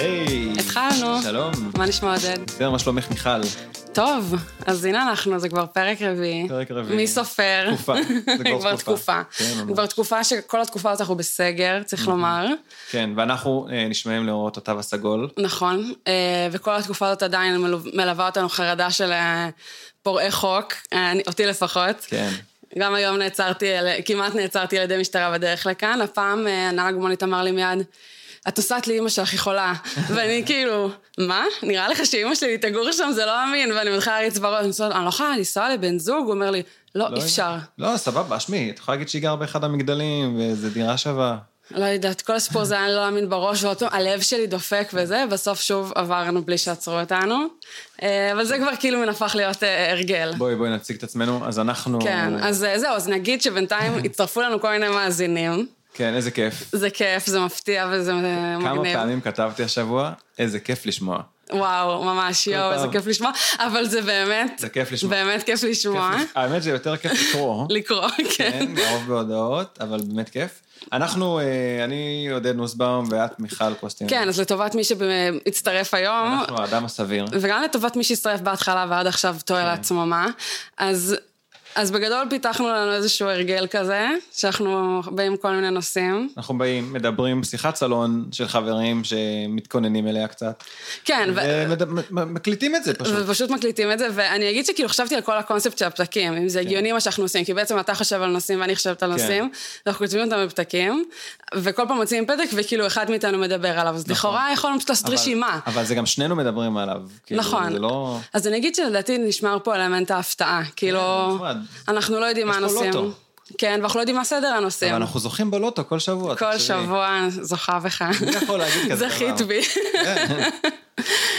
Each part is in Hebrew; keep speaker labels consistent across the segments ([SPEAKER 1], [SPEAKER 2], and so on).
[SPEAKER 1] היי.
[SPEAKER 2] התחלנו.
[SPEAKER 1] שלום.
[SPEAKER 2] מה נשמע עודד?
[SPEAKER 1] בסדר, מה שלומך מיכל?
[SPEAKER 2] טוב, אז הנה אנחנו, זה כבר פרק רביעי.
[SPEAKER 1] פרק רביעי.
[SPEAKER 2] מי סופר?
[SPEAKER 1] תקופה. זה כבר
[SPEAKER 2] כבר
[SPEAKER 1] תקופה.
[SPEAKER 2] תקופה.
[SPEAKER 1] כן, ממש.
[SPEAKER 2] כבר תקופה שכל התקופה הזאת אנחנו בסגר, צריך לומר.
[SPEAKER 1] כן, ואנחנו אה, נשמעים לאורות התו הסגול.
[SPEAKER 2] נכון. אה, וכל התקופה הזאת עדיין מלו- מלווה אותנו חרדה של אה, פורעי חוק, אה, אני- אותי לפחות.
[SPEAKER 1] כן.
[SPEAKER 2] גם היום נעצרתי, על- כמעט נעצרתי על ידי משטרה בדרך לכאן. הפעם אה, הנהג מונית אמר לי מיד, את עושה לי אימא שלך, היא חולה. ואני כאילו, מה? נראה לך שאימא שלי תגור שם, זה לא אמין. ואני מתחילה להריץ בראש, אני אומרת, "אני לא יכולה לנסוע לבן זוג? הוא אומר לי, לא, אי אפשר.
[SPEAKER 1] לא, סבבה, שמי, את יכולה להגיד שהיא גרה באחד המגדלים, וזו דירה שווה.
[SPEAKER 2] לא יודעת, כל הסיפור הזה היה לי לא להאמין בראש, ועוד פעם הלב שלי דופק וזה, בסוף שוב עברנו בלי שעצרו אותנו. אה, אבל זה כבר כאילו מן הפך להיות אה, הרגל.
[SPEAKER 1] בואי, בואי נציג את עצמנו. אז אנחנו...
[SPEAKER 2] כן, אז אה, זהו, אז נגיד שבינתיים הצטרפו לנו כל מיני מאזינים.
[SPEAKER 1] כן, איזה כיף.
[SPEAKER 2] זה כיף, זה מפתיע וזה אה, מגניב.
[SPEAKER 1] כמה פעמים כתבתי השבוע, איזה כיף לשמוע.
[SPEAKER 2] וואו, ממש, יואו, איזה
[SPEAKER 1] פעם.
[SPEAKER 2] כיף לשמוע, אבל זה באמת...
[SPEAKER 1] זה כיף לשמוע.
[SPEAKER 2] באמת כיף
[SPEAKER 1] כיף
[SPEAKER 2] לשמוע.
[SPEAKER 1] לש- האמת שיותר כיף לקרוא.
[SPEAKER 2] לקרוא, כן.
[SPEAKER 1] כן, הרוב בהודעות, אבל באמת כיף. אנחנו, אה, אני עודד נוסבאום ואת מיכל קוסטין.
[SPEAKER 2] כן, אז לטובת מי שהצטרף היום,
[SPEAKER 1] אנחנו האדם הסביר.
[SPEAKER 2] וגם לטובת מי שהצטרף בהתחלה ועד עכשיו
[SPEAKER 1] כן.
[SPEAKER 2] תוהה לעצמו מה, אז... אז בגדול פיתחנו לנו איזשהו הרגל כזה, שאנחנו באים עם כל מיני נושאים.
[SPEAKER 1] אנחנו באים, מדברים שיחת סלון של חברים שמתכוננים אליה קצת,
[SPEAKER 2] כן, ו...
[SPEAKER 1] ומקליטים את זה פשוט.
[SPEAKER 2] ופשוט מקליטים את זה, ואני אגיד שכאילו חשבתי על כל הקונספט של הפתקים, אם זה הגיוני מה שאנחנו עושים, כי בעצם אתה חושב על נושאים ואני חושבת על
[SPEAKER 1] כן.
[SPEAKER 2] נושאים, ואנחנו כותבים אותם בפתקים, וכל פעם מוציאים פתק וכאילו אחד מאיתנו מדבר עליו, אז לכאורה יכולנו פשוט לעשות
[SPEAKER 1] נכון. אבל-
[SPEAKER 2] רשימה.
[SPEAKER 1] אבל זה גם שנינו מדברים עליו. כאילו,
[SPEAKER 2] נכון.
[SPEAKER 1] זה לא...
[SPEAKER 2] אז אני אגיד שלדעתי נשמר פה אלמנט ההפתעה, כאילו,
[SPEAKER 1] כן, נחמד.
[SPEAKER 2] אנחנו לא יודעים מה
[SPEAKER 1] פה
[SPEAKER 2] הנושאים.
[SPEAKER 1] לוטו.
[SPEAKER 2] כן, ואנחנו לא יודעים מה סדר הנושאים.
[SPEAKER 1] אבל אנחנו זוכים בלוטו כל שבוע.
[SPEAKER 2] כל
[SPEAKER 1] תחשבי.
[SPEAKER 2] שבוע זוכה בך.
[SPEAKER 1] מי יכול להגיד כזה דבר? כן.
[SPEAKER 2] זכית בי.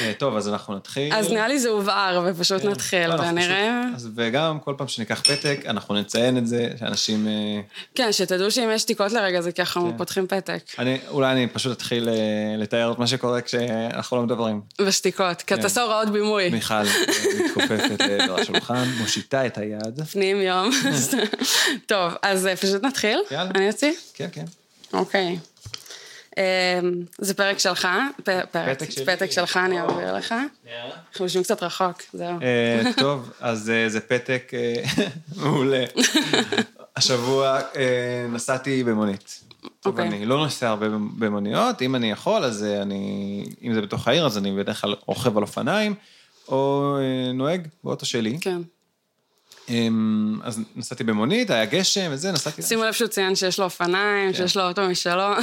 [SPEAKER 1] אה, טוב, אז אנחנו נתחיל.
[SPEAKER 2] אז נראה לי זה הובהר, ופשוט נתחיל,
[SPEAKER 1] כאילו- לא, אנחנו
[SPEAKER 2] ונראה.
[SPEAKER 1] פשוט- אז וגם כל פעם שניקח פתק, אנחנו נציין את זה, שאנשים... אה,
[SPEAKER 2] כן, שתדעו שאם יש שתיקות לרגע זה כי
[SPEAKER 1] כן.
[SPEAKER 2] אנחנו פותחים פתק.
[SPEAKER 1] אני, אולי אני פשוט אתחיל אה, לתאר את מה שקורה כשאנחנו לא מדברים.
[SPEAKER 2] ושתיקות, כי
[SPEAKER 1] כן.
[SPEAKER 2] אתה עושה הוראות בימוי.
[SPEAKER 1] מיכל אה, מתכופפת לעבר השולחן, מושיטה את היד.
[SPEAKER 2] פנים יום. טוב, אז אה, פשוט נתחיל?
[SPEAKER 1] כן. יאללה.
[SPEAKER 2] אני אוציא?
[SPEAKER 1] כן, כן.
[SPEAKER 2] אוקיי. אמ, זה פרק שלך, פ- פרק,
[SPEAKER 1] פתק שלי.
[SPEAKER 2] פתק שלך, אני אעביר לך. אנחנו יושבים קצת רחוק, זהו.
[SPEAKER 1] אה, טוב, אז אה, זה פתק אה, מעולה. השבוע אה, נסעתי במונית. טוב,
[SPEAKER 2] אוקיי.
[SPEAKER 1] אני לא נוסע הרבה במוניות, אם אני יכול, אז אה, אני, אם זה בתוך העיר, אז אני בדרך כלל רוכב על אופניים, או אה, נוהג באוטו שלי.
[SPEAKER 2] כן.
[SPEAKER 1] אמ, אז נסעתי במונית, היה גשם וזה, נסעתי...
[SPEAKER 2] שימו לב שהוא ציין שיש
[SPEAKER 1] כן.
[SPEAKER 2] לו אופניים, שיש לו אוטו משלו.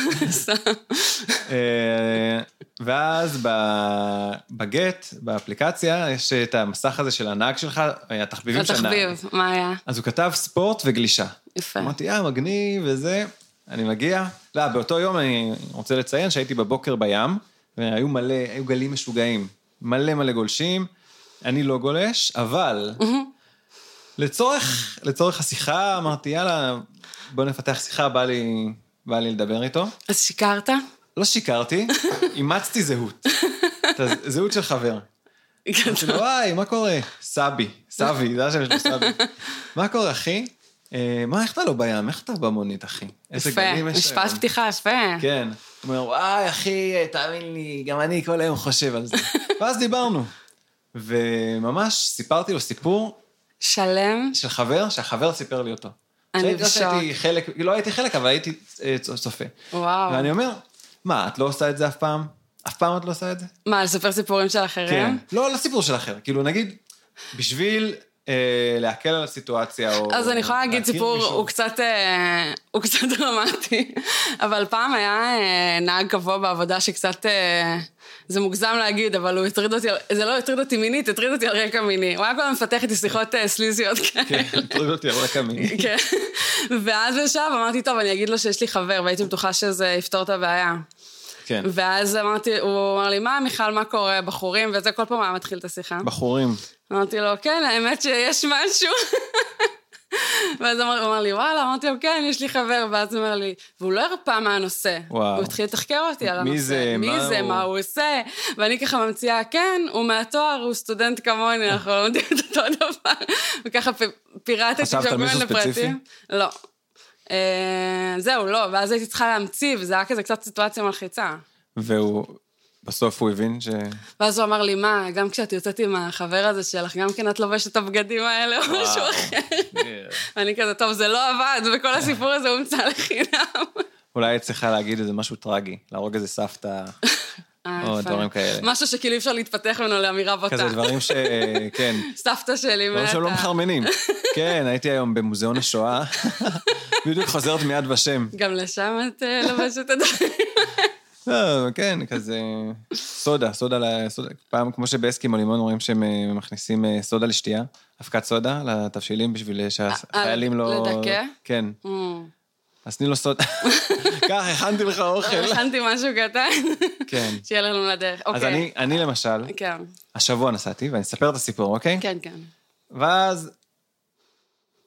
[SPEAKER 1] אה, ואז ב- בגט, באפליקציה, יש את המסך הזה של הנהג שלך, אה, התחביבים של הנהג.
[SPEAKER 2] התחביב, מה היה?
[SPEAKER 1] אז הוא כתב ספורט וגלישה.
[SPEAKER 2] יפה.
[SPEAKER 1] אמרתי, אה, מגניב וזה, אני מגיע. לא, באותו יום אני רוצה לציין שהייתי בבוקר בים, והיו מלא, היו גלים משוגעים. מלא מלא גולשים, אני לא גולש, אבל לצורך, לצורך השיחה, אמרתי, יאללה, בוא נפתח שיחה, בא לי, בא לי לדבר איתו.
[SPEAKER 2] אז שיקרת?
[SPEAKER 1] לא שיקרתי, אימצתי זהות. את הז- זהות של חבר. אמרתי לו, וואי, מה קורה? סבי, סבי, זה השם שלו, סבי. מה קורה, אחי? אה, מה, איך אתה לא בים? איך אתה במונית, אחי? איזה
[SPEAKER 2] יפה,
[SPEAKER 1] גלים יש
[SPEAKER 2] משפט פתיחה יפה.
[SPEAKER 1] כן. הוא אומר, וואי, אחי, תאמין לי, גם אני כל היום חושב על זה. ואז דיברנו. וממש סיפרתי לו סיפור
[SPEAKER 2] שלם,
[SPEAKER 1] של חבר, שהחבר סיפר לי אותו.
[SPEAKER 2] אני
[SPEAKER 1] שהייתי- לא
[SPEAKER 2] בשוק.
[SPEAKER 1] שהייתי חלק, לא הייתי חלק, אבל הייתי אה, צ- צופה.
[SPEAKER 2] וואו.
[SPEAKER 1] ואני אומר, מה, את לא עושה את זה אף פעם? אף פעם את לא עושה את זה?
[SPEAKER 2] מה, לספר סיפורים של אחרים?
[SPEAKER 1] לא, לסיפור של אחר. כאילו, נגיד, בשביל אה, להקל על הסיטואציה, או...
[SPEAKER 2] אז אני יכולה להגיד
[SPEAKER 1] להכיר
[SPEAKER 2] סיפור,
[SPEAKER 1] מישהו.
[SPEAKER 2] הוא קצת, אה, הוא קצת דרמטי, אבל פעם היה אה, נהג קבוע בעבודה שקצת, אה, זה מוגזם להגיד, אבל הוא הטריד אותי, על- זה לא הטריד אותי מינית, הטריד אותי על רקע מיני. הוא היה כל הזמן מפתח איתי שיחות אה, סליזיות כאלה.
[SPEAKER 1] כן, הטריד אותי על רקע מיני.
[SPEAKER 2] כן. ואז בשלב אמרתי, טוב, אני אגיד לו שיש לי חבר, והייתי בטוחה שזה יפתור את הבעיה.
[SPEAKER 1] כן.
[SPEAKER 2] ואז אמרתי, הוא אמר לי, מה, מיכל, מה קורה, בחורים, וזה, כל פעם היה מתחיל את השיחה.
[SPEAKER 1] בחורים.
[SPEAKER 2] אמרתי לו, כן, האמת שיש משהו. ואז אמר, הוא אמר לי, וואלה, אמרתי לו, כן, יש לי חבר, ואז הוא אומר לי, והוא לא הרפא מהנושא.
[SPEAKER 1] וואו.
[SPEAKER 2] הוא התחיל לתחקר אותי על
[SPEAKER 1] מי
[SPEAKER 2] הנושא.
[SPEAKER 1] זה?
[SPEAKER 2] מי
[SPEAKER 1] מה
[SPEAKER 2] זה?
[SPEAKER 1] הוא?"
[SPEAKER 2] מה הוא עושה? ואני ככה ממציאה, כן, הוא מהתואר, הוא סטודנט
[SPEAKER 1] אה.
[SPEAKER 2] כמוני, אנחנו לומדים את אותו דבר. וככה פ- פירטתי
[SPEAKER 1] חשבת על מישהו ספציפי?
[SPEAKER 2] לא. אה, זהו, לא, ואז הייתי צריכה להמציא, וזה היה כזה קצת סיטואציה מלחיצה.
[SPEAKER 1] והוא... בסוף הוא הבין ש...
[SPEAKER 2] ואז הוא אמר לי, מה, גם כשאת יוצאת עם החבר הזה שלך, גם כן את לובשת את הבגדים האלה או משהו אחר. ואני כזה, טוב, זה לא עבד, וכל הסיפור הזה הומצא לחינם.
[SPEAKER 1] אולי היית צריכה להגיד איזה משהו טרגי, להרוג איזה סבתא,
[SPEAKER 2] אה,
[SPEAKER 1] או
[SPEAKER 2] יפה.
[SPEAKER 1] דברים כאלה.
[SPEAKER 2] משהו שכאילו אי אפשר להתפתח ממנו לאמירה בוטה.
[SPEAKER 1] כזה דברים ש... כן,
[SPEAKER 2] סבתא שלי
[SPEAKER 1] דברים שהם לא מחרמנים. כן, הייתי היום במוזיאון השואה, בדיוק חוזרת מיד ושם.
[SPEAKER 2] גם לשם את אה, לובשת את הדברים.
[SPEAKER 1] לא, כן, כזה... סודה, סודה, ל- סודה. פעם, כמו שבאסקימו לימון רואים שהם אה, מכניסים אה, סודה לשתייה, אבקת סודה לתבשילים בשביל שהחיילים לא...
[SPEAKER 2] אה, לדכא?
[SPEAKER 1] כן.
[SPEAKER 2] אמ,
[SPEAKER 1] אז תני לו סודה. קח, הכנתי לך אוכל.
[SPEAKER 2] הכנתי משהו קטן,
[SPEAKER 1] כן.
[SPEAKER 2] שיהיה לנו לדרך.
[SPEAKER 1] אז
[SPEAKER 2] אוקיי.
[SPEAKER 1] אני, אני למשל,
[SPEAKER 2] כן,
[SPEAKER 1] השבוע נסעתי, ואני אספר את הסיפור, אוקיי?
[SPEAKER 2] כן, כן.
[SPEAKER 1] ואז...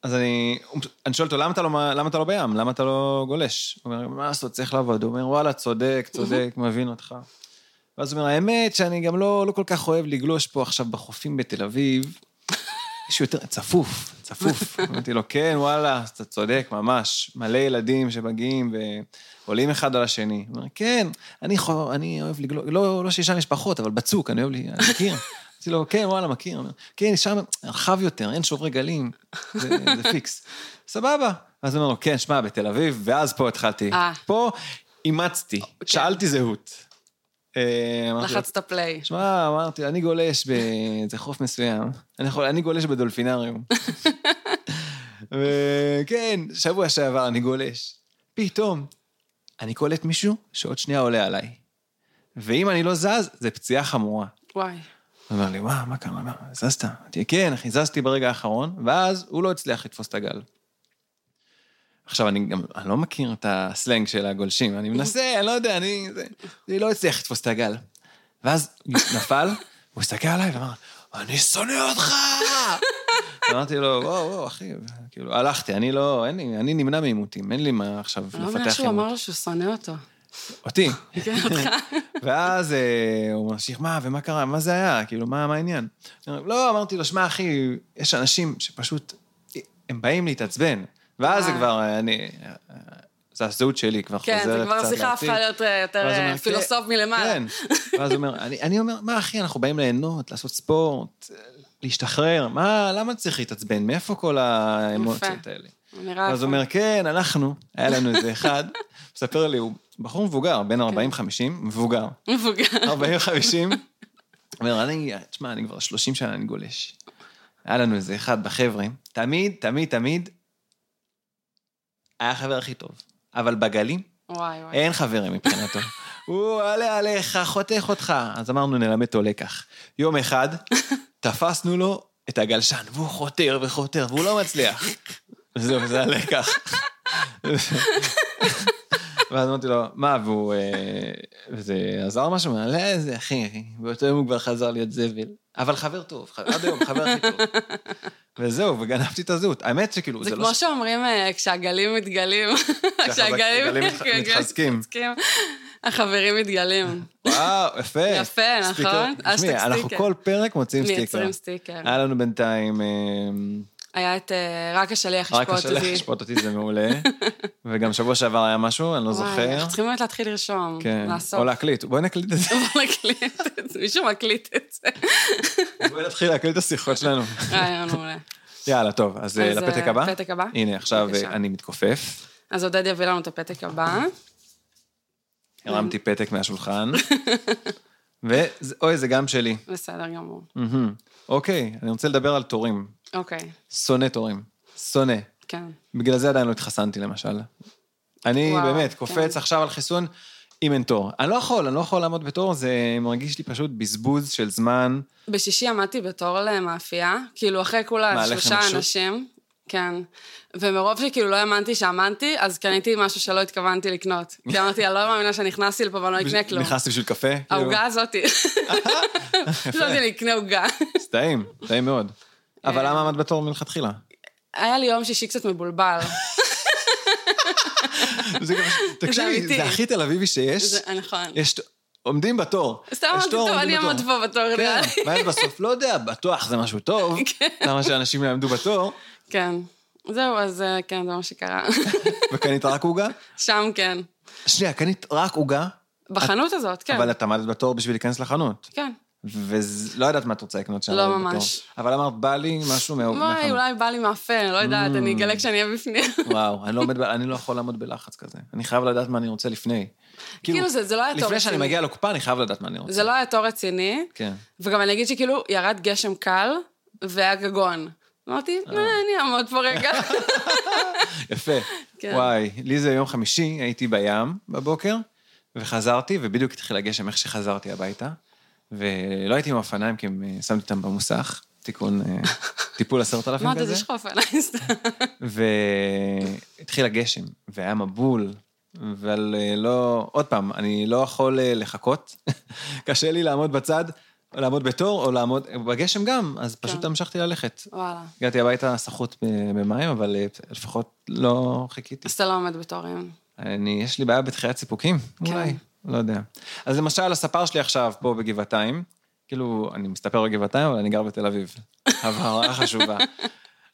[SPEAKER 1] אז אני, אני שואל אותו, למה אתה, לא, למה אתה לא בים? למה אתה לא גולש? הוא אומר, מה לעשות, צריך לעבוד. הוא אומר, וואלה, צודק, צודק, מבין אותך. ואז הוא אומר, האמת שאני גם לא, לא כל כך אוהב לגלוש פה עכשיו בחופים בתל אביב. יש יותר, צפוף, צפוף. אמרתי לו, כן, וואלה, אתה צודק, ממש. מלא ילדים שמגיעים ועולים אחד על השני. הוא אומר, כן, אני, חו... אני אוהב לגלוש, לא, לא ששם יש פחות, אבל בצוק, אני אוהב, ל- אני מכיר. אמרתי לו, כן, וואלה, מכיר. הוא אומר, כן, שם רחב יותר, אין שוברי גלים, זה, זה פיקס. סבבה. אז הוא אומר לו, כן, שמע, בתל אביב, ואז פה התחלתי.
[SPEAKER 2] אה.
[SPEAKER 1] פה אימצתי, שאלתי זהות. אה, אמרתי לו,
[SPEAKER 2] לחצת פליי.
[SPEAKER 1] שמע, אמרתי, אני גולש באיזה חוף מסוים. אני, יכול, אני גולש בדולפינריום. וכן, שבוע שעבר אני גולש. פתאום, אני קולט מישהו שעוד שנייה עולה עליי. ואם אני לא זז, זה פציעה חמורה.
[SPEAKER 2] וואי.
[SPEAKER 1] הוא אמר לי, מה, מה קרה? מה, זזת? אמרתי, כן, אחי, זזתי ברגע האחרון, ואז הוא לא הצליח לתפוס את הגל. עכשיו, אני גם, אני לא מכיר את הסלנג של הגולשים, אני מנסה, אני לא יודע, אני... זה, אני לא הצליח לתפוס את הגל. ואז הוא נפל, הוא הסתכל עליי ואמר, אני שונא אותך! אמרתי לו, וואו, וואו, אחי, כאילו, הלכתי, אני לא, אין לי, אני נמנע מעימותים, אין לי מה עכשיו
[SPEAKER 2] אני לא מבינה
[SPEAKER 1] לפתח
[SPEAKER 2] שהוא
[SPEAKER 1] עימות.
[SPEAKER 2] אמר לו שהוא שונא אותו.
[SPEAKER 1] אותי.
[SPEAKER 2] כן, אותך.
[SPEAKER 1] ואז אה, הוא ממשיך, מה, ומה קרה, מה זה היה? כאילו, מה, מה העניין? אני אומר, לא, אמרתי לו, שמע, אחי, יש אנשים שפשוט, אה, הם באים להתעצבן. ואז זה
[SPEAKER 2] אה.
[SPEAKER 1] כבר, אה, אני, אה, אה, זה הזהות שלי כבר
[SPEAKER 2] כן,
[SPEAKER 1] חוזרת קצת
[SPEAKER 2] זה כבר שיחה
[SPEAKER 1] לעתיד.
[SPEAKER 2] הפכה להיות אה, יותר
[SPEAKER 1] ואז הוא
[SPEAKER 2] אה,
[SPEAKER 1] אומר,
[SPEAKER 2] פילוסוף
[SPEAKER 1] "כן,
[SPEAKER 2] מלמעלה.
[SPEAKER 1] כן. ואז הוא אומר, אני, אני אומר, מה, אחי, אנחנו באים ליהנות, לעשות ספורט, אה, להשתחרר, מה, למה צריך להתעצבן? מאיפה כל האמוציות האלה?
[SPEAKER 2] אמירה
[SPEAKER 1] ואז הוא
[SPEAKER 2] אה, יפה.
[SPEAKER 1] אומר, כן, אנחנו, היה לנו איזה אחד, מספר לי, הוא בחור מבוגר,
[SPEAKER 2] כן.
[SPEAKER 1] בן 40-50, מבוגר,
[SPEAKER 2] מבוגר.
[SPEAKER 1] 40-50, אומר, אני, תשמע, אני כבר 30 שנה אני גולש. היה לנו איזה אחד בחבר'ה, תמיד, תמיד, תמיד, היה החבר הכי טוב, אבל בגלים,
[SPEAKER 2] וואי וואי.
[SPEAKER 1] אין חברים מבחינתו. הוא עלה עליך, חותך אותך. אז אמרנו, נלמד אותו לקח. יום אחד, תפסנו לו את הגלשן, והוא חותר וחותר, והוא לא מצליח. זהו, זה הלקח. ואז אמרתי לו, מה, והוא... אה, וזה עזר משהו? הוא אמר, לא, זה אחי, אחי. באותו יום הוא כבר חזר להיות זבל. אבל חבר טוב, ח- עד היום חבר הכי טוב. וזהו, וגנבתי את הזהות. האמת שכאילו,
[SPEAKER 2] זה
[SPEAKER 1] זה לא...
[SPEAKER 2] כמו שאומרים, אה, כשהגלים מתגלים, כשהגלים
[SPEAKER 1] מתח- מתחזקים.
[SPEAKER 2] מתחזקים, החברים מתגלים.
[SPEAKER 1] וואו, יפה.
[SPEAKER 2] יפה, נכון?
[SPEAKER 1] סטיקר. תשמעי,
[SPEAKER 2] אשטג
[SPEAKER 1] אנחנו
[SPEAKER 2] סטיקר.
[SPEAKER 1] כל פרק מוציאים סטיקר.
[SPEAKER 2] מייצרים סטיקר.
[SPEAKER 1] היה לנו בינתיים, אה,
[SPEAKER 2] היה את אה, רק השליח
[SPEAKER 1] רק
[SPEAKER 2] ישפוט
[SPEAKER 1] השלח
[SPEAKER 2] אותי.
[SPEAKER 1] לשפוט אותי, זה מעולה. וגם שבוע שעבר היה משהו, אני לא
[SPEAKER 2] וואי,
[SPEAKER 1] זוכר.
[SPEAKER 2] אנחנו צריכים באמת להתחיל לרשום,
[SPEAKER 1] כן,
[SPEAKER 2] לעשות.
[SPEAKER 1] או להקליט, בואי נקליט את זה.
[SPEAKER 2] בוא נקליט את זה, מישהו מקליט את זה.
[SPEAKER 1] בואי נתחיל להקליט את השיחות שלנו.
[SPEAKER 2] רעיון מעולה.
[SPEAKER 1] יאללה, טוב, אז אה,
[SPEAKER 2] אז, אה,
[SPEAKER 1] לפתק הבא.
[SPEAKER 2] לפתק הבא.
[SPEAKER 1] הנה, עכשיו
[SPEAKER 2] בבקשה.
[SPEAKER 1] אה, אני מתכופף.
[SPEAKER 2] אז עודד יביא לנו את הפתק הבא.
[SPEAKER 1] הרמתי פתק מהשולחן. ואוי, זה גם שלי.
[SPEAKER 2] בסדר גמור.
[SPEAKER 1] מהמם. אוקיי, אני רוצה לדבר על תורים.
[SPEAKER 2] אוקיי,
[SPEAKER 1] שונא תורים. שונא.
[SPEAKER 2] כן.
[SPEAKER 1] בגלל זה עדיין לא התחסנתי, למשל. אני
[SPEAKER 2] וואו,
[SPEAKER 1] באמת
[SPEAKER 2] כן.
[SPEAKER 1] קופץ עכשיו על חיסון אם אין תור. אני לא יכול, אני לא יכול לעמוד בתור, זה מרגיש לי פשוט בזבוז של זמן.
[SPEAKER 2] בשישי עמדתי בתור למאפייה, כאילו אחרי
[SPEAKER 1] מה,
[SPEAKER 2] כולה
[SPEAKER 1] לחם
[SPEAKER 2] שלושה
[SPEAKER 1] משוט?
[SPEAKER 2] אנשים. כן. ומרוב שכאילו לא האמנתי שעמדתי, אז קניתי משהו שלא התכוונתי לקנות. כי אמרתי, אני לא מאמינה שנכנסתי לפה ואני לא אקנה כלום.
[SPEAKER 1] נכנסתי בשביל קפה. כאילו,
[SPEAKER 2] העוגה הזאתי. לא חשבתי אני אקנה עוגה.
[SPEAKER 1] כאילו. זה טעים, טעים מאוד.
[SPEAKER 2] כן.
[SPEAKER 1] אבל למה עמד בתור מלכתחילה?
[SPEAKER 2] היה לי יום שישי קצת מבולבל.
[SPEAKER 1] זה גם- תקשיבי,
[SPEAKER 2] אמיתי.
[SPEAKER 1] זה הכי תל אביבי שיש.
[SPEAKER 2] זה- נכון.
[SPEAKER 1] יש... ת- עומדים בתור.
[SPEAKER 2] סתם
[SPEAKER 1] יש
[SPEAKER 2] אמרתי,
[SPEAKER 1] תור,
[SPEAKER 2] טוב, אני
[SPEAKER 1] עומדים בתור."
[SPEAKER 2] אעמוד פה בתור, נראה
[SPEAKER 1] כן,
[SPEAKER 2] לי.
[SPEAKER 1] ואז בסוף, לא יודע, בטוח זה משהו טוב. למה שאנשים יעמדו בתור,
[SPEAKER 2] כן. זהו, אז אה, כן, זה מה שקרה.
[SPEAKER 1] וקנית רק עוגה?
[SPEAKER 2] שם כן.
[SPEAKER 1] שנייה, קנית רק עוגה?
[SPEAKER 2] בחנות הזאת, כן.
[SPEAKER 1] אבל את עמדת בתור בשביל להיכנס לחנות.
[SPEAKER 2] כן.
[SPEAKER 1] ולא יודעת מה את רוצה לקנות שם.
[SPEAKER 2] לא
[SPEAKER 1] בתור.
[SPEAKER 2] ממש.
[SPEAKER 1] אבל אמרת, בא לי משהו מה- מהחנות.
[SPEAKER 2] וואי, אולי בא לי מאפה, לא יודעת, אני
[SPEAKER 1] Mm.
[SPEAKER 2] אגלה כשאני אהיה בפנים.
[SPEAKER 1] וואו, אני לא, עומד, ב- אני לא יכול לעמוד בלחץ כזה. אני חייב לדעת מה אני רוצה לפני.
[SPEAKER 2] כאילו, זה- זה לא היה טוב,
[SPEAKER 1] לפני שאני
[SPEAKER 2] רציני.
[SPEAKER 1] מגיע לקופה, אני חייב לדעת מה אני רוצה.
[SPEAKER 2] זה לא היה תור רציני,
[SPEAKER 1] כן.
[SPEAKER 2] וגם אני אגיד שכאילו ירד גשם קל והיה גגון. אמרתי, "אה, אני אעמוד פה רגע.
[SPEAKER 1] יפה.
[SPEAKER 2] כן.
[SPEAKER 1] וואי, לי זה יום חמישי, הייתי בים בבוקר, וחזרתי, ובדיוק התחיל הגשם איך שחזרתי הביתה, ולא הייתי עם אופניים כי הם, אה, שמתי אותם במוסך, תיקון, אה, טיפול עשרת אלפים
[SPEAKER 2] אמרתי,
[SPEAKER 1] כזה,
[SPEAKER 2] יש לך אופניים סתם.
[SPEAKER 1] והתחיל הגשם, והיה מבול. אבל אה, לא, עוד פעם, אני לא יכול אה, לחכות. קשה לי לעמוד בצד, או לעמוד בתור, או לעמוד בגשם גם, אז פשוט
[SPEAKER 2] כן.
[SPEAKER 1] המשכתי ללכת.
[SPEAKER 2] וואלה.
[SPEAKER 1] הגעתי הביתה סחוט ב- במים, אבל אה, לפחות לא חיכיתי.
[SPEAKER 2] אז אתה לא עומד בתורים.
[SPEAKER 1] אני, יש לי בעיה בתחיית סיפוקים,
[SPEAKER 2] כן.
[SPEAKER 1] אולי, לא יודע. אז למשל, הספר שלי עכשיו פה בגבעתיים, כאילו, אני מסתפר בגבעתיים, אבל אני גר בתל אביב. הבהרה חשובה.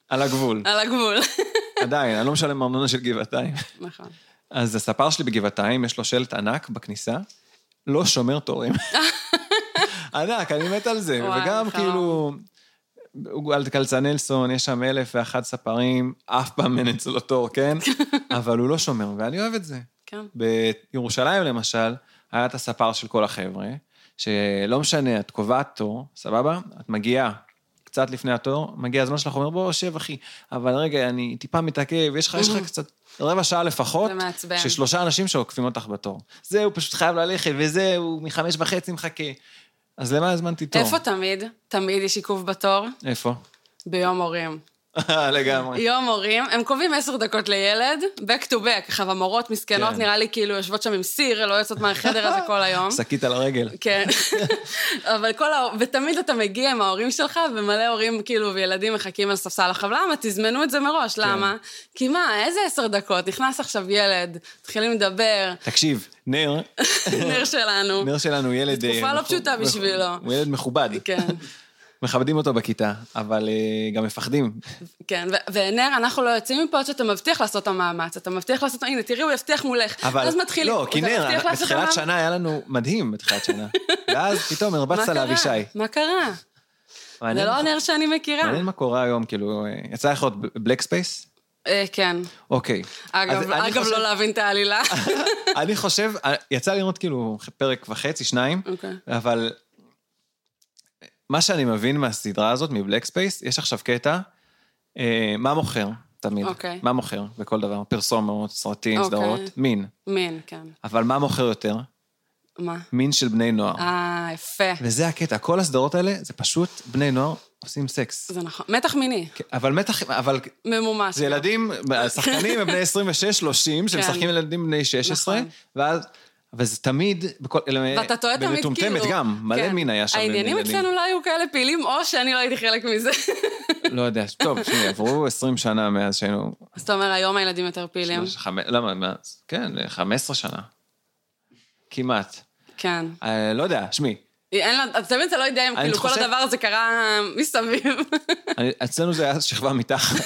[SPEAKER 1] על הגבול.
[SPEAKER 2] על הגבול.
[SPEAKER 1] עדיין, אני לא משלם ארנונה של גבעתיים.
[SPEAKER 2] נכון.
[SPEAKER 1] אז הספר שלי בגבעתיים, יש לו שלט ענק בכניסה, לא שומר תורים. ענק, אני מת על זה.
[SPEAKER 2] וואי,
[SPEAKER 1] וגם
[SPEAKER 2] חלום.
[SPEAKER 1] כאילו, על קלצנלסון, יש שם אלף ואחת ספרים, אף פעם אין אצלו תור, כן? אבל הוא לא שומר, ואני אוהב את זה.
[SPEAKER 2] כן.
[SPEAKER 1] בירושלים, למשל, היה את הספר של כל החבר'ה, שלא משנה, את קובעת תור, סבבה? את מגיעה קצת לפני התור, מגיע הזמן שלך, אומר, בוא, שב, אחי. אבל רגע, אני טיפה מתעכב, יש לך, יש לך קצת... רבע שעה לפחות,
[SPEAKER 2] זה מעצבן.
[SPEAKER 1] ששלושה אנשים שעוקפים אותך בתור. זה, הוא פשוט חייב ללכת, וזה, הוא מחמש וחצי מחכה. אז למה הזמנתי תור?
[SPEAKER 2] איפה תמיד? תמיד יש עיכוב בתור?
[SPEAKER 1] איפה?
[SPEAKER 2] ביום הורים.
[SPEAKER 1] לגמרי.
[SPEAKER 2] יום הורים, הם קובעים עשר דקות לילד, back to back. עכשיו, המורות מסכנות,
[SPEAKER 1] כן.
[SPEAKER 2] נראה לי כאילו יושבות שם עם סיר, לא יוצאות מהחדר הזה כל היום.
[SPEAKER 1] שקית על הרגל.
[SPEAKER 2] כן. אבל כל ה... ותמיד אתה מגיע עם ההורים שלך, ומלא הורים, כאילו, וילדים מחכים על ספסל. עכשיו, למה? תזמנו את זה מראש,
[SPEAKER 1] כן.
[SPEAKER 2] למה? כי מה, איזה עשר דקות? נכנס עכשיו ילד, מתחילים לדבר,
[SPEAKER 1] תקשיב, נר,
[SPEAKER 2] נר שלנו.
[SPEAKER 1] נר שלנו הוא ילד...
[SPEAKER 2] זו תקופה
[SPEAKER 1] אה,
[SPEAKER 2] לא
[SPEAKER 1] מכו-
[SPEAKER 2] פשוטה
[SPEAKER 1] מכו-
[SPEAKER 2] בשבילו.
[SPEAKER 1] הוא ילד מכובד.
[SPEAKER 2] כן,
[SPEAKER 1] מכבדים אותו בכיתה, אבל אה, גם מפחדים.
[SPEAKER 2] כן. ו- ונר, אנחנו לא יוצאים מפה עד שאתה מבטיח לעשות את המאמץ. אתה מבטיח לעשות... הנה, תראי, הוא יבטיח מולך.
[SPEAKER 1] אבל...
[SPEAKER 2] אז מתחילים.
[SPEAKER 1] לא, כי
[SPEAKER 2] אתה
[SPEAKER 1] נר,
[SPEAKER 2] מבטיח לעשות את
[SPEAKER 1] בתחילת
[SPEAKER 2] המאמץ.
[SPEAKER 1] שנה היה לנו מדהים בתחילת שנה. ואז פתאום
[SPEAKER 2] מה
[SPEAKER 1] הרבצת
[SPEAKER 2] קרה?
[SPEAKER 1] לאבישי.
[SPEAKER 2] מה קרה? זה
[SPEAKER 1] מעניין-
[SPEAKER 2] לא נר שאני מכירה.
[SPEAKER 1] מעניין מה קורה היום, כאילו, אה, יצא לך עוד בלק ספייס?
[SPEAKER 2] אה, כן.
[SPEAKER 1] אוקיי. אז
[SPEAKER 2] אגב,
[SPEAKER 1] אני
[SPEAKER 2] אגב,
[SPEAKER 1] חושב-
[SPEAKER 2] לא להבין את העלילה.
[SPEAKER 1] אני חושב, אה, יצא לי לראות כאילו פרק וחצי, שניים,
[SPEAKER 2] אוקיי.
[SPEAKER 1] אבל מה שאני מבין מהסדרה הזאת, מבלק ספייס, יש עכשיו קטע, אה, מה מוכר, תמיד.
[SPEAKER 2] אוקיי.
[SPEAKER 1] מה מוכר בכל דבר, פרסומות, סרטים,
[SPEAKER 2] אוקיי.
[SPEAKER 1] סדרות, מין.
[SPEAKER 2] מין, כן.
[SPEAKER 1] אבל מה מוכר יותר?
[SPEAKER 2] מה?
[SPEAKER 1] מין של בני נוער.
[SPEAKER 2] אה, יפה.
[SPEAKER 1] וזה הקטע, כל הסדרות האלה, זה פשוט בני נוער עושים סקס.
[SPEAKER 2] זה נכון. מתח מיני.
[SPEAKER 1] כן, אבל מתח, אבל
[SPEAKER 2] ממומש.
[SPEAKER 1] זה ילדים, השחקנים הם בני 26-30, שמשחקים ילדים בני 16,
[SPEAKER 2] כן. נכון.
[SPEAKER 1] ואז... אבל זה תמיד, בכל...
[SPEAKER 2] ואתה טועה תמיד כאילו.
[SPEAKER 1] במטומטמת אה, גם, מלא
[SPEAKER 2] כן.
[SPEAKER 1] מין היה שם. בין
[SPEAKER 2] העניינים
[SPEAKER 1] ילדים.
[SPEAKER 2] אצלנו לא היו כאלה פעילים, או שאני לא הייתי חלק מזה.
[SPEAKER 1] לא יודע, טוב, שנייה, עברו 20 שנה מאז שהיינו...
[SPEAKER 2] אז אתה אומר, היום הילדים יותר פעילים.
[SPEAKER 1] חמ- למה, מאז? כן, 15 שנה. כמעט.
[SPEAKER 2] כן.
[SPEAKER 1] אה, לא יודע, שמי,
[SPEAKER 2] אין לה- אתה תמיד אתה לא יודע אם
[SPEAKER 1] אני
[SPEAKER 2] כאילו כל
[SPEAKER 1] חושב-
[SPEAKER 2] הדבר הזה קרה אה, מסביב.
[SPEAKER 1] אני- אצלנו זה היה שכבה מתחת.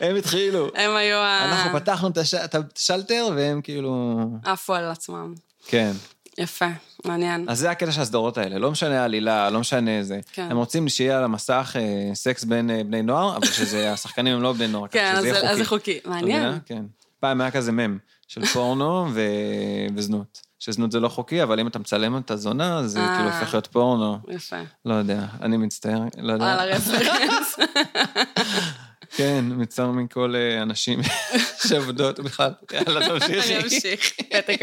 [SPEAKER 1] הם התחילו.
[SPEAKER 2] הם היו ה...
[SPEAKER 1] אנחנו פתחנו את הש- את השלטר, והם כאילו...
[SPEAKER 2] עפו על עצמם.
[SPEAKER 1] כן.
[SPEAKER 2] יפה, מעניין.
[SPEAKER 1] אז זה הקטע של הסדרות האלה, לא משנה העלילה, לא משנה זה.
[SPEAKER 2] כן.
[SPEAKER 1] הם רוצים שיהיה על המסך אה, סקס בין אה, בני נוער, אבל שזה, השחקנים הם לא בני נוער, כך
[SPEAKER 2] כן,
[SPEAKER 1] שזה יהיה
[SPEAKER 2] אז זה-
[SPEAKER 1] חוקי.
[SPEAKER 2] אז זה חוקי.
[SPEAKER 1] את
[SPEAKER 2] מעניין.
[SPEAKER 1] מבינה? כן. פעם היה כזה מם של פורנו ו... וזנות. שזנות זה לא חוקי, אבל אם אתה מצלם את הזונה, אז זה
[SPEAKER 2] אה.
[SPEAKER 1] כאילו הופך להיות פורנו.
[SPEAKER 2] יפה.
[SPEAKER 1] לא יודע, אני מצטער, לא יודע.
[SPEAKER 2] על הרפרנס.
[SPEAKER 1] כן, מצטער מכל אה, הנשים שעובדות בכלל. יאללה,
[SPEAKER 2] אני
[SPEAKER 1] תמשיכי.
[SPEAKER 2] אמשיך. פתק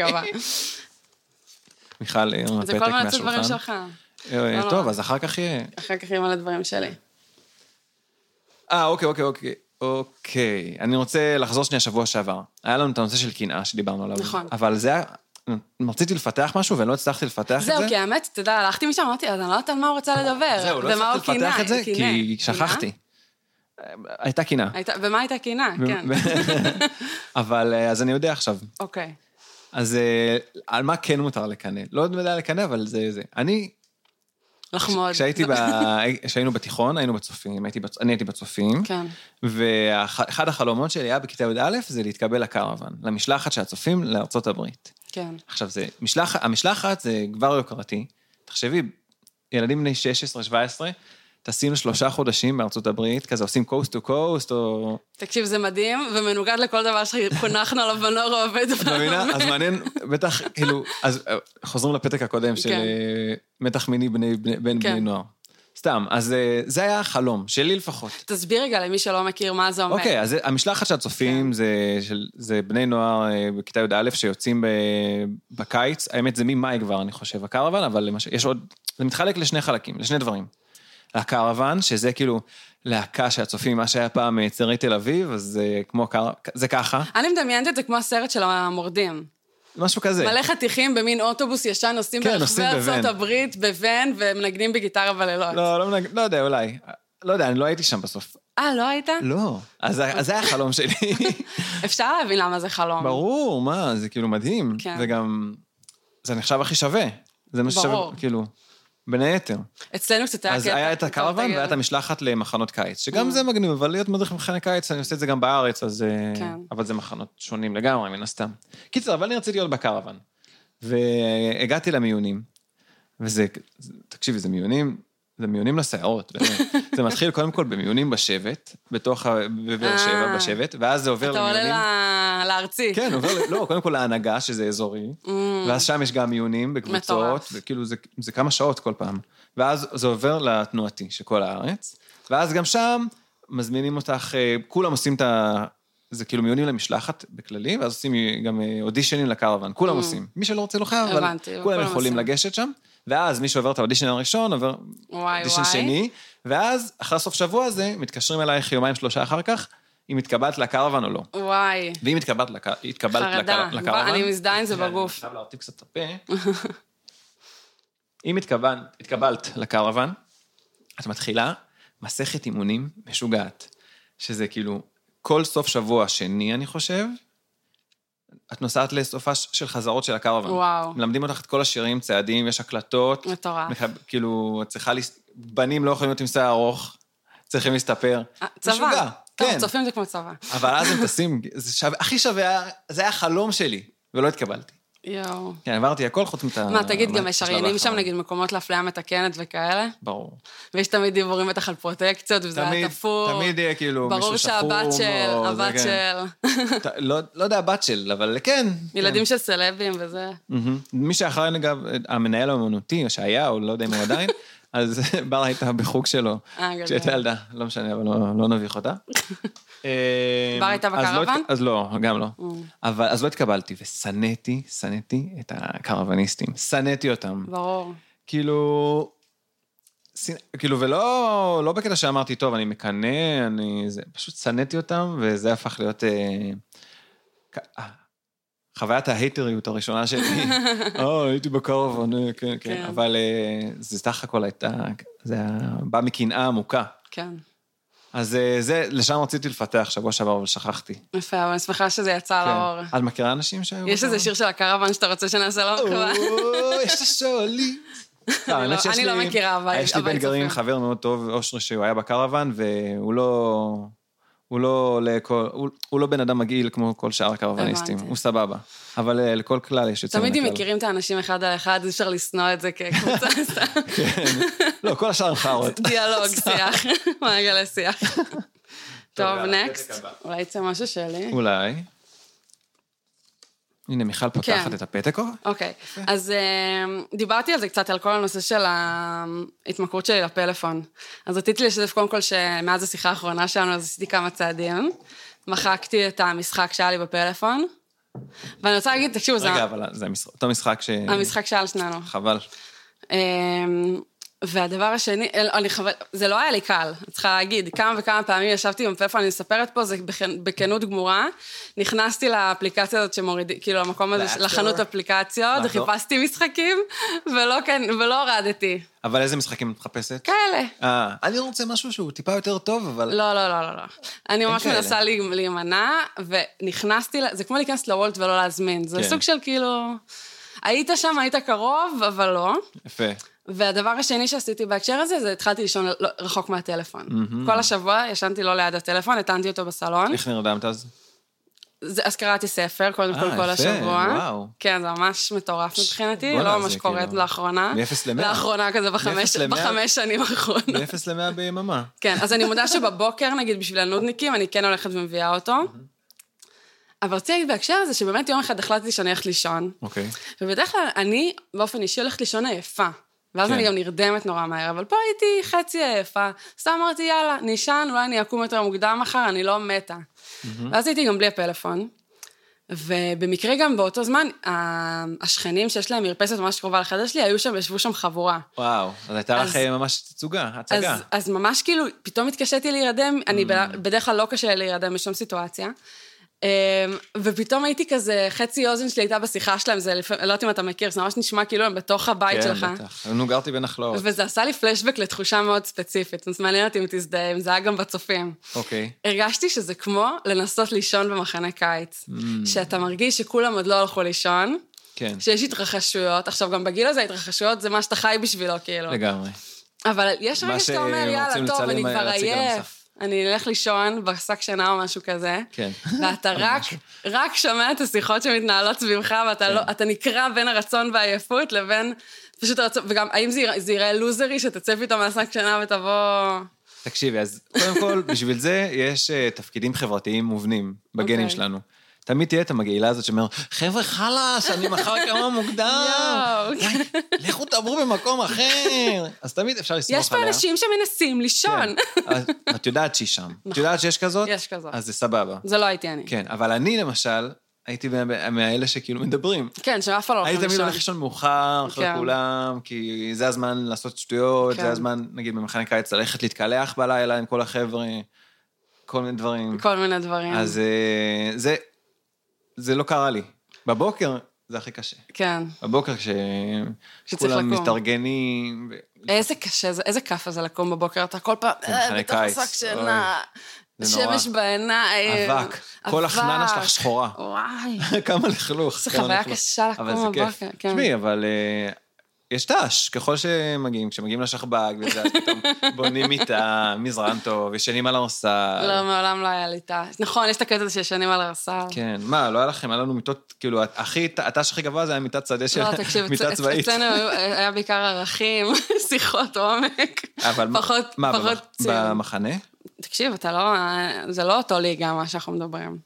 [SPEAKER 2] הבא.
[SPEAKER 1] מיכל, אה,
[SPEAKER 2] זה
[SPEAKER 1] הפתק
[SPEAKER 2] כל מיני דברים
[SPEAKER 1] מהשולחן.
[SPEAKER 2] שלך.
[SPEAKER 1] אה,
[SPEAKER 2] לא
[SPEAKER 1] טוב,
[SPEAKER 2] נורא.
[SPEAKER 1] אז אחר כך יהיה...
[SPEAKER 2] אחר כך עם על הדברים שלי.
[SPEAKER 1] אה, אוקיי, אוקיי, אוקיי. אוקיי. אני רוצה לחזור שנייה שבוע שעבר. היה לנו את הנושא של קנאה שדיברנו עליו.
[SPEAKER 2] נכון.
[SPEAKER 1] אבל זה היה... רציתי לפתח משהו ולא הצלחתי לפתח את זה.
[SPEAKER 2] זהו, כי האמת, אתה יודע, הלכתי משם, אמרתי, אז אני לא יודעת על מה הוא רצה לדבר.
[SPEAKER 1] זהו, לא
[SPEAKER 2] ומה הוא
[SPEAKER 1] הצלחתי לפתח
[SPEAKER 2] קינה,
[SPEAKER 1] את זה,
[SPEAKER 2] קינה.
[SPEAKER 1] כי
[SPEAKER 2] קינה?
[SPEAKER 1] שכחתי. הייתה קנאה. אה,
[SPEAKER 2] הייתה- ומה הייתה קינה? כן.
[SPEAKER 1] אבל אה, אז אני יודע עכשיו.
[SPEAKER 2] אוקיי.
[SPEAKER 1] אז אה, על מה כן מותר לקנא? לא יודע לקנא, אבל זה זה. אני
[SPEAKER 2] לחמוד.
[SPEAKER 1] כשהייתי ב... כשהיינו בתיכון, היינו בצופים, הייתי בצ... אני הייתי בצופים,
[SPEAKER 2] כן.
[SPEAKER 1] ואחד החלומות שלי היה בכיתה י"א זה להתקבל לקרוון, למשלחת של הצופים לארצות הברית.
[SPEAKER 2] כן.
[SPEAKER 1] עכשיו, זה, משלח, המשלחת זה כבר יוקרתי. תחשבי, ילדים בני 16-17, טסים שלושה חודשים בארצות הברית, כזה עושים coast to coast, או...
[SPEAKER 2] תקשיב, זה מדהים, ומנוגד לכל דבר שחונכנו עליו בנוער העובד.
[SPEAKER 1] את מבינה? אז מעניין, בטח, כאילו, אז אה, חוזרים לפתק הקודם של
[SPEAKER 2] כן.
[SPEAKER 1] אה, מתח מיני בני- בני- בין
[SPEAKER 2] כן.
[SPEAKER 1] בני נוער. סתם, אז אה, זה היה החלום, שלי לפחות.
[SPEAKER 2] תסביר רגע למי שלא מכיר מה זה אומר. כן.
[SPEAKER 1] אוקיי, אז המשלחת של הצופים זה, של, זה בני נוער אה, בכיתה י"א שיוצאים ב, בקיץ, האמת זה ממאי כבר, אני חושב, הקרוון, אבל למשל, יש עוד, זה מתחלק לשני חלקים, לשני דברים. הקרוון, שזה כאילו להקה של הצופים, מה שהיה פעם אה, צעירי תל אביב, אז זה כמו, קר... זה ככה,
[SPEAKER 2] אני מדמיינת את זה כמו הסרט של המורדים.
[SPEAKER 1] משהו כזה.
[SPEAKER 2] מלא חטיחים במין אוטובוס ישן נוסעים
[SPEAKER 1] כן,
[SPEAKER 2] ברחבי
[SPEAKER 1] נוסעים בוואן.
[SPEAKER 2] ארצות הברית, בוון, ומנגנים בגיטרה בלילות.
[SPEAKER 1] לא, לא, מנג- לא יודע, אולי. לא יודע, אני לא הייתי שם בסוף.
[SPEAKER 2] אה, לא היית?
[SPEAKER 1] לא. אז, זה- אז זה היה החלום שלי.
[SPEAKER 2] אפשר להבין למה זה חלום.
[SPEAKER 1] ברור, מה, זה כאילו מדהים.
[SPEAKER 2] כן.
[SPEAKER 1] זה גם... זה נחשב הכי שווה. זה מה ששווה,
[SPEAKER 2] ברור.
[SPEAKER 1] כאילו, בין היתר.
[SPEAKER 2] אצלנו קצת היה קטע.
[SPEAKER 1] אז היה את
[SPEAKER 2] טוב,
[SPEAKER 1] הקרוון
[SPEAKER 2] תגיד.
[SPEAKER 1] והיה את המשלחת למחנות קיץ,
[SPEAKER 2] Mm.
[SPEAKER 1] שגם זה מגניב, אבל להיות מדריך במחנה קיץ, אני עושה את זה גם בארץ, אז... אה,
[SPEAKER 2] כן.
[SPEAKER 1] אבל זה מחנות שונים לגמרי, מן הסתם. קיצר, אבל אני רציתי להיות בקרוון. והגעתי למיונים, וזה, תקשיבי, זה מיונים, זה מיונים לסיירות, באמת. זה מתחיל קודם כל במיונים בשבט, בתוך, ה- בבאר שבע,
[SPEAKER 2] אה.
[SPEAKER 1] בשבט, ואז זה עובר
[SPEAKER 2] אתה
[SPEAKER 1] למיונים...
[SPEAKER 2] עולה ל- לארצי.
[SPEAKER 1] כן, עובר, ל- לא, קודם כל להנהגה, שזה אזורי, ואז שם יש גם מיונים בקבוצות,
[SPEAKER 2] Mm. מטורף.
[SPEAKER 1] וכאילו זה, זה כמה שעות כל פעם. ואז זה עובר לתנועתי של כל הארץ, ואז גם שם מזמינים אותך, אה, כולם עושים את ה... זה כאילו מיונים למשלחת בכללי, ואז עושים גם אה, אודישנים לקרוון, כולם עושים. מי שלא רוצה לא חייב, אבל
[SPEAKER 2] Mm. הבנתי,
[SPEAKER 1] כולם
[SPEAKER 2] כולם
[SPEAKER 1] יכולים
[SPEAKER 2] עושים.
[SPEAKER 1] לגשת שם. ואז מי שעובר את האודישן הראשון, עובר
[SPEAKER 2] וואי,
[SPEAKER 1] אודישן
[SPEAKER 2] וואי.
[SPEAKER 1] שני, ואז אחרי הסוף שבוע הזה, מתקשרים אלייך יומיים שלושה אחר כך, אם התקבלת לקרוון או לא.
[SPEAKER 2] וואי,
[SPEAKER 1] ואם התקבלת לק- התקבלת
[SPEAKER 2] חרדה.
[SPEAKER 1] לק- לקרוון...
[SPEAKER 2] אני מזדהה עם זה
[SPEAKER 1] שנייה,
[SPEAKER 2] בגוף.
[SPEAKER 1] אני חייב להרטיב קצת את הפה. אם התכוונת, התקבלת לקרוון, את מתחילה מסכת אימונים משוגעת, שזה כאילו כל סוף שבוע שני, אני חושב, את נוסעת לסופה ש- של חזרות של הקרוון.
[SPEAKER 2] וואו.
[SPEAKER 1] מלמדים אותך את כל השירים, צעדים, יש הקלטות.
[SPEAKER 2] מטורף.
[SPEAKER 1] מקב- כאילו, את צריכה... להס- בנים לא יכולים להיות עם שיער ארוך, צריכים להסתפר.
[SPEAKER 2] אה, צבא.
[SPEAKER 1] משוגע,
[SPEAKER 2] טוב,
[SPEAKER 1] כן.
[SPEAKER 2] צופים זה כמו צבא.
[SPEAKER 1] אבל אז הם טסים, זה שו... הכי שווה, היה- זה היה החלום שלי, ולא התקבלתי.
[SPEAKER 2] יואו.
[SPEAKER 1] כן, עברתי הכל חוץ מאת ה...
[SPEAKER 2] מה, תגיד, גם
[SPEAKER 1] מה-
[SPEAKER 2] משריינים
[SPEAKER 1] השלב
[SPEAKER 2] שם
[SPEAKER 1] האחרון.
[SPEAKER 2] נגיד מקומות לאפליה מתקנת וכאלה?
[SPEAKER 1] ברור.
[SPEAKER 2] ויש תמיד דיבורים בטח על פרוטקציות, וזה היה
[SPEAKER 1] תמיד,
[SPEAKER 2] תפור.
[SPEAKER 1] תמיד יהיה כאילו
[SPEAKER 2] ברור
[SPEAKER 1] מישהו שחום.
[SPEAKER 2] שהבת של,
[SPEAKER 1] או זה,
[SPEAKER 2] הבת
[SPEAKER 1] כן.
[SPEAKER 2] של,
[SPEAKER 1] ת- לא לא יודע, הבת של, אבל כן.
[SPEAKER 2] ילדים של סלבים וזה.
[SPEAKER 1] כן. מהמם. מי שאחראי, אגב, המנהל האומנותי, או שהיה, או לא יודע אם הוא עדיין, אז בר הייתה בחוג שלו,
[SPEAKER 2] אה, גדול.
[SPEAKER 1] כשהייתה ילדה, לא משנה, אבל לא- לא נביך אותה. אה,
[SPEAKER 2] בר הייתה
[SPEAKER 1] אז לא התק-
[SPEAKER 2] בקרוון?
[SPEAKER 1] אז לא, גם
[SPEAKER 2] Mm,
[SPEAKER 1] לא. אבל אז לא התקבלתי, ושנאתי, שנאתי את הקרווניסטים. שנאתי אותם.
[SPEAKER 2] ברור.
[SPEAKER 1] כאילו... סינ- כאילו, ולא לא בקטע שאמרתי, טוב, אני מקנא, אני... זה, פשוט שנאתי אותם, וזה הפך להיות... אה, כ- אה, חוויית ההייטריות הראשונה שלי. או, הייתי בקרוב, אני, כן, כן.
[SPEAKER 2] כן.
[SPEAKER 1] אבל אה, זה סך הכל הייתה... זה היה בא מקנאה עמוקה.
[SPEAKER 2] כן.
[SPEAKER 1] אז אה, זה, לשם רציתי לפתח שבוע שעבר, אבל שכחתי.
[SPEAKER 2] יפה, אבל אני שמחה שזה יצא לאור.
[SPEAKER 1] כן. את מכירה אנשים שהיו...
[SPEAKER 2] יש איזה שיר של הקרוון שאתה רוצה שנעשה לו הקרבה?
[SPEAKER 1] או, יש השואלי.
[SPEAKER 2] אני לא- אני לא מכירה, אבל-
[SPEAKER 1] יש לי
[SPEAKER 2] אבל
[SPEAKER 1] בן גרעין,
[SPEAKER 2] צופים.
[SPEAKER 1] חבר מאוד טוב, אושרי, שהוא היה בקרוון, והוא לא... הוא לא, לכל, הוא, הוא לא בן אדם מגעיל כמו כל שאר הקרווניסטים,
[SPEAKER 2] הבנתי.
[SPEAKER 1] הוא סבבה. אבל אה, לכל כלל יש יוצא מן
[SPEAKER 2] תמיד אם
[SPEAKER 1] הכלל.
[SPEAKER 2] מכירים את האנשים אחד על אחד, אי אפשר לשנוא את זה כקבוצה, סתם.
[SPEAKER 1] לא, כל השאר הם חארות.
[SPEAKER 2] דיאלוג, שיח, מעגלי שיח. טוב,
[SPEAKER 1] יאללה, הפתק
[SPEAKER 2] נקסט.
[SPEAKER 1] הבא.
[SPEAKER 2] אולי יצא משהו שלי.
[SPEAKER 1] אולי. הנה, מיכל פותחת
[SPEAKER 2] כן.
[SPEAKER 1] את הפתק, או?
[SPEAKER 2] אוקיי, אז אמ, דיברתי על זה קצת, על כל הנושא של ההתמכרות שלי לפלאפון. אז רציתי לשתף קודם כל שמאז השיחה האחרונה שלנו, אז עשיתי כמה צעדים. מחקתי את המשחק שהיה לי בפלאפון. ואני רוצה להגיד, תקשיבו, זה
[SPEAKER 1] רגע, אבל זה המשחק, אותו משחק ש...
[SPEAKER 2] המשחק שהיה על שנינו.
[SPEAKER 1] חבל.
[SPEAKER 2] אמ, והדבר השני, אל- אני חו... זה לא היה לי קל, אני צריכה להגיד. כמה וכמה פעמים ישבתי בפלאפון, אני מספרת פה, זה בכן- בכנות גמורה. נכנסתי לאפליקציה הזאת שמורידים, כאילו, למקום הזה,
[SPEAKER 1] ל-App Store?
[SPEAKER 2] לחנות אפליקציות,
[SPEAKER 1] מה, לא?
[SPEAKER 2] חיפשתי משחקים, ולא, כן, ולא הורדתי.
[SPEAKER 1] אבל איזה משחקים את מחפשת?
[SPEAKER 2] כאלה.
[SPEAKER 1] אה, אני רוצה משהו שהוא טיפה יותר טוב, אבל...
[SPEAKER 2] כן. לא, לא, לא, לא, לא. אני ממש
[SPEAKER 1] כאלה.
[SPEAKER 2] מנסה להי- להימנע, ונכנסתי, ל- זה כמו להיכנס לוולט ולא להזמין. זה
[SPEAKER 1] כן.
[SPEAKER 2] סוג של כאילו... היית שם, היית קרוב, אבל לא.
[SPEAKER 1] יפה.
[SPEAKER 2] והדבר השני שעשיתי בהקשר הזה, זה התחלתי לישון לא- רחוק מהטלפון. כל השבוע ישנתי לא ליד הטלפון, הטענתי אותו בסלון.
[SPEAKER 1] איך נרדמת אז?
[SPEAKER 2] זה- אז קראתי ספר, קודם
[SPEAKER 1] אה,
[SPEAKER 2] כל כל
[SPEAKER 1] יפה,
[SPEAKER 2] השבוע.
[SPEAKER 1] וואו.
[SPEAKER 2] כן, זה ממש מטורף מבחינתי,
[SPEAKER 1] בואנה,
[SPEAKER 2] לא
[SPEAKER 1] זה
[SPEAKER 2] ממש קורה
[SPEAKER 1] כאילו-
[SPEAKER 2] לאחרונה.
[SPEAKER 1] מ-0 ל-100.
[SPEAKER 2] לאחרונה כזה בחמש-
[SPEAKER 1] מ-0 ל-100.
[SPEAKER 2] בחמש שנים האחרונות.
[SPEAKER 1] מ-0 ל-100 ביממה.
[SPEAKER 2] כן, אז אני מודה שבבוקר, נגיד, בשביל הנודניקים, אני כן הולכת ומביאה אותו. אבל רציתי להגיד בהקשר הזה, שבאמת יום אחד החלטתי שאני הולכת לישון.
[SPEAKER 1] אוקיי.
[SPEAKER 2] ובדרך כלל אני, באופן אישי, הולכת לישון עייפה. ואז
[SPEAKER 1] כן.
[SPEAKER 2] אני גם נרדמת נורא מהר, אבל פה הייתי חצי עייפה. סתם אמרתי, יאללה, נישן, אולי אני אקום יותר מוקדם מחר, אני לא מתה. ואז הייתי גם בלי הפלאפון. ובמקרה גם באותו זמן, ה- השכנים שיש להם מרפסת ממש קרובה לחדר שלי, היו שם, ישבו שם חבורה.
[SPEAKER 1] וואו, אז הייתה
[SPEAKER 2] אז-
[SPEAKER 1] לך אה, ממש תצוגה,
[SPEAKER 2] אז,
[SPEAKER 1] הצגה.
[SPEAKER 2] אז ממש כאילו, פתאום התקשיתי להירדם, אני
[SPEAKER 1] Mm.
[SPEAKER 2] ב- בדרך כלל לא קשה לי להירדם בשום סיטואציה. אמ, ופתאום הייתי כזה, חצי אוזן שלי הייתה בשיחה שלהם, זה לפעמים, לא יודעת אם אתה מכיר, זה ממש נשמע כאילו הם בתוך הבית שלך.
[SPEAKER 1] כן, בטח. נו, גרתי בנחלאות.
[SPEAKER 2] וזה עשה לי פלשבק לתחושה מאוד ספציפית, אז מעניין אותי אם תזדהה, אם זה היה גם בצופים.
[SPEAKER 1] אוקיי.
[SPEAKER 2] הרגשתי שזה כמו לנסות לישון במחנה קיץ.
[SPEAKER 1] Mm.
[SPEAKER 2] שאתה מרגיש שכולם עוד לא הלכו לישון,
[SPEAKER 1] כן,
[SPEAKER 2] שיש התרחשויות, עכשיו גם בגיל הזה התרחשויות זה מה שאתה חי בשבילו, כאילו.
[SPEAKER 1] לגמרי.
[SPEAKER 2] אבל יש
[SPEAKER 1] מה
[SPEAKER 2] רגע שאתה אומר,
[SPEAKER 1] שרוצים
[SPEAKER 2] יאללה, טוב,
[SPEAKER 1] לצלם,
[SPEAKER 2] אני כבר
[SPEAKER 1] להציג על
[SPEAKER 2] עייף.
[SPEAKER 1] המסך."
[SPEAKER 2] אני אלך לישון בשק שינה או משהו כזה.
[SPEAKER 1] כן.
[SPEAKER 2] ואתה רק, רק שומע את השיחות שמתנהלות סביבך,
[SPEAKER 1] כן.
[SPEAKER 2] ואתה לא, אתה נקרע בין הרצון והעייפות לבין פשוט הרצון, וגם האם זה, יירא- זה ייראה לוזרי שתצא פתאום מהשק שינה ותבוא...
[SPEAKER 1] תקשיבי, אז קודם כל, בשביל זה יש אה, תפקידים חברתיים מובנים בגנים
[SPEAKER 2] אוקיי.
[SPEAKER 1] שלנו. תמיד תהיה את המגעילה הזאת שאומרת, חבר'ה, חלאס, אני מחר קמה מוקדם.
[SPEAKER 2] יואו.
[SPEAKER 1] די, לכו תעברו במקום אחר. אז תמיד אפשר לסמוך עליה.
[SPEAKER 2] יש פה אנשים שמנסים לישון.
[SPEAKER 1] כן. אז את יודעת שהיא שם. את יודעת שיש כזאת?
[SPEAKER 2] נכון. יש כזאת.
[SPEAKER 1] אז זה סבבה.
[SPEAKER 2] זה לא הייתי אני.
[SPEAKER 1] כן, אבל אני למשל, הייתי מה- מהאלה שכאילו מדברים.
[SPEAKER 2] כן, שאף אחד לא
[SPEAKER 1] הייתי
[SPEAKER 2] הולך
[SPEAKER 1] תמיד
[SPEAKER 2] לישון.
[SPEAKER 1] הולך לישון מאוחר, אחרי
[SPEAKER 2] כן.
[SPEAKER 1] כולם, כי זה הזמן לעשות שטויות,
[SPEAKER 2] כן.
[SPEAKER 1] זה הזמן, נגיד, במחנה קיץ, ללכת להתקלח בלילה עם כל החבר'ה, כל מיני דברים.
[SPEAKER 2] כל מיני דברים.
[SPEAKER 1] אז אה, זה, זה לא קרה לי. בבוקר זה הכי קשה.
[SPEAKER 2] כן.
[SPEAKER 1] בבוקר
[SPEAKER 2] שצריך
[SPEAKER 1] כשכולם
[SPEAKER 2] לקום.
[SPEAKER 1] מתארגנים, ו-
[SPEAKER 2] איזה קשה זה, איזה כאפה זה לקום בבוקר, אתה כל פעם, אה,
[SPEAKER 1] במחנה
[SPEAKER 2] בתוך
[SPEAKER 1] קיץ,
[SPEAKER 2] השק שינה,
[SPEAKER 1] אוי, זה נורא.
[SPEAKER 2] שמש בעיניים.
[SPEAKER 1] אבק, כל החננה שלך שחורה.
[SPEAKER 2] וואי,
[SPEAKER 1] כמה לכלוך.
[SPEAKER 2] איזה
[SPEAKER 1] כמה
[SPEAKER 2] חוויה
[SPEAKER 1] לכלוך.
[SPEAKER 2] קשה לקום
[SPEAKER 1] אבל זה כיף.
[SPEAKER 2] בבוקר, כן.
[SPEAKER 1] תשמעי, אבל אה, יש ת"ש, ככל שמגיעים, כשמגיעים לשכב"ג וזה, אז פתאום בונים מיטה, מזרן טוב, ישנים על
[SPEAKER 2] לא,
[SPEAKER 1] המוסר.
[SPEAKER 2] מעולם לא היה לי טס. נכון, יש את הקטע הזה שישנים על הרס"ר.
[SPEAKER 1] כן, מה, לא היה לכם, היה לנו מיטות, כאילו, הכי, הת"ש הכי גבוה זה היה מיטת שדה של
[SPEAKER 2] לא, תקשיב,
[SPEAKER 1] מיטה
[SPEAKER 2] אצ-
[SPEAKER 1] צבאית.
[SPEAKER 2] אצלנו היו- אה, היה בעיקר ערכים, שיחות עומק.
[SPEAKER 1] אבל מה-
[SPEAKER 2] פחות,
[SPEAKER 1] מה,
[SPEAKER 2] פחות
[SPEAKER 1] במח-
[SPEAKER 2] ציון.
[SPEAKER 1] במחנה?
[SPEAKER 2] תקשיב, אתה לא, זה לא אותו ליגה, מה שאנחנו מדברים.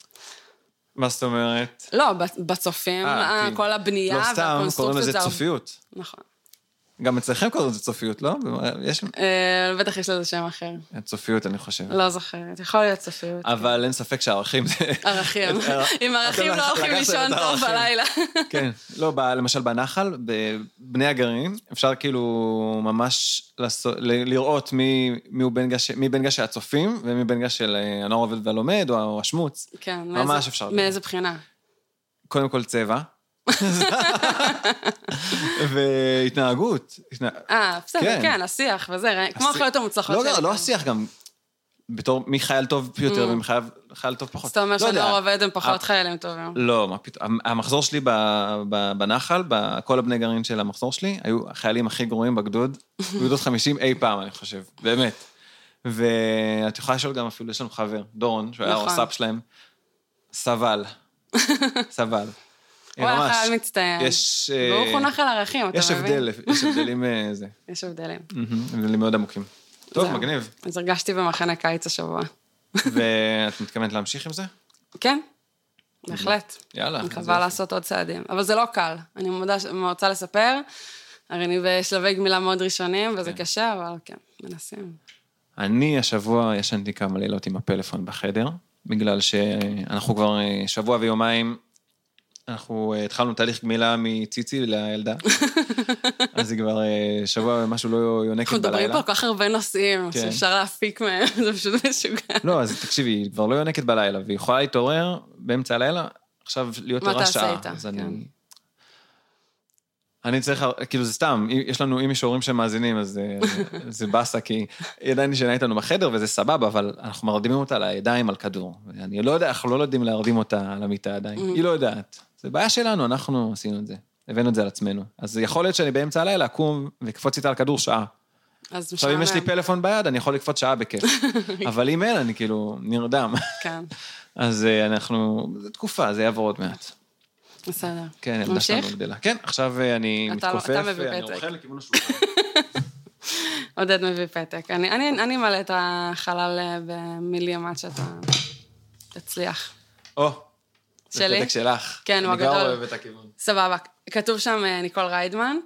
[SPEAKER 1] מה זאת אומרת?
[SPEAKER 2] לא, ב- בצופים,
[SPEAKER 1] אה,
[SPEAKER 2] אה,
[SPEAKER 1] כי-
[SPEAKER 2] כל הבנייה
[SPEAKER 1] לא סתם, קוראים
[SPEAKER 2] והקונסטרוקציות.
[SPEAKER 1] לזה
[SPEAKER 2] זה הרבה-
[SPEAKER 1] צופיות.
[SPEAKER 2] נכון.
[SPEAKER 1] גם אצלכם קוראים לזה צופיות, לא? יש
[SPEAKER 2] אה, בטח יש לזה שם אחר.
[SPEAKER 1] צופיות, אני חושב.
[SPEAKER 2] לא זוכרת, יכול להיות צופיות.
[SPEAKER 1] אבל אין ספק שהערכים זה...
[SPEAKER 2] ערכים.
[SPEAKER 1] את-
[SPEAKER 2] עם ערכים
[SPEAKER 1] אתם
[SPEAKER 2] לא הולכים
[SPEAKER 1] לקחתם
[SPEAKER 2] לישון
[SPEAKER 1] את
[SPEAKER 2] טוב
[SPEAKER 1] הערכים.
[SPEAKER 2] בלילה.
[SPEAKER 1] כן, לא, ב, למשל בנחל, בבני הגרעין, אפשר כאילו ממש לעשות, ל- לראות מי, מי, הוא בן גש, מי בן גש הצופים ומי בן גש של אה, הנוער עובד והלומד או, או השמוץ.
[SPEAKER 2] כן,
[SPEAKER 1] ממש
[SPEAKER 2] מאיזה-
[SPEAKER 1] אפשר לראות.
[SPEAKER 2] מאיזה בחינה?
[SPEAKER 1] קודם כל צבע. והתנהגות. התנה...
[SPEAKER 2] אה, בסדר,
[SPEAKER 1] כן.
[SPEAKER 2] כן, השיח וזה, כמו
[SPEAKER 1] השיח-
[SPEAKER 2] החיות המוצלחות
[SPEAKER 1] לא,
[SPEAKER 2] שלי.
[SPEAKER 1] לא השיח גם, בתור מי חייל טוב יותר ומי חייל, חייל טוב פחות.
[SPEAKER 2] Mm. אז אתה אומר
[SPEAKER 1] לא יודע.
[SPEAKER 2] שהנוער עובד הם פחות חיילים טובים.
[SPEAKER 1] לא, מה פתאום. המחזור שלי ב- ב- בנחל, ב- כל הבני גרעין של המחזור שלי, היו החיילים הכי גרועים בגדוד, גדוד 50 אי פעם, אני חושב, באמת. ואת יכולה לשאול גם אפילו, יש לנו חבר, דורון, שהוא היה
[SPEAKER 2] נכון.
[SPEAKER 1] הרס"פ שלהם, סבל. סבל.
[SPEAKER 2] הוא היה חייל מצטיין.
[SPEAKER 1] יש... אה,
[SPEAKER 2] והוא חונך על ערכים, אתה מבין?
[SPEAKER 1] יש הבדל, יש הבדלים אה, זה,
[SPEAKER 2] יש הבדלים.
[SPEAKER 1] מהמם, הבדלים מאוד עמוקים. טוב,
[SPEAKER 2] זהו.
[SPEAKER 1] מגניב.
[SPEAKER 2] אז הרגשתי במחנה קיץ השבוע.
[SPEAKER 1] ואת מתכוונת להמשיך עם זה?
[SPEAKER 2] כן, בהחלט.
[SPEAKER 1] יאללה.
[SPEAKER 2] אני
[SPEAKER 1] אז
[SPEAKER 2] מקווה
[SPEAKER 1] אה, יופי.
[SPEAKER 2] לעשות עוד צעדים. אבל זה לא קל. אני מודה, ש- רוצה לספר, הרי אני בשלבי גמילה מאוד ראשונים, וזה קשה, אבל כן, מנסים.
[SPEAKER 1] אני השבוע ישנתי כמה לילות עם הפלאפון בחדר, בגלל שאנחנו כבר אה, שבוע ויומיים, אנחנו אה, התחלנו תהליך גמילה מציצי לילדה, אז היא כבר אה, שבוע ומשהו לא יונקת
[SPEAKER 2] אנחנו
[SPEAKER 1] בלילה.
[SPEAKER 2] מדברים פה על כל כך הרבה נושאים,
[SPEAKER 1] כן.
[SPEAKER 2] שאפשר להפיק מהם, זה פשוט משוגע.
[SPEAKER 1] לא, אז תקשיבי, היא כבר לא יונקת בלילה, והיא יכולה להתעורר באמצע הלילה, עכשיו להיות
[SPEAKER 2] מה
[SPEAKER 1] ערה
[SPEAKER 2] תעשה
[SPEAKER 1] שעה.
[SPEAKER 2] איתה?
[SPEAKER 1] אז
[SPEAKER 2] כן.
[SPEAKER 1] אני... אני צריך, כאילו זה סתם, אם- יש לנו, אם יש הורים שמאזינים, אז זה- זה באסה, כי היא עדיין ישנה איתנו בחדר וזה סבבה, אבל אנחנו מרדימים אותה על הידיים על כדור.
[SPEAKER 2] Mm.
[SPEAKER 1] אני לא יודע, אנחנו לא יודעים להרדים אותה על המיטה עדיין. היא לא יודעת. זה בעיה שלנו, אנחנו עשינו את זה. הבאנו את זה על עצמנו. אז יכול להיות שאני באמצע הלילה אקום ולקפוץ איתה על כדור שעה.
[SPEAKER 2] אז
[SPEAKER 1] עכשיו, אם יש לי
[SPEAKER 2] משעמם.
[SPEAKER 1] פלאפון ביד, אני יכול לקפוץ שעה בכיף. אבל אם אין, אני כאילו נרדם.
[SPEAKER 2] כן,
[SPEAKER 1] אז אה, אנחנו... זו תקופה, זה יעבור עוד מעט.
[SPEAKER 2] בסדר.
[SPEAKER 1] כן, ילדה
[SPEAKER 2] נמשיך?
[SPEAKER 1] שלנו גדלה. כן, עכשיו אה, אני
[SPEAKER 2] אתה- אתה
[SPEAKER 1] מתכופף,
[SPEAKER 2] מביא
[SPEAKER 1] אני
[SPEAKER 2] פתק.
[SPEAKER 1] אוכל לכיוון השולחן.
[SPEAKER 2] עודד מביא פתק. אני, אני, אני מלא את החלל אה, במילים עד שאתה תצליח.
[SPEAKER 1] או, זה
[SPEAKER 2] שלי?
[SPEAKER 1] פתק שלך.
[SPEAKER 2] כן, הוא
[SPEAKER 1] אני
[SPEAKER 2] הגדול.
[SPEAKER 1] גם אוהב את הכיוון.
[SPEAKER 2] סבבה. כתוב שם אה, ניקול ריידמן.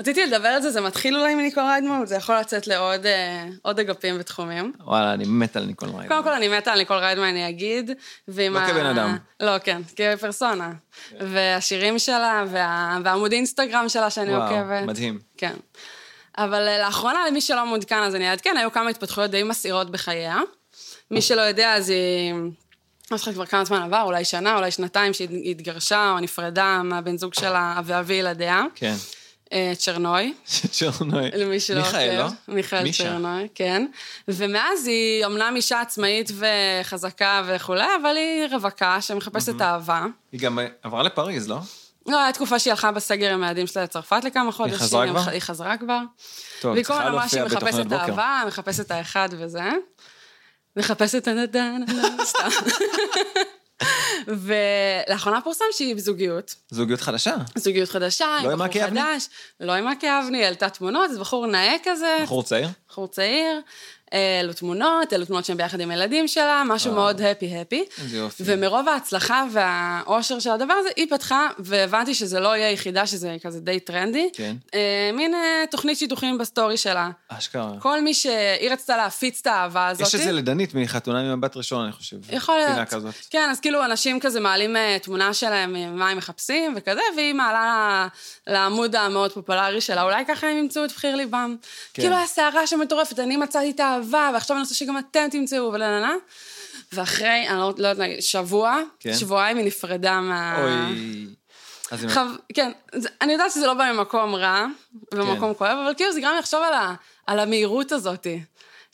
[SPEAKER 2] רציתי לדבר על זה, זה מתחיל אולי מניקול ריידמן, אבל זה יכול לצאת לעוד אה, עוד אגפים ותחומים.
[SPEAKER 1] וואלה, אני מת על ניקול ריידמן.
[SPEAKER 2] קודם כל, אני מתה על ניקול ריידמן, אני אגיד. ועם
[SPEAKER 1] לא
[SPEAKER 2] ה-
[SPEAKER 1] כבן אדם. כן.
[SPEAKER 2] לא, כן, כפרסונה. והשירים שלה, וה... ועמוד אינסטגרם שלה שאני
[SPEAKER 1] וואו,
[SPEAKER 2] עוקבת.
[SPEAKER 1] מדהים.
[SPEAKER 2] כן. אבל אה, לאחרונה, למי שלא מעודכן, אז אני אעדכן, היו כמה התפתחויות די מסעירות בחייה. מי שלא יודע, אז היא... לא זוכרת כבר כמה זמן עבר, אולי שנה, אולי שנתיים, שהיא התגרשה או נפרדה מהבן זוג שלה ואבי ילדיה,
[SPEAKER 1] כן.
[SPEAKER 2] אה, צ'רנוי.
[SPEAKER 1] צ'רנוי.
[SPEAKER 2] למי שלא
[SPEAKER 1] מיכאל, לא?
[SPEAKER 2] מיכאל
[SPEAKER 1] מישה.
[SPEAKER 2] צ'רנוי, כן. ומאז היא אמנם אישה עצמאית וחזקה וכולי, אבל היא רווקה שמחפשת אהבה.
[SPEAKER 1] היא גם אה, עברה לפריז, לא?
[SPEAKER 2] לא, הייתה תקופה שהיא הלכה בסגר עם הילדים שלה לצרפת לכמה חודשים.
[SPEAKER 1] חזרה
[SPEAKER 2] הם
[SPEAKER 1] כבר?
[SPEAKER 2] ח- היא חזרה כבר.
[SPEAKER 1] טוב,
[SPEAKER 2] והיא כל
[SPEAKER 1] צריכה
[SPEAKER 2] הזמן אמרה שהיא
[SPEAKER 1] להופיע בתוכניות
[SPEAKER 2] מחפשת
[SPEAKER 1] בוקר.
[SPEAKER 2] אהבה, מחפשת האחד וזה. מחפשת הנדן, לא, סתם. ולאחרונה פורסם שהיא בזוגיות.
[SPEAKER 1] זוגיות חדשה.
[SPEAKER 2] זוגיות חדשה,
[SPEAKER 1] לא
[SPEAKER 2] עם
[SPEAKER 1] עם
[SPEAKER 2] בחור
[SPEAKER 1] מקי אבני?
[SPEAKER 2] חדש. לא עם מקי אבני, העלתה תמונות, זה בחור נאה כזה,
[SPEAKER 1] בחור צעיר?
[SPEAKER 2] בחור צעיר, אה, העלו תמונות, העלו תמונות שהם ביחד עם הילדים שלה, משהו מאוד הפי-הפי.
[SPEAKER 1] איזה יופי.
[SPEAKER 2] ומרוב ההצלחה והאושר של הדבר הזה, היא פתחה, והבנתי שזה לא יהיה היחידה, שזה כזה די טרנדי.
[SPEAKER 1] כן.
[SPEAKER 2] אה, מין אה, תוכנית שידוכים בסטורי שלה.
[SPEAKER 1] אשכרה.
[SPEAKER 2] כל מי שהיא רצתה להפיץ את האהבה הזאת.
[SPEAKER 1] יש את זה לדנית מחתונה מבת ראשון, אני חושב.
[SPEAKER 2] יכול להיות.
[SPEAKER 1] פינה כזאת.
[SPEAKER 2] כן, אז כאילו אנשים כזה מעלים אה, תמונה שלהם, אה, מה הם מחפשים וכזה, והיא מעלה לעמוד המאוד פופולרי שלה, אולי ככה הם ימצאו את בחיר ליבם.
[SPEAKER 1] כן.
[SPEAKER 2] כאילו הסערה שמטורפת, אני מצאתי את האהבה, ועכשיו אני רוצה שגם אתם תמצאו, ולננה. ואחרי, אני לא, לא יודעת להגיד, שבוע,
[SPEAKER 1] כן.
[SPEAKER 2] שבועיים היא נפרדה מה...
[SPEAKER 1] אוי. אז היא-
[SPEAKER 2] אה. חב... כן, זה, אני יודעת שזה לא בא ממקום רע,
[SPEAKER 1] כן.
[SPEAKER 2] במקום כואב, אבל כאילו זה גרם לי לחשוב על, ה... על המהירות הזאת.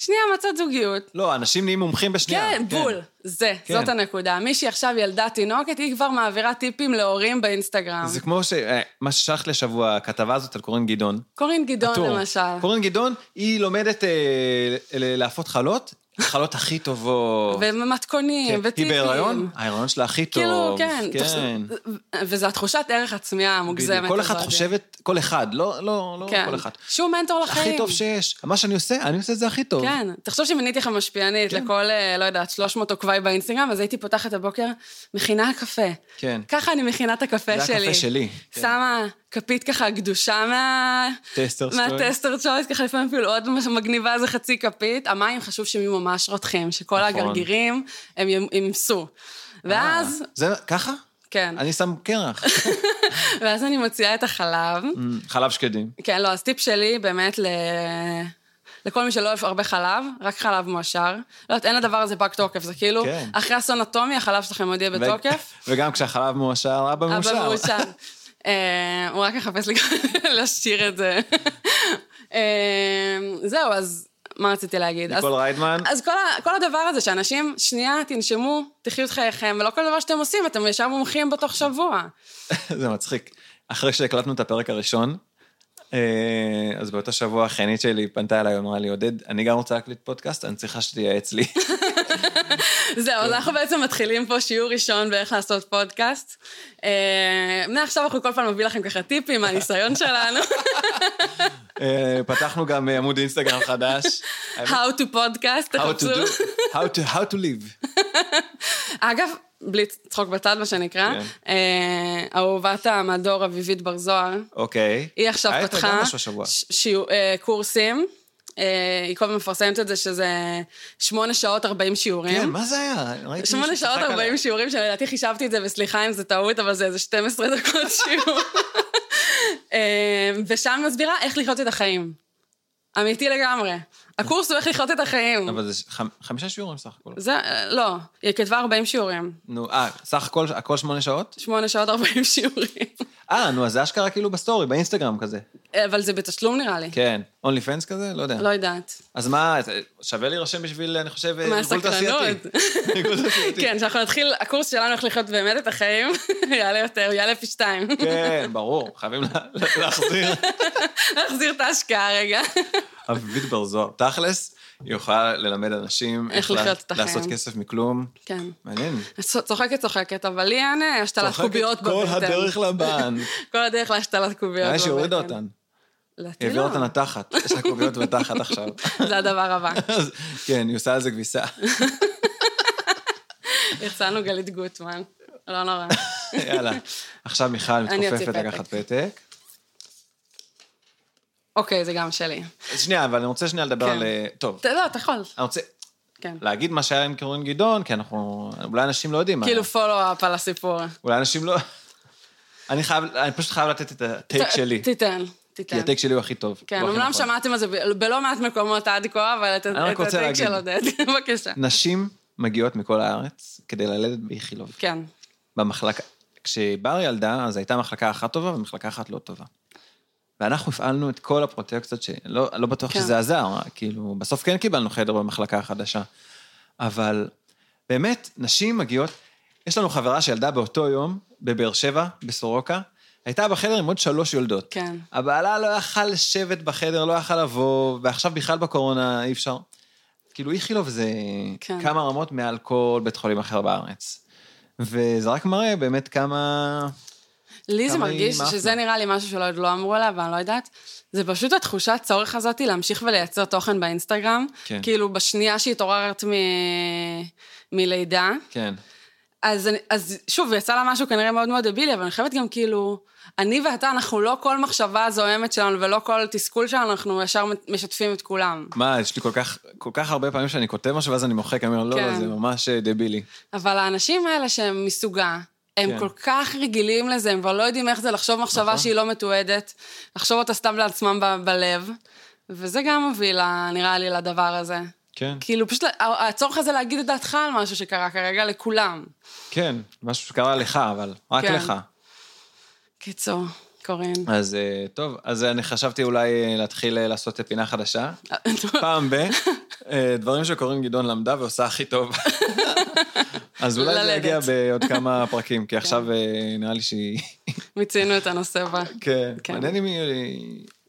[SPEAKER 2] שנייה, מצאת זוגיות,
[SPEAKER 1] לא, אנשים נהיים מומחים בשנייה.
[SPEAKER 2] כן, בול. זה,
[SPEAKER 1] כן.
[SPEAKER 2] זאת הנקודה. מישהי עכשיו ילדה תינוקת, היא כבר מעבירה טיפים להורים באינסטגרם.
[SPEAKER 1] זה כמו ש... אה, מה ששלחת לשבוע, הכתבה הזאת על קורין גדעון.
[SPEAKER 2] קורין גדעון
[SPEAKER 1] טור.
[SPEAKER 2] למשל.
[SPEAKER 1] קורין גדעון, היא לומדת אה, ל- להפות חלות, החלות הכי טובות.
[SPEAKER 2] ומתכונים,
[SPEAKER 1] כן,
[SPEAKER 2] וטיפים.
[SPEAKER 1] היא בהיריון, ההיריון שלה הכי טוב.
[SPEAKER 2] כאילו, כן.
[SPEAKER 1] כן.
[SPEAKER 2] תחש- וזו התחושת ערך עצמי המוגזמת
[SPEAKER 1] בדיוק.
[SPEAKER 2] הזאת.
[SPEAKER 1] כל אחת חושבת, כל אחד, לא, לא, לא
[SPEAKER 2] כן.
[SPEAKER 1] כל אחת.
[SPEAKER 2] שהוא מנטור לחיים.
[SPEAKER 1] הכי טוב שיש. מה שאני עושה, אני עושה את זה הכי טוב. אה,
[SPEAKER 2] כן, תחשוב שמיניתי לך משפיענית
[SPEAKER 1] כן.
[SPEAKER 2] לכל, אה, לא יודעת, 300 עוקביי באינסטגרם, אז הייתי פותחת הבוקר, מכינה קפה.
[SPEAKER 1] כן.
[SPEAKER 2] ככה אני מכינה את הקפה
[SPEAKER 1] זה
[SPEAKER 2] שלי.
[SPEAKER 1] הקפה שלי. כן.
[SPEAKER 2] שמה כפית ככה גדושה מה...
[SPEAKER 1] טסטר סטורי.
[SPEAKER 2] מהטסטר צ'וייס, ככה לפעמים אפילו עוד משהו מגניבה איזה חצי כפית. המים חשוב שהם יהיו ממש רותחים, שכל
[SPEAKER 1] נכון.
[SPEAKER 2] הגרגירים הם ימ- ימסו. ואז,
[SPEAKER 1] אה, זה ככה?
[SPEAKER 2] כן,
[SPEAKER 1] אני שם קרח.
[SPEAKER 2] ואז אני מוציאה את החלב.
[SPEAKER 1] מ, חלב שקדים.
[SPEAKER 2] כן, לא, אז טיפ שלי באמת ל... לכל מי שלא אוהב הרבה חלב, רק חלב מועשר. לא יודעת, אין לדבר הזה פג תוקף, זה כאילו,
[SPEAKER 1] כן.
[SPEAKER 2] אחרי אסון אטומי החלב שלכם עוד יהיה בתוקף.
[SPEAKER 1] ו- וגם כשהחלב מועשר, אבא מאושר.
[SPEAKER 2] אבא מאושר. אה, הוא רק יחפש לי גם לשיר את זה. אה, זהו, אז מה רציתי להגיד? אז-
[SPEAKER 1] ניקול ריידמן,
[SPEAKER 2] אז כל, ה, כל הדבר הזה שאנשים, שנייה, תנשמו, תחיו את חייכם, ולא כל דבר שאתם עושים, אתם ישר מומחים בתוך שבוע.
[SPEAKER 1] זה מצחיק. אחרי שהקלטנו את הפרק הראשון, אה, אז באותו שבוע החנית שלי פנתה אליי, אמרה לי, עודד, אני גם רוצה להקליט פודקאסט, אני צריכה שתייעץ לי.
[SPEAKER 2] זהו,
[SPEAKER 1] כן.
[SPEAKER 2] אז אנחנו בעצם מתחילים פה שיעור ראשון באיך לעשות פודקאסט. אה, מעכשיו אנחנו כל פעם נביא לכם ככה טיפים מהניסיון שלנו,
[SPEAKER 1] אה, פתחנו גם אה, עמוד אינסטגרם חדש.
[SPEAKER 2] How to podcast,
[SPEAKER 1] How to
[SPEAKER 2] תחפשו.
[SPEAKER 1] do, how to, how to live.
[SPEAKER 2] אגב, בלי צחוק בצד, מה שנקרא,
[SPEAKER 1] כן.
[SPEAKER 2] אה, אהובת המדור אביבית בר זוהר,
[SPEAKER 1] אוקיי.
[SPEAKER 2] היא עכשיו
[SPEAKER 1] היה
[SPEAKER 2] פתחה
[SPEAKER 1] היה גם משהו השבוע.
[SPEAKER 2] ש- שיעור- אה, קורסים. אה, היא כל הזמן מפרסמת את זה שזה שמונה שעות ארבעים שיעורים.
[SPEAKER 1] כן, מה זה היה? ראיתי מישהו
[SPEAKER 2] שמונה
[SPEAKER 1] צחק
[SPEAKER 2] שעות
[SPEAKER 1] עליי.
[SPEAKER 2] ארבעים שיעורים, שלדעתי חישבתי את זה, וסליחה אם זה טעות, אבל זה איזה 12 דקות שיעור. אמ, אה, ושם מסבירה איך לחיות את החיים. אמיתי לגמרי. הקורס הוא איך לחיות את החיים.
[SPEAKER 1] אבל זה ש- חמ- חמישה שיעורים סך הכל.
[SPEAKER 2] זה, לא, היא כתבה 40 שיעורים.
[SPEAKER 1] נו, אה, סך הכל, הכל שמונה שעות?
[SPEAKER 2] שמונה שעות 40 שיעורים.
[SPEAKER 1] אה, נו, אז זה אשכרה כאילו בסטורי, באינסטגרם כזה.
[SPEAKER 2] אבל זה בתשלום נראה לי.
[SPEAKER 1] כן. אונלי פנס כזה? לא יודע.
[SPEAKER 2] לא יודעת.
[SPEAKER 1] אז מה, שווה להירשם בשביל, אני חושב, ריגול
[SPEAKER 2] מהסקרנות.
[SPEAKER 1] תעשייתי. ריגול תעשייתי.
[SPEAKER 2] כן, שאנחנו נתחיל, הקורס שלנו איך לחיות באמת את החיים, יעלה יותר, יעלה פי שתיים.
[SPEAKER 1] כן, ברור, חייבים לה- להחזיר.
[SPEAKER 2] נחזיר את ההשקעה רגע.
[SPEAKER 1] אביבית בר זוהר, תכלס, היא יכולה ללמד אנשים
[SPEAKER 2] איך
[SPEAKER 1] לה-
[SPEAKER 2] לחיות את החיים.
[SPEAKER 1] לעשות כסף מכלום.
[SPEAKER 2] כן.
[SPEAKER 1] מעניין.
[SPEAKER 2] צוחקת, צוחקת, אבל לי אין אה, השתלת
[SPEAKER 1] צוחקת
[SPEAKER 2] קוביות בבטן.
[SPEAKER 1] כל הדרך לבן.
[SPEAKER 2] כל הדרך להשתלת קוביות
[SPEAKER 1] נראה
[SPEAKER 2] בבטן.
[SPEAKER 1] לי שהורידה אותן.
[SPEAKER 2] לדעתי
[SPEAKER 1] העבירה אותן
[SPEAKER 2] לא.
[SPEAKER 1] לתחת. יש לה קוביות בתחת עכשיו.
[SPEAKER 2] זה הדבר הבא.
[SPEAKER 1] אז- כן, היא עושה על זה כביסה.
[SPEAKER 2] יצאנו גלית גוטמן. לא נורא.
[SPEAKER 1] יאללה. עכשיו מיכל
[SPEAKER 2] אני אוציא
[SPEAKER 1] מתכופפת
[SPEAKER 2] פתק.
[SPEAKER 1] לקחת פתק.
[SPEAKER 2] אוקיי, זה גם שלי.
[SPEAKER 1] שנייה, אבל אני רוצה שנייה לדבר
[SPEAKER 2] כן.
[SPEAKER 1] על... אה, טוב,
[SPEAKER 2] ת- לא, אתה יכול.
[SPEAKER 1] אני רוצה
[SPEAKER 2] כן.
[SPEAKER 1] להגיד מה שהיה עם קרין גדעון, כי אנחנו... אולי אנשים לא יודעים מה
[SPEAKER 2] כאילו
[SPEAKER 1] היה.
[SPEAKER 2] פולו-אפ על הסיפור.
[SPEAKER 1] אולי אנשים לא... אני חייב, אני פשוט חייב לתת את הטייק
[SPEAKER 2] ת-
[SPEAKER 1] שלי.
[SPEAKER 2] תיתן, תיתן.
[SPEAKER 1] כי הטייק שלי הוא הכי טוב.
[SPEAKER 2] כן,
[SPEAKER 1] הוא הכי
[SPEAKER 2] אמנם
[SPEAKER 1] נכון.
[SPEAKER 2] שמעתם על זה ב- בלא מעט מקומות עד כה, אבל את
[SPEAKER 1] אני רק
[SPEAKER 2] את
[SPEAKER 1] רוצה
[SPEAKER 2] הטייק
[SPEAKER 1] להגיד.
[SPEAKER 2] של עודד. בבקשה.
[SPEAKER 1] נשים מגיעות מכל הארץ כדי ללדת באיכילוב.
[SPEAKER 2] כן.
[SPEAKER 1] במחלקה... כשבר ילדה, אז הייתה מחלקה אחת טובה ומחלקה אחת לא טובה. ואנחנו הפעלנו את כל הפרוטקציות, שלא לא בטוח
[SPEAKER 2] כן.
[SPEAKER 1] כן. שזה עזר, כאילו, בסוף כן קיבלנו חדר במחלקה החדשה. אבל באמת, נשים מגיעות, יש לנו חברה שילדה באותו יום, בבאר שבע, בסורוקה, הייתה בחדר עם עוד שלוש יולדות.
[SPEAKER 2] כן.
[SPEAKER 1] הבעלה לא יכל לשבת בחדר, לא יכל לבוא, ועכשיו בכלל בקורונה אי אפשר. כאילו, איכילוב זה
[SPEAKER 2] כן.
[SPEAKER 1] כן. כמה רמות מעל כל בית חולים אחר בארץ. וזה רק מראה באמת כמה...
[SPEAKER 2] לי זה
[SPEAKER 1] כמה
[SPEAKER 2] מרגיש
[SPEAKER 1] היא מאפנה.
[SPEAKER 2] שזה נראה לי משהו שעוד לא אמרו עליו, ואני לא יודעת. זה פשוט התחושת צורך הזאת להמשיך ולייצר תוכן באינסטגרם.
[SPEAKER 1] כן.
[SPEAKER 2] כאילו, בשנייה שהתעוררת מ... מלידה.
[SPEAKER 1] כן.
[SPEAKER 2] אז, אני- אז שוב, יצא לה משהו כנראה מאוד מאוד דבילי, אבל אני חייבת גם כאילו, אני ואתה, אנחנו לא כל מחשבה זוהמת שלנו ולא כל תסכול שלנו, אנחנו ישר משתפים את כולם.
[SPEAKER 1] מה, יש לי כל כך, כל כך הרבה פעמים שאני כותב משהו ואז אני מוחק, אני אומר, לא,
[SPEAKER 2] כן.
[SPEAKER 1] לא, זה ממש אה, דבילי.
[SPEAKER 2] אבל האנשים האלה שהם מסוגה, הם
[SPEAKER 1] כן.
[SPEAKER 2] כל כך רגילים לזה, הם כבר לא יודעים איך זה לחשוב מחשבה
[SPEAKER 1] נכון.
[SPEAKER 2] שהיא לא מתועדת, לחשוב אותה סתם לעצמם ב- בלב, וזה גם מוביל, לה, נראה לי, לדבר הזה.
[SPEAKER 1] כן.
[SPEAKER 2] כאילו, פשוט ה- הצורך הזה להגיד את דעתך על משהו שקרה כרגע לכולם.
[SPEAKER 1] כן, משהו שקרה לך, אבל רק
[SPEAKER 2] כן.
[SPEAKER 1] לך.
[SPEAKER 2] קיצור, קורין.
[SPEAKER 1] אז אה, טוב, אז אני חשבתי אולי אה, להתחיל אה, לעשות אה, פינה חדשה. פעם ב... אה, דברים שקורין גדעון למדה ועושה הכי טוב. אז אולי זה
[SPEAKER 2] ללדת. כן.
[SPEAKER 1] יגיע בעוד כמה פרקים, כי עכשיו אה, נראה לי שהיא...
[SPEAKER 2] מיצינו את הנושא בה.
[SPEAKER 1] כן.
[SPEAKER 2] כן.
[SPEAKER 1] מעניין אם היא...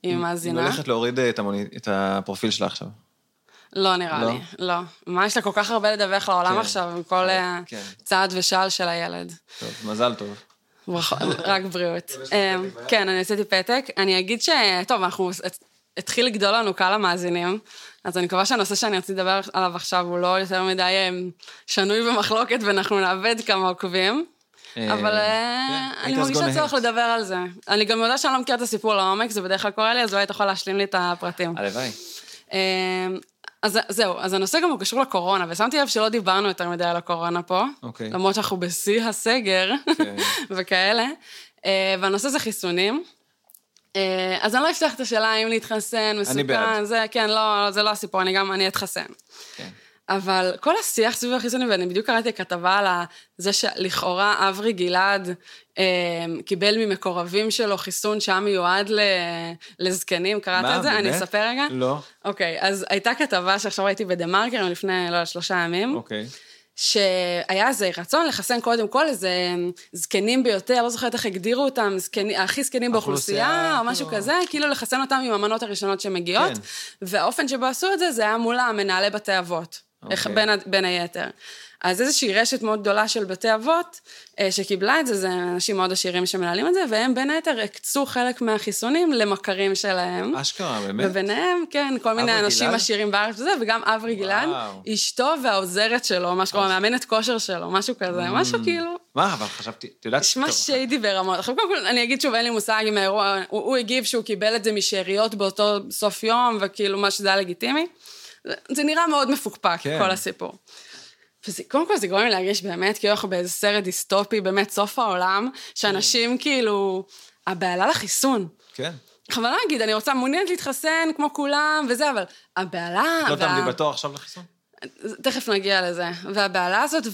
[SPEAKER 2] היא
[SPEAKER 1] אם
[SPEAKER 2] מאזינה?
[SPEAKER 1] היא הולכת להוריד אה, את המוני- את הפרופיל שלה עכשיו.
[SPEAKER 2] לא נראה
[SPEAKER 1] לא?
[SPEAKER 2] לי, לא. מה, יש לה כל כך הרבה לדווח לעולם
[SPEAKER 1] כן.
[SPEAKER 2] עכשיו, עם כל אה,
[SPEAKER 1] כן.
[SPEAKER 2] צעד ושעל של הילד.
[SPEAKER 1] טוב, מזל טוב.
[SPEAKER 2] ברכות, רק בריאות. אמ, כן, אני עשיתי פתק. אני אגיד ש... טוב, אנחנו... התחיל לגדול לנו קהל המאזינים, אז אני מקווה שהנושא שאני רציתי לדבר עליו עכשיו הוא לא יותר מדי אמ, שנוי במחלוקת ואנחנו נאבד כמה עוקבים,
[SPEAKER 1] אה,
[SPEAKER 2] אבל אה,
[SPEAKER 1] כן,
[SPEAKER 2] אני
[SPEAKER 1] היית אז
[SPEAKER 2] מרגישה
[SPEAKER 1] gonna
[SPEAKER 2] צורך
[SPEAKER 1] hate.
[SPEAKER 2] לדבר על זה. אני גם יודעת שאני לא מכירה את הסיפור לעומק, זה בדרך כלל קורה לי, אז אולי אתה יכול להשלים לי את הפרטים.
[SPEAKER 1] הלוואי.
[SPEAKER 2] אמ, אז זהו, אז הנושא גם הוא קשור לקורונה, ושמתי לב שלא דיברנו יותר מדי על הקורונה פה.
[SPEAKER 1] אוקיי.
[SPEAKER 2] למרות שאנחנו בשיא הסגר,
[SPEAKER 1] כן.
[SPEAKER 2] וכאלה. אה, והנושא זה חיסונים. אה, אז אני לא אפתח את השאלה אם להתחסן, מסוכן,
[SPEAKER 1] בעד.
[SPEAKER 2] זה, כן, לא, לא, זה לא הסיפור, אני גם, אני אתחסן.
[SPEAKER 1] כן.
[SPEAKER 2] אבל כל השיח סביב החיסונים, ואני בדיוק קראתי כתבה על ה- זה שלכאורה אברי גלעד אה, קיבל ממקורבים שלו חיסון שהיה מיועד ל, לזקנים, קראת
[SPEAKER 1] מה,
[SPEAKER 2] את זה? אני
[SPEAKER 1] באמת?
[SPEAKER 2] אספר רגע?
[SPEAKER 1] לא,
[SPEAKER 2] אוקיי, אז הייתה כתבה שעכשיו ראיתי בדה-מרקר לפני, לא, יודע, שלושה ימים,
[SPEAKER 1] אוקיי.
[SPEAKER 2] שהיה איזה רצון לחסן קודם כל איזה אמ, זקנים ביותר, לא זוכרת איך הגדירו אותם, זקני, הכי זקנים באוכלוסייה,
[SPEAKER 1] האוכלוסייה,
[SPEAKER 2] או משהו
[SPEAKER 1] כאילו.
[SPEAKER 2] כזה, כאילו לחסן אותם עם המנות הראשונות שמגיעות,
[SPEAKER 1] כן.
[SPEAKER 2] והאופן שבו עשו את זה, זה היה מול המנהלי בתי אבות,
[SPEAKER 1] אוקיי.
[SPEAKER 2] איך- בין, ה- בין היתר. אז איזושהי רשת מאוד גדולה של בתי אבות אה, שקיבלה את זה, זה אנשים מאוד עשירים שמנהלים את זה, והם בין היתר הקצו חלק מהחיסונים למכרים שלהם.
[SPEAKER 1] אשכרה, באמת?
[SPEAKER 2] וביניהם, כן, כל מיני
[SPEAKER 1] אברי
[SPEAKER 2] אנשים
[SPEAKER 1] גלעד?
[SPEAKER 2] עשירים בארץ וזה, וגם אברי גלעד,
[SPEAKER 1] וואו.
[SPEAKER 2] אשתו והעוזרת שלו, מה שקורה, מאמנת כושר שלו, משהו כזה, משהו כאילו...
[SPEAKER 1] מה, אבל חשבתי, את יודעת...
[SPEAKER 2] נשמע
[SPEAKER 1] Mm. טוב,
[SPEAKER 2] שיידי ברמות. עכשיו, קודם כל, אני אגיד שוב, אין לי מושג אם האירוע... הוא, הוא הגיב שהוא קיבל את זה משאריות באותו סוף יום, וכאילו, מה שזה היה לגיטימי. זה, זה נראה מאוד מפוקפק,
[SPEAKER 1] כן.
[SPEAKER 2] כל הסיפור. וזה, קודם כל, זה גורם לי להרגיש באמת כאילו אנחנו באיזה סרט
[SPEAKER 1] כן.
[SPEAKER 2] דיסטופי, באמת סוף העולם, שאנשים כאילו... הבעלה לחיסון.
[SPEAKER 1] כן.
[SPEAKER 2] בכוונה להגיד, אני רוצה, מעוניינת להתחסן כמו כולם וזה, אבל הבהלה...
[SPEAKER 1] לא
[SPEAKER 2] וה-
[SPEAKER 1] תעמדי בתור עכשיו לחיסון?
[SPEAKER 2] תכף נגיע לזה. והבהלה הזאת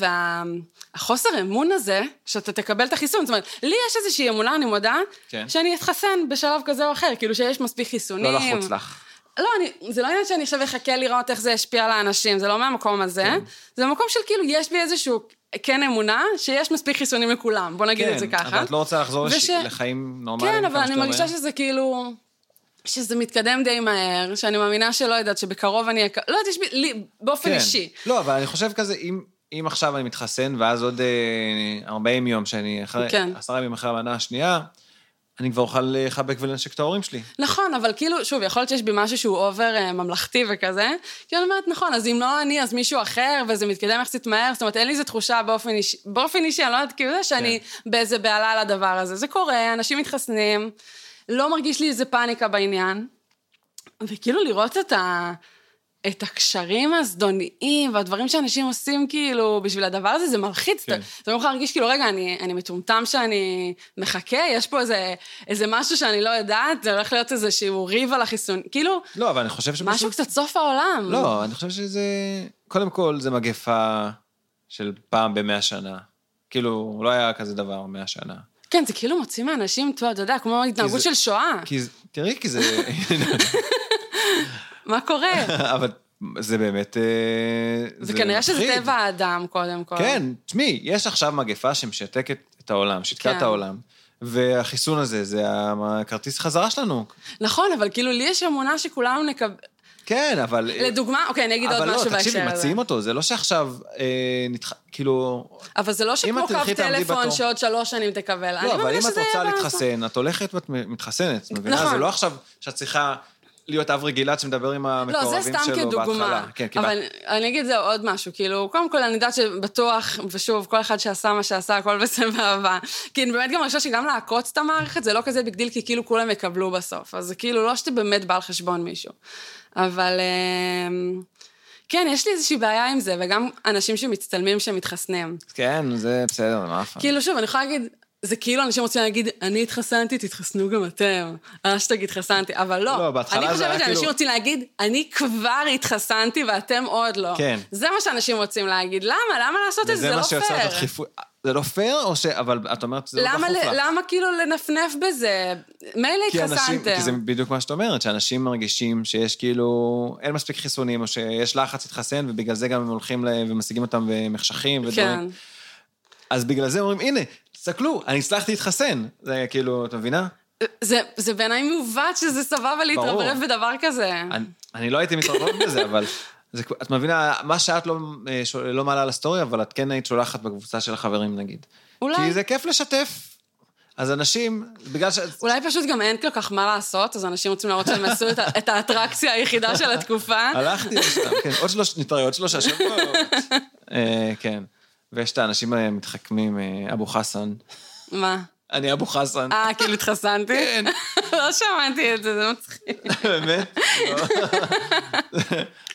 [SPEAKER 2] והחוסר אמון הזה, שאתה תקבל את החיסון, זאת אומרת, לי יש איזושהי אמונה, אני מודה,
[SPEAKER 1] כן.
[SPEAKER 2] שאני אתחסן בשלב כזה או אחר, כאילו שיש מספיק חיסונים.
[SPEAKER 1] לא לחוץ לך.
[SPEAKER 2] לא, אני, זה לא עניין שאני עכשיו אחכה לראות איך זה ישפיע על האנשים, זה לא מהמקום הזה. כן. זה מקום של כאילו, יש בי איזשהו כן אמונה, שיש מספיק חיסונים לכולם, בוא נגיד את זה ככה.
[SPEAKER 1] אבל את לא רוצה לחזור לש-
[SPEAKER 2] וש-
[SPEAKER 1] לחיים נורמליים.
[SPEAKER 2] כן, אבל
[SPEAKER 1] כמה
[SPEAKER 2] אני
[SPEAKER 1] שיותר
[SPEAKER 2] מרגישה
[SPEAKER 1] מהר?
[SPEAKER 2] שזה כאילו... שזה מתקדם די מהר, שאני מאמינה שלא יודעת שבקרוב אני... אק- לא יודעת, יש בי... לי, באופן
[SPEAKER 1] כן.
[SPEAKER 2] אישי.
[SPEAKER 1] לא, אבל אני חושב כזה, אם... אם עכשיו אני מתחסן, ואז עוד אה, 40 יום, שאני אחרי,
[SPEAKER 2] כן.
[SPEAKER 1] עשרה ימים אחרי המנה השנייה, אני כבר אוכל לחבק ולנשק את ההורים שלי.
[SPEAKER 2] נכון, אבל כאילו, שוב, יכול להיות שיש בי משהו שהוא אובר אה, ממלכתי וכזה, כי אני אומרת, נכון, אז אם לא אני, אז מישהו אחר, וזה מתקדם יחסית מהר, זאת אומרת, אין לי איזו תחושה באופן אישי, באופן אישי, אני לא יודעת, כאילו, זה שאני באיזה בהלה על הדבר הזה. זה קורה, אנשים מתחסנים, לא מרגיש לי איזה פאניקה בעניין, וכאילו לראות את ה... את הקשרים הזדוניים והדברים שאנשים עושים כאילו בשביל הדבר הזה, זה מלחיץ.
[SPEAKER 1] כן.
[SPEAKER 2] כן. אתה לא יכול להרגיש כאילו, רגע, אני, אני מטומטם שאני מחכה, יש פה איזה, איזה משהו שאני לא יודעת, זה הולך להיות איזה שהוא ריב על החיסון. כאילו,
[SPEAKER 1] לא, אבל אני חושב שפשוט...
[SPEAKER 2] משהו קצת סוף העולם.
[SPEAKER 1] לא, אני חושב שזה... קודם כל, זה מגפה של פעם במאה שנה. כאילו, לא היה כזה דבר מאה שנה.
[SPEAKER 2] כן, זה כאילו מוציא מאנשים, אתה יודע, כמו התנהגות
[SPEAKER 1] זה-
[SPEAKER 2] של שואה.
[SPEAKER 1] כי זה... תראי, כי זה...
[SPEAKER 2] מה קורה?
[SPEAKER 1] אבל זה באמת... אה,
[SPEAKER 2] זה כנראה שזה
[SPEAKER 1] מפחיד.
[SPEAKER 2] טבע האדם, קודם כל.
[SPEAKER 1] כן, תשמעי, יש עכשיו מגפה שמשתקת את העולם, שיתקה
[SPEAKER 2] כן.
[SPEAKER 1] את העולם. והחיסון הזה, זה הכרטיס חזרה שלנו.
[SPEAKER 2] נכון, אבל כאילו, לי יש אמונה שכולנו נקבל...
[SPEAKER 1] כן, אבל...
[SPEAKER 2] לדוגמה, אוקיי, אני אגיד עוד
[SPEAKER 1] אבל
[SPEAKER 2] משהו
[SPEAKER 1] לא,
[SPEAKER 2] בהקשר הזה.
[SPEAKER 1] תקשיבי, מציעים אותו, זה לא שעכשיו אה, נתח... כאילו...
[SPEAKER 2] אבל זה לא שכמו
[SPEAKER 1] את תלכי,
[SPEAKER 2] קו
[SPEAKER 1] תעמדי
[SPEAKER 2] טלפון
[SPEAKER 1] בתור.
[SPEAKER 2] שעוד שלוש שנים תקבל. אני
[SPEAKER 1] לא, אבל
[SPEAKER 2] מאמינה
[SPEAKER 1] אם את
[SPEAKER 2] שזה
[SPEAKER 1] רוצה
[SPEAKER 2] יהיה בעיה.
[SPEAKER 1] להתחסן, את הולכת ואת מתחסנת. את מבינה?
[SPEAKER 2] נכון.
[SPEAKER 1] זה לא עכשיו שאת צריכה להיות אב רגילה שמדבר עם
[SPEAKER 2] לא, זה
[SPEAKER 1] המקורבים
[SPEAKER 2] סתם
[SPEAKER 1] שלו
[SPEAKER 2] כדוגמה.
[SPEAKER 1] בהתחלה. כן, כי
[SPEAKER 2] אבל אני אגיד זה עוד משהו, כאילו, קודם כל אני יודעת שבטוח, ושוב, כל אחד שעשה מה שעשה, הכל בסבבה. כי אני באמת גם מרגישה שגם לעקוץ את המערכת זה לא כזה ביג דיל, כי כאילו כולם יקבלו בסוף. אז זה כאילו לא שאתה באמת בא על חשבון מישהו. אבל... אמ, כן, יש לי איזושהי בעיה עם זה, וגם אנשים שמצטלמים שמתחסנים.
[SPEAKER 1] כן, זה בסדר, זה מעפן.
[SPEAKER 2] כאילו, שוב, אני יכולה להגיד, זה כאילו אנשים רוצים להגיד, אני התחסנתי, תתחסנו גם אתם. אשטג התחסנתי, אבל לא.
[SPEAKER 1] לא, בהתחלה
[SPEAKER 2] אני
[SPEAKER 1] זה היה
[SPEAKER 2] חושבת שאנשים
[SPEAKER 1] כאילו-
[SPEAKER 2] רוצים להגיד, אני כבר התחסנתי ואתם עוד לא.
[SPEAKER 1] כן.
[SPEAKER 2] זה מה שאנשים רוצים להגיד. למה? למה לעשות את זה?
[SPEAKER 1] וזה
[SPEAKER 2] זה
[SPEAKER 1] מה
[SPEAKER 2] לא
[SPEAKER 1] שיוצר את
[SPEAKER 2] פייר.
[SPEAKER 1] הדחיפות. זה לא פייר, או ש... אבל את אומרת שזה לא דחוף
[SPEAKER 2] למה,
[SPEAKER 1] לך.
[SPEAKER 2] ל- למה כאילו לנפנף בזה? מילא
[SPEAKER 1] כי אנשים,
[SPEAKER 2] התחסנתם.
[SPEAKER 1] כי זה בדיוק מה שאת אומרת, שאנשים מרגישים שיש כאילו, אין מספיק חיסונים, או שיש לחץ להתחסן, ובגלל זה גם הם הולכים ל... ומשיגים אותם במחשכים
[SPEAKER 2] כן.
[SPEAKER 1] ודברים. אז בגלל זה אומרים, הנה, תסתכלו, אני הצלחתי להתחסן. זה כאילו, את מבינה?
[SPEAKER 2] זה, זה בעיניי מעוות שזה סבבה להתרברב בדבר כזה.
[SPEAKER 1] אני- אני לא הייתי מתערבב בזה, אבל... זה, כ- את מבינה, מה שאת לא, אה, שול- לא מעלה על הסטורי, אבל את כן היית שולחת בקבוצה של החברים, נגיד.
[SPEAKER 2] אולי.
[SPEAKER 1] כי זה כיף לשתף. אז אנשים, בגלל ש...
[SPEAKER 2] אולי פשוט גם אין כל כך מה לעשות, אז אנשים רוצים להראות שהם עשו את, ה- את האטרקציה היחידה של התקופה.
[SPEAKER 1] הלכתי לשם, כן, עוד שלוש, נתראה עוד שלושה שבועות. אה, כן. ויש את האנשים המתחכמים, אה, אבו חסן.
[SPEAKER 2] מה?
[SPEAKER 1] אני אבו חסן.
[SPEAKER 2] אה, כאילו התחסנתי?
[SPEAKER 1] כן.
[SPEAKER 2] לא שמעתי את זה, זה מצחיק.
[SPEAKER 1] באמת? לא.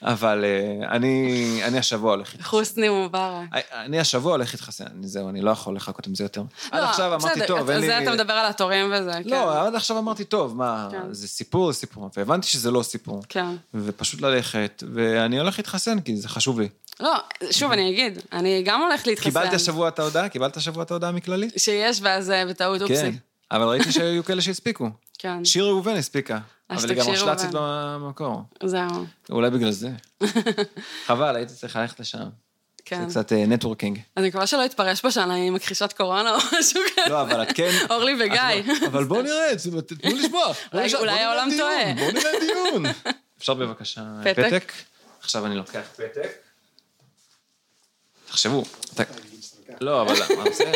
[SPEAKER 1] אבל אה, אני אני השבוע הולך להתחסן.
[SPEAKER 2] חוסני מובארק.
[SPEAKER 1] אני השבוע הולך להתחסן, אני- זהו, אני לא יכול לחכות עם זה יותר. עד עכשיו אמרתי,
[SPEAKER 2] לא, בסדר,
[SPEAKER 1] טוב,
[SPEAKER 2] אתה-
[SPEAKER 1] אין לי...
[SPEAKER 2] זה אתה מדבר על התורים וזה, כן.
[SPEAKER 1] לא, עד עכשיו אמרתי, טוב, מה,
[SPEAKER 2] כן.
[SPEAKER 1] זה סיפור, זה סיפור. והבנתי שזה לא סיפור.
[SPEAKER 2] כן.
[SPEAKER 1] ופשוט ללכת, ואני הולך להתחסן, כי זה חשוב לי.
[SPEAKER 2] לא, שוב, אני אגיד, אני גם הולכת להתחסן.
[SPEAKER 1] קיבלת השבוע את ההודעה? קיבלת השבוע את ההודעה מכללית?
[SPEAKER 2] שיש, ואז אה, בטעות,
[SPEAKER 1] כן.
[SPEAKER 2] אופסי.
[SPEAKER 1] אבל ראיתי שהיו כאלה שהספיקו.
[SPEAKER 2] כן.
[SPEAKER 1] שיר ראובן הספיקה.
[SPEAKER 2] אז
[SPEAKER 1] אבל היא גם
[SPEAKER 2] תקשיב, ראובן.
[SPEAKER 1] רשל"צית במקור.
[SPEAKER 2] זהו,
[SPEAKER 1] אולי בגלל זה. חבל, הייתי צריך ללכת לשם.
[SPEAKER 2] כן.
[SPEAKER 1] זה קצת אה, נטוורקינג.
[SPEAKER 2] אני מקווה שלא יתפרש פה שאני מכחישת קורונה או משהו כזה.
[SPEAKER 1] לא, אבל את כן...
[SPEAKER 2] אורלי
[SPEAKER 1] את
[SPEAKER 2] וגיא.
[SPEAKER 1] לא- אבל בואו נראה, זה- ת- תנו לשמוע. בואו
[SPEAKER 2] אולי-
[SPEAKER 1] נשאל- בואו
[SPEAKER 2] אולי
[SPEAKER 1] נראה
[SPEAKER 2] העולם
[SPEAKER 1] דיון,
[SPEAKER 2] טועה.
[SPEAKER 1] בואו נראה דיון. אפשר בבקשה
[SPEAKER 2] פתק?
[SPEAKER 1] פתק? עכשיו אני לוקח פתק. תחשבו. אתה- לא, אבל... מה, בסדר?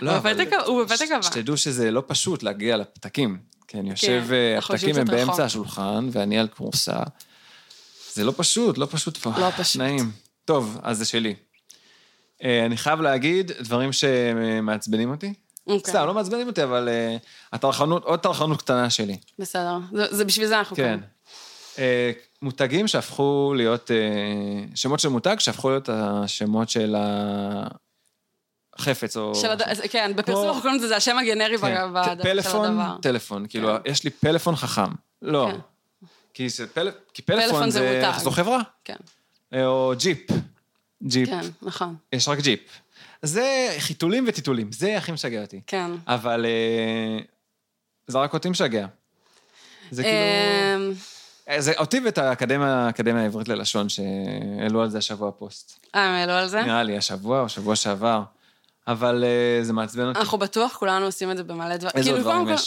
[SPEAKER 1] לא,
[SPEAKER 2] הוא בפתק- הוא בפתק
[SPEAKER 1] ש-
[SPEAKER 2] הבא.
[SPEAKER 1] שתדעו שזה לא פשוט להגיע לפתקים. כי אני יושב,
[SPEAKER 2] כן,
[SPEAKER 1] אה,
[SPEAKER 2] אנחנו
[SPEAKER 1] הפתקים הם
[SPEAKER 2] יושבים קצת רחוק.
[SPEAKER 1] באמצע השולחן, ואני על כורסה. זה לא פשוט, לא פשוט פה.
[SPEAKER 2] לא פשוט.
[SPEAKER 1] נעים. טוב, אז זה שלי. אה, אני חייב להגיד דברים שמעצבנים אותי.
[SPEAKER 2] אוקיי.
[SPEAKER 1] סתם, לא מעצבנים אותי, אבל אה, הטרחנות, עוד טרחנות קטנה שלי.
[SPEAKER 2] בסדר. זה- זה בשביל זה אנחנו
[SPEAKER 1] כן.
[SPEAKER 2] כאן.
[SPEAKER 1] אה, מותגים שהפכו להיות, אה, שמות של מותג שהפכו להיות השמות של חפץ או...
[SPEAKER 2] של הד... אז- כן, בפרסום אנחנו קוראים לזה, זה השם הגנרי
[SPEAKER 1] כן,
[SPEAKER 2] בד-
[SPEAKER 1] ט-
[SPEAKER 2] בד- של
[SPEAKER 1] פלאפון,
[SPEAKER 2] הדבר.
[SPEAKER 1] טלפון. כאילו, יש לי פלאפון חכם. לא.
[SPEAKER 2] כן.
[SPEAKER 1] כי זה פל- כי
[SPEAKER 2] פלאפון
[SPEAKER 1] פלאפון
[SPEAKER 2] זה
[SPEAKER 1] זה...
[SPEAKER 2] מותג.
[SPEAKER 1] זו חברה.
[SPEAKER 2] כן,
[SPEAKER 1] אה, או ג'יפ. ג'יפ.
[SPEAKER 2] כן, נכון,
[SPEAKER 1] יש רק ג'יפ. זה חיתולים וטיטולים, זה הכי משגע אותי.
[SPEAKER 2] כן.
[SPEAKER 1] אבל אה, זה רק אותי משגע. זה כאילו...
[SPEAKER 2] אמ,
[SPEAKER 1] אה, זה אותי ואת האקדמיה האקדמיה העברית ללשון, שהעלו על זה השבוע פוסט.
[SPEAKER 2] אה, הם העלו על זה?
[SPEAKER 1] נראה לי, השבוע או שבוע שעבר. אבל אה, זה מעצבן אותי.
[SPEAKER 2] אנחנו בטוח כולנו עושים את זה במלא דברים.
[SPEAKER 1] איזה עוד
[SPEAKER 2] נכון, כאילו, קודם
[SPEAKER 1] דברים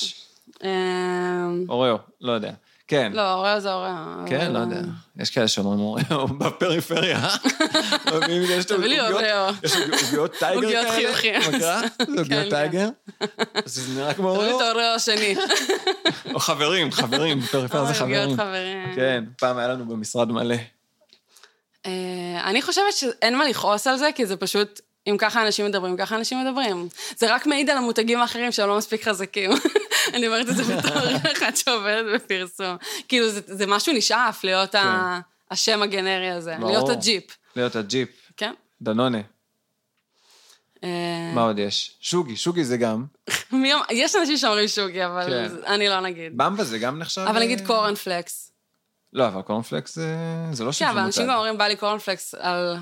[SPEAKER 1] יש?
[SPEAKER 2] כל- אמ,
[SPEAKER 1] אוריו, לא יודע. כן.
[SPEAKER 2] לא, אוראל זה אוראל.
[SPEAKER 1] כן, לא יודע. יש כאלה שאומרים אוריו בפריפריה. מביאים, יש לו
[SPEAKER 2] תביא לי
[SPEAKER 1] עוגיות-
[SPEAKER 2] אוריו.
[SPEAKER 1] יש לו עוגיות טייגר
[SPEAKER 2] עוגיות
[SPEAKER 1] כאלה.
[SPEAKER 2] חיוכיות.
[SPEAKER 1] מכירה? זה עוגיות
[SPEAKER 2] כן.
[SPEAKER 1] טייגר. אז זה נראה כמו
[SPEAKER 2] תביא לי
[SPEAKER 1] אוריו.
[SPEAKER 2] את האוראל השני.
[SPEAKER 1] או חברים, חברים, בפריפריה זה
[SPEAKER 2] אוי,
[SPEAKER 1] חברים.
[SPEAKER 2] עוגיות חברים.
[SPEAKER 1] כן, פעם היה לנו במשרד מלא.
[SPEAKER 2] אה, אני חושבת שאין מה לכעוס על זה, כי זה פשוט, אם ככה אנשים מדברים, ככה אנשים מדברים. זה רק מעיד על המותגים האחרים שהם לא מספיק חזקים. אני אומרת את זה בתור אחת שעובדת בפרסום. כאילו, זה, זה משהו נשאף להיות ה... השם הגנרי הזה,
[SPEAKER 1] כן. ברור.
[SPEAKER 2] להיות הג'יפ,
[SPEAKER 1] להיות הג'יפ,
[SPEAKER 2] כן?
[SPEAKER 1] דנונה,
[SPEAKER 2] אה,
[SPEAKER 1] מה עוד יש? שוגי, שוגי זה גם.
[SPEAKER 2] מי... אמר- אה, יש אנשים שאומרים שוגי, אבל
[SPEAKER 1] כן.
[SPEAKER 2] זה- אני לא נגיד.
[SPEAKER 1] במבה זה גם נחשב...
[SPEAKER 2] אבל נגיד
[SPEAKER 1] אה,
[SPEAKER 2] קורנפלקס.
[SPEAKER 1] לא, אבל קורנפלקס זה- זה לא שם
[SPEAKER 2] כן, אבל אנשים גם
[SPEAKER 1] מותג.
[SPEAKER 2] אומרים, בא לי קורנפלקס על,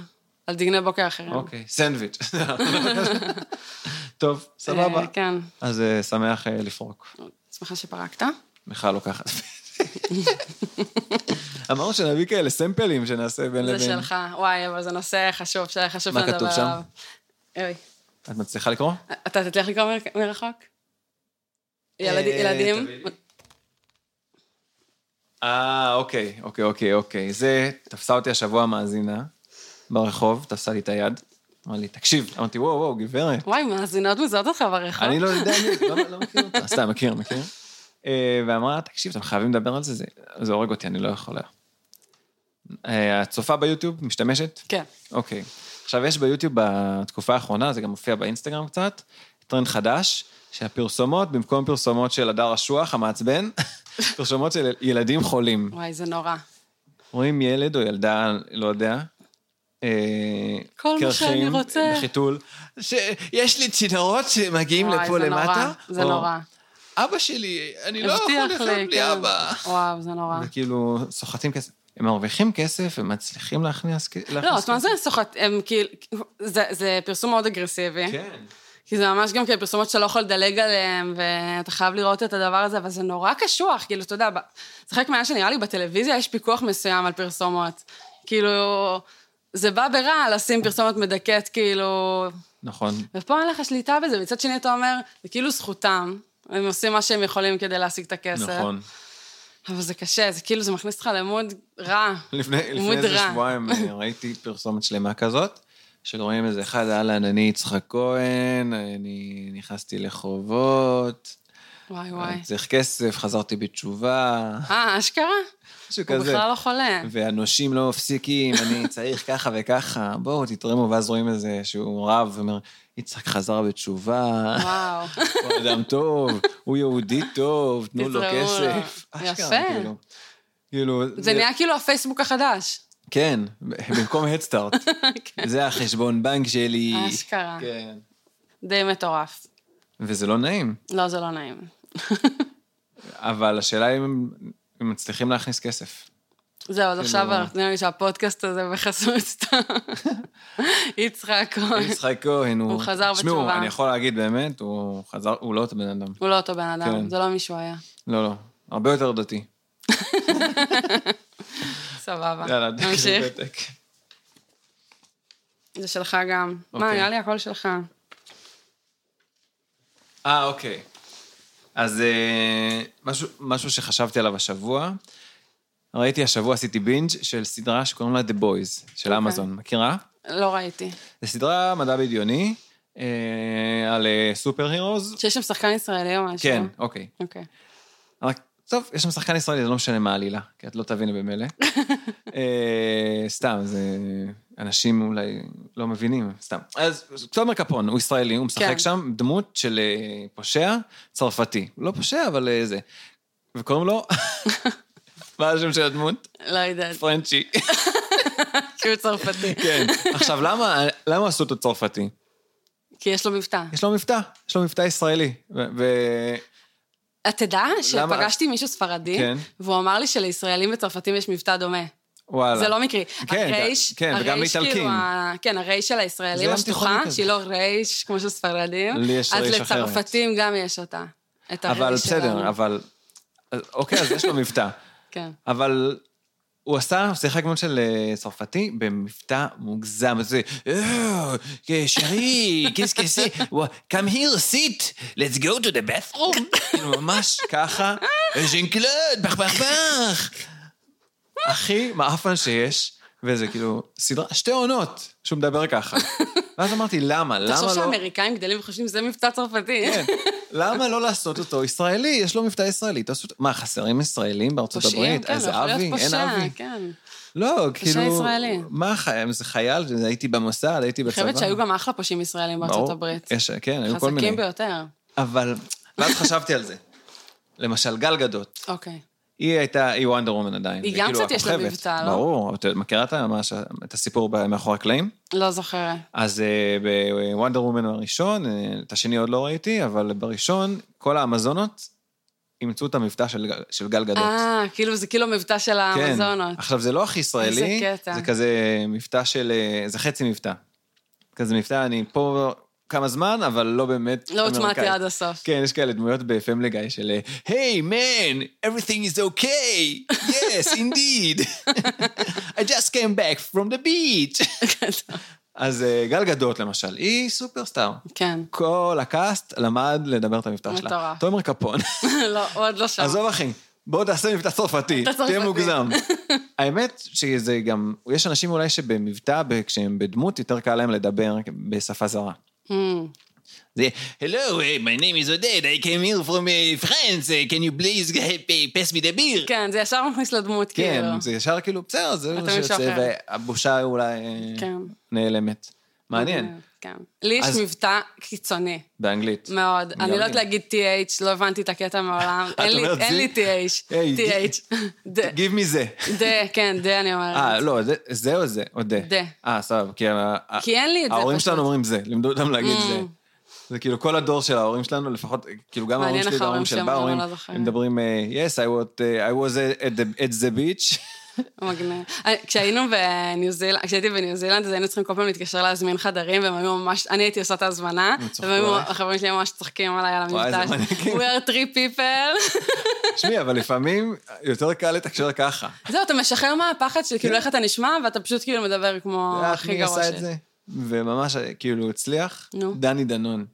[SPEAKER 2] על דגני בוקר אחרים.
[SPEAKER 1] אוקיי, סנדוויץ'. טוב,
[SPEAKER 2] אה,
[SPEAKER 1] סבבה.
[SPEAKER 2] כן,
[SPEAKER 1] אז אה, שמח אה, לפרוק.
[SPEAKER 2] שמחה שפרקת.
[SPEAKER 1] מיכל לוקחת. אמרנו שנביא כאלה סמפלים שנעשה בין
[SPEAKER 2] זה
[SPEAKER 1] לבין.
[SPEAKER 2] שלך. וואי, אבל זה נושא חשוב, שחשוב
[SPEAKER 1] מה
[SPEAKER 2] שנדבר עליו.
[SPEAKER 1] כתוב שם?
[SPEAKER 2] אוי.
[SPEAKER 1] את מצליחה לקרוא?
[SPEAKER 2] אתה תצליח לקרוא מר- מרחוק? ילד-
[SPEAKER 1] אה,
[SPEAKER 2] ילדים?
[SPEAKER 1] תביא לי. אה, אוקיי, אוקיי, אוקיי, אוקיי. זה, תפסה אותי השבוע המאזינה ברחוב, תפסה לי את היד. אמר לי, תקשיב. אמרתי, וואו, וואו, גברת.
[SPEAKER 2] וואי, מאזינות מזהות אותך ברחוב?
[SPEAKER 1] אני לא יודע, אני לא- לא מכיר אותה. סתם, מכיר, מכיר. אה, ואמרה, תקשיב, אתם חייבים לדבר על זה, זה- זה הורג אותי, אני לא יכולה. אה, את צופה ביוטיוב, משתמשת?
[SPEAKER 2] כן.
[SPEAKER 1] אוקיי. עכשיו, יש ביוטיוב בתקופה האחרונה, זה גם מופיע באינסטגרם קצת, טרנד חדש, שהפרסומות, במקום פרסומות של הדר אשוח, המעצבן, פרסומות של ילדים חולים.
[SPEAKER 2] וואי, זה נורא.
[SPEAKER 1] רואים ילד או ילדה, לא יודע. אה,
[SPEAKER 2] כל מה
[SPEAKER 1] קרחים
[SPEAKER 2] שאני רוצה.
[SPEAKER 1] בחיתול. שיש לי צינורות שמגיעים
[SPEAKER 2] וואי,
[SPEAKER 1] לפה
[SPEAKER 2] זה
[SPEAKER 1] למטה.
[SPEAKER 2] נורא, זה
[SPEAKER 1] או,
[SPEAKER 2] נורא.
[SPEAKER 1] אבא שלי, אני לא יכול
[SPEAKER 2] הבטיח
[SPEAKER 1] לחיות
[SPEAKER 2] לי,
[SPEAKER 1] בלי אבא.
[SPEAKER 2] כן. וואו, זה נורא.
[SPEAKER 1] וכאילו, סוחטים כסף. הם מרוויחים כסף, הם מצליחים להכניס כסף.
[SPEAKER 2] לא, אז מה זה סוחט? הם כאילו... זה- זה פרסום מאוד אגרסיבי.
[SPEAKER 1] כן.
[SPEAKER 2] כי זה ממש גם כאילו פרסומות שאתה לא יכול לדלג עליהן, ואתה חייב לראות את הדבר הזה, אבל זה נורא קשוח, כאילו, אתה יודע, ב- זה חלק מהעניין שנראה לי בטלוויזיה יש פיקוח מסוים על פרסומות. כאילו, זה בא ברע לשים פרסומת מדכאת, כאילו,
[SPEAKER 1] נכון.
[SPEAKER 2] ופה אין לך שליטה בזה, מצד שני אתה אומר, זה כאילו זכותם, הם עושים מה שהם יכולים כדי להשיג את הכסף.
[SPEAKER 1] נכון.
[SPEAKER 2] אבל זה קשה, זה כאילו, זה מכניס אותך למוד רע.
[SPEAKER 1] לפני, לפני
[SPEAKER 2] עמוד
[SPEAKER 1] איזה
[SPEAKER 2] רע.
[SPEAKER 1] שבועיים אה, ראיתי פרסומת שלמה כזאת, שרואים איזה אחד, אהלן, אני יצחק כהן, אני נכנסתי לחובות,
[SPEAKER 2] וואי וואי.
[SPEAKER 1] אני צריך כסף, חזרתי בתשובה,
[SPEAKER 2] אה, אשכרה?
[SPEAKER 1] משהו
[SPEAKER 2] הוא
[SPEAKER 1] כזה.
[SPEAKER 2] בכלל לא חולה.
[SPEAKER 1] והנושים לא מפסיקים, אני צריך ככה וככה, בואו תתרמו, ואז רואים איזה שהוא רב, ואומר, יצחק חזר בתשובה,
[SPEAKER 2] וואו.
[SPEAKER 1] הוא אדם טוב, הוא יהודי טוב, תנו לו
[SPEAKER 2] תתרמו לו.
[SPEAKER 1] כסף. אשכרה,
[SPEAKER 2] יפה.
[SPEAKER 1] כאילו. כאילו...
[SPEAKER 2] זה נהיה כאילו הפייסבוק החדש.
[SPEAKER 1] כן, במקום הדסטארט.
[SPEAKER 2] כן.
[SPEAKER 1] זה החשבון בנק שלי.
[SPEAKER 2] אשכרה.
[SPEAKER 1] כן.
[SPEAKER 2] די מטורף.
[SPEAKER 1] וזה לא נעים,
[SPEAKER 2] לא, זה לא נעים.
[SPEAKER 1] אבל השאלה היא אם הם- הם מצליחים להכניס כסף.
[SPEAKER 2] זהו, אז עכשיו
[SPEAKER 1] נורא.
[SPEAKER 2] אנחנו- נראה לי שהפודקאסט הזה בחסות סתם. יצחק כהן.
[SPEAKER 1] יצחק כהן הוא...
[SPEAKER 2] הוא חזר
[SPEAKER 1] תשמעו,
[SPEAKER 2] בתשובה.
[SPEAKER 1] אני יכול להגיד באמת, הוא חזר, הוא לא אותו בן אדם.
[SPEAKER 2] הוא לא אותו בן
[SPEAKER 1] כן.
[SPEAKER 2] אדם, זה לא מי שהוא היה.
[SPEAKER 1] לא, לא. הרבה יותר דתי.
[SPEAKER 2] סבבה.
[SPEAKER 1] יאללה,
[SPEAKER 2] נמשיך.
[SPEAKER 1] תקשיב פתק.
[SPEAKER 2] זה שלך גם. מה,
[SPEAKER 1] אוקיי.
[SPEAKER 2] נראה לי הכל שלך.
[SPEAKER 1] אה, אוקיי. אז אה, משהו, משהו שחשבתי עליו השבוע, ראיתי השבוע עשיתי בינג' של סדרה שקוראים לה The Boys, של
[SPEAKER 2] אוקיי.
[SPEAKER 1] אמזון. מכירה?
[SPEAKER 2] לא ראיתי.
[SPEAKER 1] זו סדרה מדע בדיוני אה, על סופר הירוז.
[SPEAKER 2] שיש שם שחקן ישראלי או משהו.
[SPEAKER 1] כן, אוקיי.
[SPEAKER 2] אוקיי.
[SPEAKER 1] רק, טוב, יש שם שחקן ישראלי, זה לא משנה מה העלילה, כי את לא תביני במילא. אה, סתם, זה... אנשים אולי לא מבינים, סתם. אז תומר קפון, הוא ישראלי, הוא משחק
[SPEAKER 2] כן.
[SPEAKER 1] שם דמות של אה, פושע צרפתי. הוא לא פושע, אבל אה, זה. וקוראים לו... מה השם של הדמות?
[SPEAKER 2] לא יודעת,
[SPEAKER 1] פרנצ'י.
[SPEAKER 2] כי הוא צרפתי.
[SPEAKER 1] כן. עכשיו, למה, למה עשו אותו צרפתי?
[SPEAKER 2] כי יש לו מבטא.
[SPEAKER 1] יש לו מבטא, יש לו מבטא ישראלי. ו... ו-
[SPEAKER 2] את תדע שפגשתי מישהו ספרדי,
[SPEAKER 1] כן.
[SPEAKER 2] והוא אמר לי שלישראלים וצרפתים יש מבטא דומה.
[SPEAKER 1] וואלה.
[SPEAKER 2] זה לא מקרי.
[SPEAKER 1] כן,
[SPEAKER 2] הרייש,
[SPEAKER 1] ג- כן, וגם
[SPEAKER 2] הרייש
[SPEAKER 1] לאיטלקים.
[SPEAKER 2] כאילו ה- כן, הרייש של הישראלים,
[SPEAKER 1] זה
[SPEAKER 2] השטוחה,
[SPEAKER 1] ים-תיכוני כזה.
[SPEAKER 2] שהיא לא רייש כמו של ספרדים.
[SPEAKER 1] לי יש
[SPEAKER 2] אז
[SPEAKER 1] רייש אחרת.
[SPEAKER 2] לצרפתים גם יש אותה. את הרייש
[SPEAKER 1] אבל
[SPEAKER 2] שלנו.
[SPEAKER 1] בסדר, אבל... אז אוקיי, אז יש לו מבטא.
[SPEAKER 2] כן.
[SPEAKER 1] אבל הוא עשה שיחק מאוד של אה, צרפתי במבטא מוגזם. אז זה, "אה, שרי, כיס כיסי, come here, sit, let's go to the bathroom. כאילו, ממש ככה, ז'ין קלוד, פח פח פח. הכי מעפן שיש, וזה כאילו, סדרה, שתי עונות שהוא מדבר ככה. ואז אמרתי, למה? למה
[SPEAKER 2] תחשוב
[SPEAKER 1] לא...
[SPEAKER 2] שהאמריקאים גדלים וחושבים שזה מבטא צרפתי.
[SPEAKER 1] כן. למה לא לעשות אותו ישראלי? יש לו מבטא ישראלי. תעשו... מה, חסרים ישראלים בארצות
[SPEAKER 2] פושעים,
[SPEAKER 1] הברית?
[SPEAKER 2] כן,
[SPEAKER 1] איזה
[SPEAKER 2] לא יכול
[SPEAKER 1] אבי?
[SPEAKER 2] להיות
[SPEAKER 1] אין
[SPEAKER 2] פושע,
[SPEAKER 1] אבי.
[SPEAKER 2] כן.
[SPEAKER 1] לא, כאילו...
[SPEAKER 2] ישראלי.
[SPEAKER 1] מה, חי- זה חייל? הייתי במוסד, הייתי
[SPEAKER 2] אני
[SPEAKER 1] בצבא.
[SPEAKER 2] חושבת שהיו גם אחלה פושעים ישראלים בארצות
[SPEAKER 1] ברור.
[SPEAKER 2] הברית.
[SPEAKER 1] יש, כן, היו כל מיני.
[SPEAKER 2] חזקים ביותר.
[SPEAKER 1] אבל, ואז חשבתי על זה. למשל, גל גדות,
[SPEAKER 2] אוקיי.
[SPEAKER 1] היא הייתה, היא וונדר וומן עדיין.
[SPEAKER 2] היא גם
[SPEAKER 1] כאילו
[SPEAKER 2] קצת יש לה
[SPEAKER 1] הכוכבת.
[SPEAKER 2] מבטא, לא?
[SPEAKER 1] ברור, את מכירה את המש- את הסיפור ב- מאחורי הקלעים?
[SPEAKER 2] לא זוכרת.
[SPEAKER 1] אז אה, בוונדר וומן הראשון, אה, את השני עוד לא ראיתי, אבל בראשון, כל האמזונות אימצו את המבטא של גל- של גל גדות.
[SPEAKER 2] אה, כאילו זה כאילו מבטא של
[SPEAKER 1] כן.
[SPEAKER 2] האמזונות.
[SPEAKER 1] עכשיו, זה לא הכי ישראלי,
[SPEAKER 2] איזה קטע.
[SPEAKER 1] זה כזה מבטא של... אה, זה חצי מבטא. כזה מבטא, אני פה כמה זמן, אבל לא באמת
[SPEAKER 2] לא הוטמעתי
[SPEAKER 1] אמריקאי.
[SPEAKER 2] עד הסוף.
[SPEAKER 1] כן, יש כאלה דמויות בפמילי גיא של היי, מן, everything is okay, yes, indeed. I just came back from the beach. אז אה, גל גדות, למשל, היא סופרסטאר.
[SPEAKER 2] כן.
[SPEAKER 1] כל הקאסט למד לדבר את המבטא שלה.
[SPEAKER 2] מטורף.
[SPEAKER 1] תומר קפון.
[SPEAKER 2] לא, עוד לא שם.
[SPEAKER 1] עזוב אחי, בוא תעשה מבטא צרפתי,
[SPEAKER 2] מבטא
[SPEAKER 1] תהיה
[SPEAKER 2] צרפתי.
[SPEAKER 1] מוגזם. האמת שזה גם, יש אנשים אולי שבמבטא, ב- כשהם בדמות, יותר קל להם לדבר בשפה זרה.
[SPEAKER 2] Hmm.
[SPEAKER 1] זה, Hello, eh, my name is Oded, I came here from eh, France, eh, can you please eh, pass me the beer?
[SPEAKER 2] כן, זה ישר מכניס לדמות,
[SPEAKER 1] כן,
[SPEAKER 2] כאילו.
[SPEAKER 1] זה ישר כאילו, בסדר, זה
[SPEAKER 2] אתה
[SPEAKER 1] מה
[SPEAKER 2] מישהו
[SPEAKER 1] שיוצא,
[SPEAKER 2] אחר.
[SPEAKER 1] והבושה אולי אה,
[SPEAKER 2] כן.
[SPEAKER 1] נעלמת. מעניין,
[SPEAKER 2] כן. לי יש
[SPEAKER 1] אז-
[SPEAKER 2] מבטא קיצוני,
[SPEAKER 1] באנגלית.
[SPEAKER 2] מאוד. אני
[SPEAKER 1] גם כן.
[SPEAKER 2] לא
[SPEAKER 1] לי.
[SPEAKER 2] יודעת להגיד TH, לא הבנתי את הקטע מעולם.
[SPEAKER 1] את
[SPEAKER 2] אין לי-
[SPEAKER 1] אומרת
[SPEAKER 2] אין
[SPEAKER 1] זה?
[SPEAKER 2] לי TH.
[SPEAKER 1] היי,
[SPEAKER 2] TH. דה,
[SPEAKER 1] גיב מזה.
[SPEAKER 2] דה, כן, דה אני אומרת.
[SPEAKER 1] אה, לא, זה- זה או זה? או דה.
[SPEAKER 2] דה.
[SPEAKER 1] אה, סבבה, כי ה-
[SPEAKER 2] כי אין לי את זה
[SPEAKER 1] ההורים
[SPEAKER 2] פשוט. Mm.
[SPEAKER 1] שלנו אומרים זה, לימדו אותם להגיד זה. זה כאילו כל הדור של ההורים שלנו, לפחות, כאילו גם ההורים
[SPEAKER 2] מעניין
[SPEAKER 1] שלי
[SPEAKER 2] איך ההורים
[SPEAKER 1] וההורים של
[SPEAKER 2] שלהם
[SPEAKER 1] בר,
[SPEAKER 2] אומרים,
[SPEAKER 1] אומרים,
[SPEAKER 2] אני לא זוכרת.
[SPEAKER 1] הם מדברים, אה, yes, I was, uh, I was at the, at the beach.
[SPEAKER 2] מגניב. אני- כשהיינו בניו זילנד, כשהייתי בניו זילנד, אז היינו צריכים כל פעם להתקשר להזמין חדרים, והם היו ממש, אני הייתי עושה את ההזמנה,
[SPEAKER 1] צחקו
[SPEAKER 2] והם היו-
[SPEAKER 1] עלייך?
[SPEAKER 2] החברים שלי ממש צוחקים עליי על
[SPEAKER 1] וואי,
[SPEAKER 2] המבטא.
[SPEAKER 1] איזה מנהיגים.
[SPEAKER 2] We are three people.
[SPEAKER 1] תשמעי, אבל לפעמים יותר קל לתקשר ככה.
[SPEAKER 2] זהו, אתה משחרר מהפחד של כאילו איך אתה נשמע, ואתה פשוט כאילו מדבר כמו
[SPEAKER 1] כן. אה,
[SPEAKER 2] הכי
[SPEAKER 1] מי
[SPEAKER 2] גרוע
[SPEAKER 1] עשה את
[SPEAKER 2] שלי.
[SPEAKER 1] זה? וממש, אה, כאילו, הצליח,
[SPEAKER 2] נו.
[SPEAKER 1] דני דנון.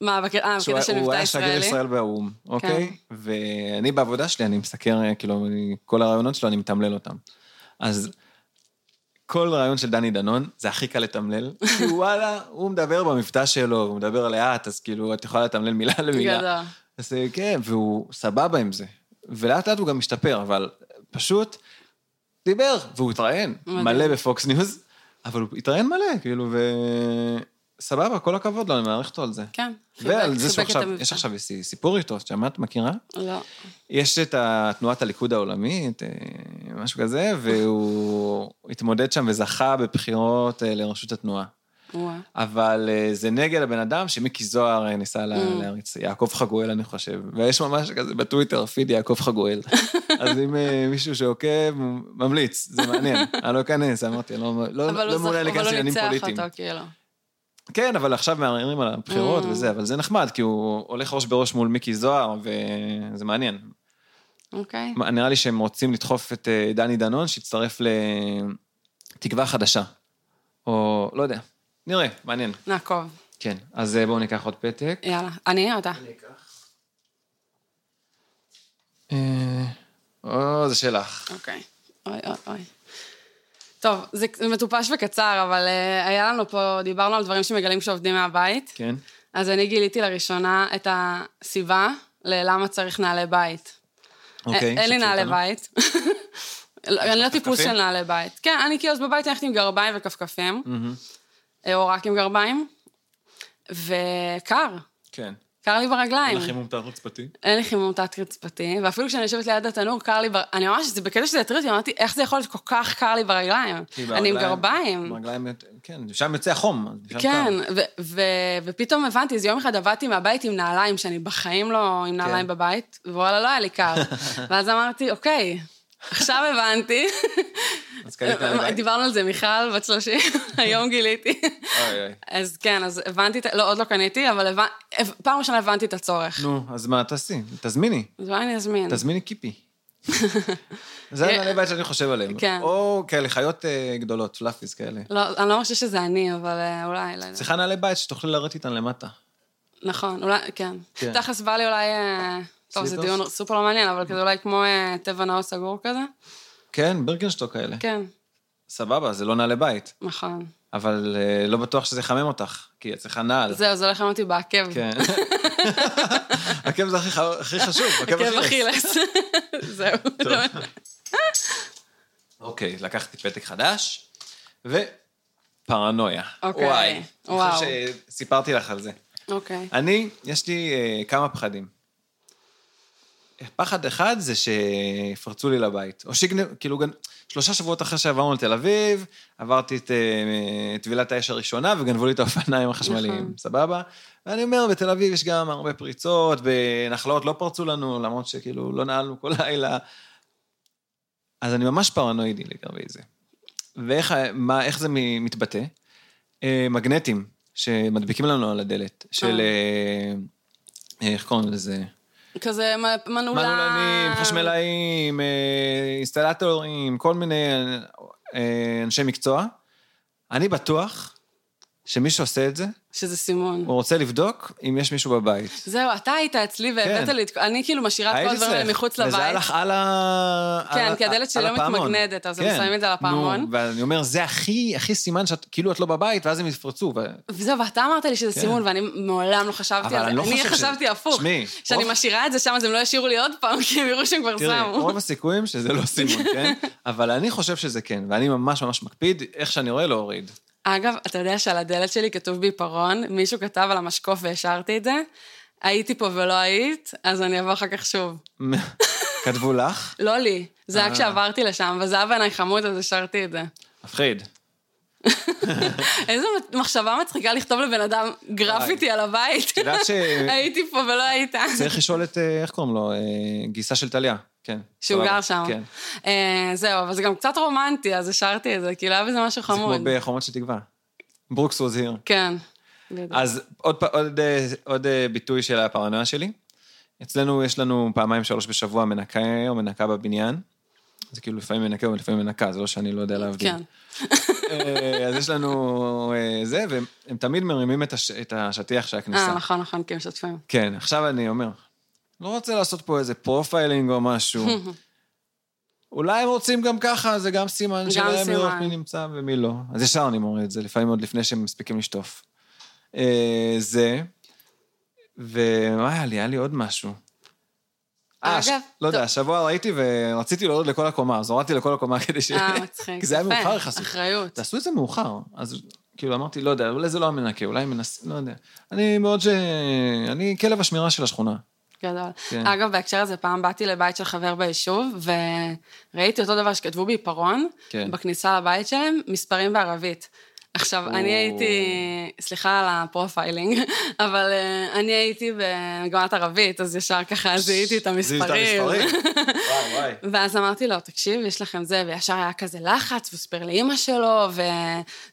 [SPEAKER 2] מה, בקטע אה,
[SPEAKER 1] שהוא
[SPEAKER 2] בקטע של
[SPEAKER 1] היה- הוא
[SPEAKER 2] מבטא
[SPEAKER 1] היה שגריר
[SPEAKER 2] ישראלי? כן.
[SPEAKER 1] ישראל באו"ם, אוקיי? ואני בעבודה שלי, אני מסקר, אה, כאילו, אני- כל הרעיונות שלו, אני מתמלל אותם. אז כל רעיון של דני דנון, זה הכי קל לתמלל, כי וואלה, הוא מדבר במבטא שלו, הוא מדבר לאט, אז כאילו, את יכולה לתמלל מילה למילה.
[SPEAKER 2] גדול.
[SPEAKER 1] אז אה, כן, והוא סבבה עם זה. ולאט לאט הוא גם משתפר, אבל פשוט דיבר, והוא התראיין
[SPEAKER 2] מדהים.
[SPEAKER 1] מלא בפוקס ניוז, אבל הוא התראיין מלא, כאילו, ו... סבבה, כל הכבוד לו, אני מעריך אותו על זה.
[SPEAKER 2] כן.
[SPEAKER 1] ועל
[SPEAKER 2] חיבק-
[SPEAKER 1] זה
[SPEAKER 2] חיבק את
[SPEAKER 1] שעכשיו,
[SPEAKER 2] המבטא.
[SPEAKER 1] יש עכשיו איזה סיפור איתו, שמעת, מכירה?
[SPEAKER 2] לא.
[SPEAKER 1] יש את ה- תנועת הליכוד העולמית, אה, משהו כזה, והוא התמודד שם וזכה בבחירות אה, לראשות התנועה.
[SPEAKER 2] וואו.
[SPEAKER 1] אבל אה, זה נגד הבן אדם שמיקי זוהר אה, ניסה
[SPEAKER 2] Mm.
[SPEAKER 1] לה- להריץ, יעקב חגואל, אני חושב. ויש ממש כזה בטוויטר, פיד יעקב חגואל. אז אם אה, מישהו שעוקב, ממליץ, זה מעניין. אני לא אכנס, אמרתי, לא לא-
[SPEAKER 2] אבל
[SPEAKER 1] לא
[SPEAKER 2] הוא
[SPEAKER 1] מעוניין
[SPEAKER 2] זכ-
[SPEAKER 1] להיכנס
[SPEAKER 2] אבל הוא
[SPEAKER 1] לעניינים
[SPEAKER 2] ניצח
[SPEAKER 1] פוליטיים.
[SPEAKER 2] אותו, כאילו.
[SPEAKER 1] כן, אבל עכשיו מערערים על הבחירות
[SPEAKER 2] Mm.
[SPEAKER 1] וזה, אבל זה נחמד, כי הוא הולך ראש בראש מול מיקי זוהר, וזה מעניין.
[SPEAKER 2] Mm. אוקיי.
[SPEAKER 1] מה, נראה לי שהם רוצים לדחוף את אה, דני דנון, שיצטרף לתקווה חדשה. או לא יודע. נראה, מעניין.
[SPEAKER 2] נעקוב.
[SPEAKER 1] כן, אז אה, בואו ניקח עוד פתק.
[SPEAKER 2] יאללה. אני או אתה?
[SPEAKER 1] אה, או, זה שלך.
[SPEAKER 2] אוקיי. אוי אוי אוי. טוב, זה זה מטופש וקצר, אבל אה, היה לנו פה, דיברנו על דברים שמגלים כשעובדים מהבית.
[SPEAKER 1] כן.
[SPEAKER 2] אז אני גיליתי לראשונה את הסיבה ללמה צריך נעלי בית. אה,
[SPEAKER 1] אוקיי.
[SPEAKER 2] אין לי
[SPEAKER 1] שתפי
[SPEAKER 2] נעלי
[SPEAKER 1] אותנו.
[SPEAKER 2] בית. לא, אני לא טיפוס
[SPEAKER 1] כפכפים?
[SPEAKER 2] של נעלי בית. כן, אני כאילו אז בבית הלכתי עם גרביים וכפכפים,
[SPEAKER 1] מהמם.
[SPEAKER 2] אה, או רק עם גרביים, וקר.
[SPEAKER 1] כן.
[SPEAKER 2] קר לי
[SPEAKER 1] אין
[SPEAKER 2] ברגליים.
[SPEAKER 1] לך חימום תת-רצפתי?
[SPEAKER 2] אין לי חימום תת-רצפתי, ואפילו כשאני יושבת ליד התנור, קר לי ב... אני ממש, זה בקטע שזה הטריד אותי, אמרתי, איך זה יכול להיות כל כך קר לי ברגליים?
[SPEAKER 1] כי
[SPEAKER 2] אני עם
[SPEAKER 1] ברגליים-
[SPEAKER 2] גרביים.
[SPEAKER 1] ברגליים, כן, שם יוצא החום. שם
[SPEAKER 2] כן,
[SPEAKER 1] קר.
[SPEAKER 2] ו- ו- ופתאום הבנתי, אז יום אחד עבדתי מהבית עם נעליים, שאני בחיים לא
[SPEAKER 1] כן.
[SPEAKER 2] עם נעליים בבית, ווואלה, לא היה לי קר. ואז אמרתי, אוקיי, עכשיו הבנתי.
[SPEAKER 1] אז קנית
[SPEAKER 2] אה,
[SPEAKER 1] לבית.
[SPEAKER 2] דיברנו על זה, מיכל, בת 30, היום גיליתי.
[SPEAKER 1] אוי, אוי.
[SPEAKER 2] אז כן, אז הבנתי, את ה- לא, עוד לא קניתי, אבל הבנ- הבנ- פעם ראשונה הבנתי את הצורך.
[SPEAKER 1] נו, אז מה תעשי? תזמיני.
[SPEAKER 2] אז אולי אני אזמין.
[SPEAKER 1] תזמיני קיפי. זה המעלה בית שאני חושב עליהם.
[SPEAKER 2] אה, כן.
[SPEAKER 1] או כאלה חיות אה, גדולות, פלאפיס כאלה.
[SPEAKER 2] לא, אני לא מרגישה שזה אני, אבל אה, אולי, לא יודעת.
[SPEAKER 1] צריכה נעלי בית שתוכלי לרדת איתן למטה.
[SPEAKER 2] נכון, אולי, כן.
[SPEAKER 1] כן.
[SPEAKER 2] תכלס בא לי אולי... אה, טוב, זה
[SPEAKER 1] סליפרס?
[SPEAKER 2] דיון סופר לא מעניין, אבל כזה אולי כמו אה, טבע נאור סגור כזה.
[SPEAKER 1] כן, בירקנשטוק כאלה.
[SPEAKER 2] כן,
[SPEAKER 1] סבבה, זה לא נעלי בית.
[SPEAKER 2] נכון.
[SPEAKER 1] אבל אה, לא בטוח שזה יחמם אותך, כי את צריכה נעל.
[SPEAKER 2] זהו, זה הולך לענות אותי בעקב.
[SPEAKER 1] כן. עקב זה הכי ח- הכי חשוב, עקב
[SPEAKER 2] עקב
[SPEAKER 1] אכילס.
[SPEAKER 2] אכילס. כן, זהו.
[SPEAKER 1] אוקיי, לקחתי פתק חדש, ופרנויה.
[SPEAKER 2] אוקיי,
[SPEAKER 1] וואי.
[SPEAKER 2] וואו.
[SPEAKER 1] אני חושב שסיפרתי לך על זה.
[SPEAKER 2] אוקיי.
[SPEAKER 1] אני, יש לי אה, כמה פחדים. פחד אחד זה שיפרצו לי לבית. או שיגנב, כאילו, גנ... שלושה שבועות אחרי שעברנו לתל אביב, עברתי את אה, טבילת האש הראשונה וגנבו לי את האופניים החשמליים,
[SPEAKER 2] נכון.
[SPEAKER 1] סבבה? ואני אומר, בתל אביב יש גם הרבה פריצות, ונחלאות לא פרצו לנו, למרות שכאילו לא נעלנו כל לילה. אז אני ממש פרנואידי לגבי זה. ואיך ה- מה, איך זה מ- מתבטא? אה, מגנטים שמדביקים לנו על הדלת, של...
[SPEAKER 2] אה.
[SPEAKER 1] אה, איך קוראים לזה?
[SPEAKER 2] כזה מ- מנעולן.
[SPEAKER 1] מנעולנים, חשמלאים, אה, אינסטלטורים, כל מיני אה, אנשי מקצוע. אני בטוח שמי שעושה את זה,
[SPEAKER 2] שזה סימון.
[SPEAKER 1] הוא רוצה לבדוק אם יש מישהו בבית.
[SPEAKER 2] זהו, אתה היית אצלי והבאת
[SPEAKER 1] כן.
[SPEAKER 2] לי את כל... אני כאילו משאירה את כל
[SPEAKER 1] הייתי
[SPEAKER 2] הדברים האלה
[SPEAKER 1] צריך,
[SPEAKER 2] מחוץ
[SPEAKER 1] וזה היה
[SPEAKER 2] לבית.
[SPEAKER 1] לך על ה...
[SPEAKER 2] כן,
[SPEAKER 1] על ה-
[SPEAKER 2] כי הדלת שלי
[SPEAKER 1] על
[SPEAKER 2] לא
[SPEAKER 1] הפעמון.
[SPEAKER 2] מתמגנטת, אז הם
[SPEAKER 1] כן.
[SPEAKER 2] שמים את זה על הפעמון.
[SPEAKER 1] נו, ואני אומר, זה הכי, הכי סימן שאת, כאילו את לא בבית, ואז הם יפרצו. ו-
[SPEAKER 2] וזהו, ואתה אמרת לי שזה
[SPEAKER 1] כן.
[SPEAKER 2] סימון, ואני מעולם לא חשבתי
[SPEAKER 1] אבל
[SPEAKER 2] על זה.
[SPEAKER 1] אני לא חושב ש-
[SPEAKER 2] חשבתי הפוך.
[SPEAKER 1] שמעי,
[SPEAKER 2] שאני
[SPEAKER 1] רוב-
[SPEAKER 2] משאירה את זה שם, אז הם לא ישאירו לי עוד פעם, כי הם יראו שהם כבר
[SPEAKER 1] תראי,
[SPEAKER 2] שמו.
[SPEAKER 1] רוב הסיכויים שזה לא סימון, כן? אבל אני חושב שזה כן, ואני ממש ממש מקפיד, איך שאני רואה להוריד.
[SPEAKER 2] אגב, אתה יודע שעל הדלת שלי כתוב בעיפרון, מישהו כתב על המשקוף והשארתי את זה, הייתי פה ולא היית, אז אני אבוא אחר כך שוב.
[SPEAKER 1] כתבו לך,
[SPEAKER 2] לא לי, זה
[SPEAKER 1] אה.
[SPEAKER 2] היה כשעברתי לשם, וזה היה בעיניי חמוד, אז השארתי את זה.
[SPEAKER 1] מפחיד.
[SPEAKER 2] איזו מחשבה מצחיקה לכתוב לבן אדם גרפיטי על הבית.
[SPEAKER 1] יודעת ש-
[SPEAKER 2] הייתי פה ולא היית.
[SPEAKER 1] צריך לשאול את, אה, איך קוראים לו? אה, גיסה של טליה. כן.
[SPEAKER 2] שהוא
[SPEAKER 1] סבבה.
[SPEAKER 2] גר שם.
[SPEAKER 1] כן.
[SPEAKER 2] אה, זהו, אבל זה גם קצת רומנטי, אז השארתי את זה, כאילו היה בזה משהו
[SPEAKER 1] זה כמו
[SPEAKER 2] חמוד.
[SPEAKER 1] בחומות של תקווה. ברוקס was here.
[SPEAKER 2] כן.
[SPEAKER 1] אז עוד, פ- עוד, אה, עוד אה, ביטוי של הפרנויה שלי. אצלנו יש לנו פעמיים שלוש בשבוע מנקה או מנקה בבניין. זה כאילו לפעמים מנקה או לפעמים מנקה, זה לא שאני לא יודע להבדיל.
[SPEAKER 2] כן.
[SPEAKER 1] אה, אז יש לנו אה, זה, והם הם תמיד מרימים את, הש, את השטיח של הכניסה.
[SPEAKER 2] אה, נכון, נכון, כי הם משתפים.
[SPEAKER 1] כן, עכשיו אני אומר, לא רוצה לעשות פה איזה פרופיילינג או משהו. אולי הם רוצים גם ככה, זה גם סימן
[SPEAKER 2] גם
[SPEAKER 1] שלהם
[SPEAKER 2] סימן.
[SPEAKER 1] לראות מי נמצא ומי לא. אז ישר אני מורה את זה, לפעמים עוד לפני שהם מספיקים לשטוף. אה, זה, ומה היה לי? היה לי עוד משהו. אה,
[SPEAKER 2] אגב,
[SPEAKER 1] ש- לא יודע,
[SPEAKER 2] טוב.
[SPEAKER 1] השבוע ראיתי ורציתי להוריד לכל הקומה, אז הורדתי לכל הקומה כדי ש...
[SPEAKER 2] אה, מצחיק.
[SPEAKER 1] כי זה היה
[SPEAKER 2] יפה,
[SPEAKER 1] מאוחר יחסית.
[SPEAKER 2] אחריות.
[SPEAKER 1] תעשו את זה מאוחר. אז כאילו אמרתי, לא יודע, אולי זה לא המנקה, אולי מנסים, לא יודע. אני מאוד ש... אני כלב השמירה של השכונה.
[SPEAKER 2] גדול.
[SPEAKER 1] כן.
[SPEAKER 2] אגב, בהקשר הזה, פעם באתי לבית של חבר ביישוב, וראיתי אותו דבר שכתבו בעיפרון,
[SPEAKER 1] כן.
[SPEAKER 2] בכניסה לבית שלהם, מספרים בערבית. עכשיו,
[SPEAKER 1] או.
[SPEAKER 2] אני הייתי, סליחה על הפרופיילינג, אבל אה, אני הייתי במגמת ערבית, אז ישר ככה זיהיתי את המספרים.
[SPEAKER 1] וואי, וואי.
[SPEAKER 2] ואז אמרתי לו, תקשיב, יש לכם זה, וישר היה כזה לחץ, והוא סיפר לאימא שלו, ו...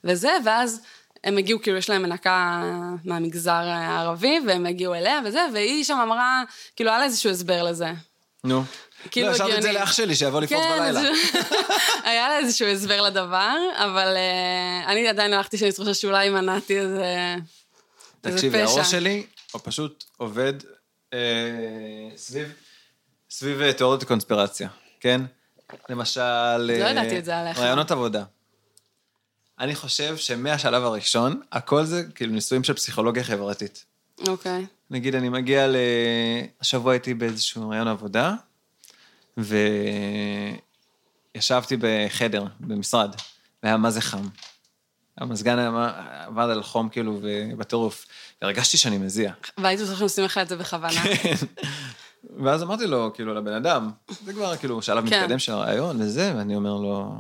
[SPEAKER 2] וזה, ואז הם הגיעו, כאילו, יש להם מנקה מהמגזר הערבי, והם הגיעו אליה וזה, והיא שם אמרה, כאילו, היה לה איזשהו הסבר לזה.
[SPEAKER 1] נו.
[SPEAKER 2] כאילו
[SPEAKER 1] לא, השארתי את זה
[SPEAKER 2] הגיוני. כן,
[SPEAKER 1] לאח שלי, שיבוא לפרוץ בלילה.
[SPEAKER 2] אז- היה לה איזשהו הסבר לדבר, אבל אה, אני עדיין הלכתי שאני צריכה שאולי מנעתי איזה... איזה
[SPEAKER 1] תקשיבי,
[SPEAKER 2] פשע.
[SPEAKER 1] הראש שלי, הוא פשוט עובד אה, סביב, סביב אה, תיאוריות הקונספירציה, כן? למשל... לא
[SPEAKER 2] ידעתי את זה עליך.
[SPEAKER 1] רעיונות עבודה. אני חושב שמהשלב הראשון, הכל זה כאילו ניסויים של פסיכולוגיה חברתית.
[SPEAKER 2] אוקיי.
[SPEAKER 1] נגיד, אני מגיע ל... השבוע הייתי באיזשהו רעיון עבודה, וישבתי בחדר, במשרד, והיה מה זה חם. המזגן היה- עבד על חום כאילו ו- בטירוף. הרגשתי שאני מזיע.
[SPEAKER 2] והייתם צריכים לשים לך את זה בכוונה.
[SPEAKER 1] ואז אמרתי לו, כאילו, לבן אדם, זה כבר כאילו שלב
[SPEAKER 2] כן.
[SPEAKER 1] מתקדם של הרעיון וזה, ואני אומר לו,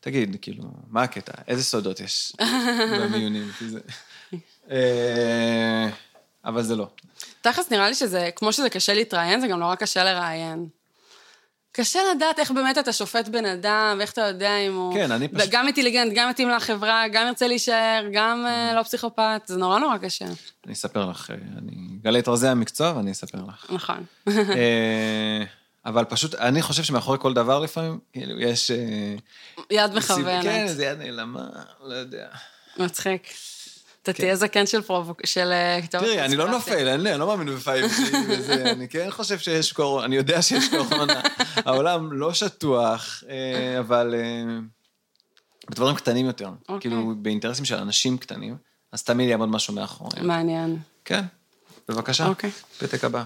[SPEAKER 1] תגיד, כאילו, מה הקטע? איזה סודות יש במיונים? כי זה- אה, אבל זה לא.
[SPEAKER 2] תכלס נראה לי שזה, כמו שזה קשה להתראיין, זה גם נורא קשה לראיין. קשה לדעת איך באמת אתה שופט בן אדם, ואיך אתה יודע אם הוא...
[SPEAKER 1] כן, אני פשוט-
[SPEAKER 2] גם אינטליגנט, גם מתאים לחברה, גם ירצה להישאר, גם אה,
[SPEAKER 1] Mm-hmm.
[SPEAKER 2] לא פסיכופת, זה נורא נורא קשה.
[SPEAKER 1] אני אספר לך, אה, אני אגלה את רזי המקצוע ואני אספר לך.
[SPEAKER 2] נכון.
[SPEAKER 1] אה, אבל פשוט, אני חושב שמאחורי כל דבר לפעמים, כאילו, יש... אה,
[SPEAKER 2] יד
[SPEAKER 1] סיב- כן,
[SPEAKER 2] מכוונת.
[SPEAKER 1] איזה יד נעלמה, לא יודע.
[SPEAKER 2] מצחיק. אתה תהיה זקן של פרובוק... של... אה, כתובת
[SPEAKER 1] כן. תראי, אני לא
[SPEAKER 2] קונספירציה.
[SPEAKER 1] נופל, אני אני לא מאמין ב-5G וזה, אני כן חושב שיש קורונה, אני יודע שיש קורונה. העולם לא שטוח, אה, אבל אה, בדברים קטנים יותר.
[SPEAKER 2] אוקיי.
[SPEAKER 1] כאילו, באינטרסים של אנשים קטנים, אז תמיד יעמוד משהו מאחוריהם.
[SPEAKER 2] מעניין.
[SPEAKER 1] כן, בבקשה.
[SPEAKER 2] אוקיי.
[SPEAKER 1] פתק הבא.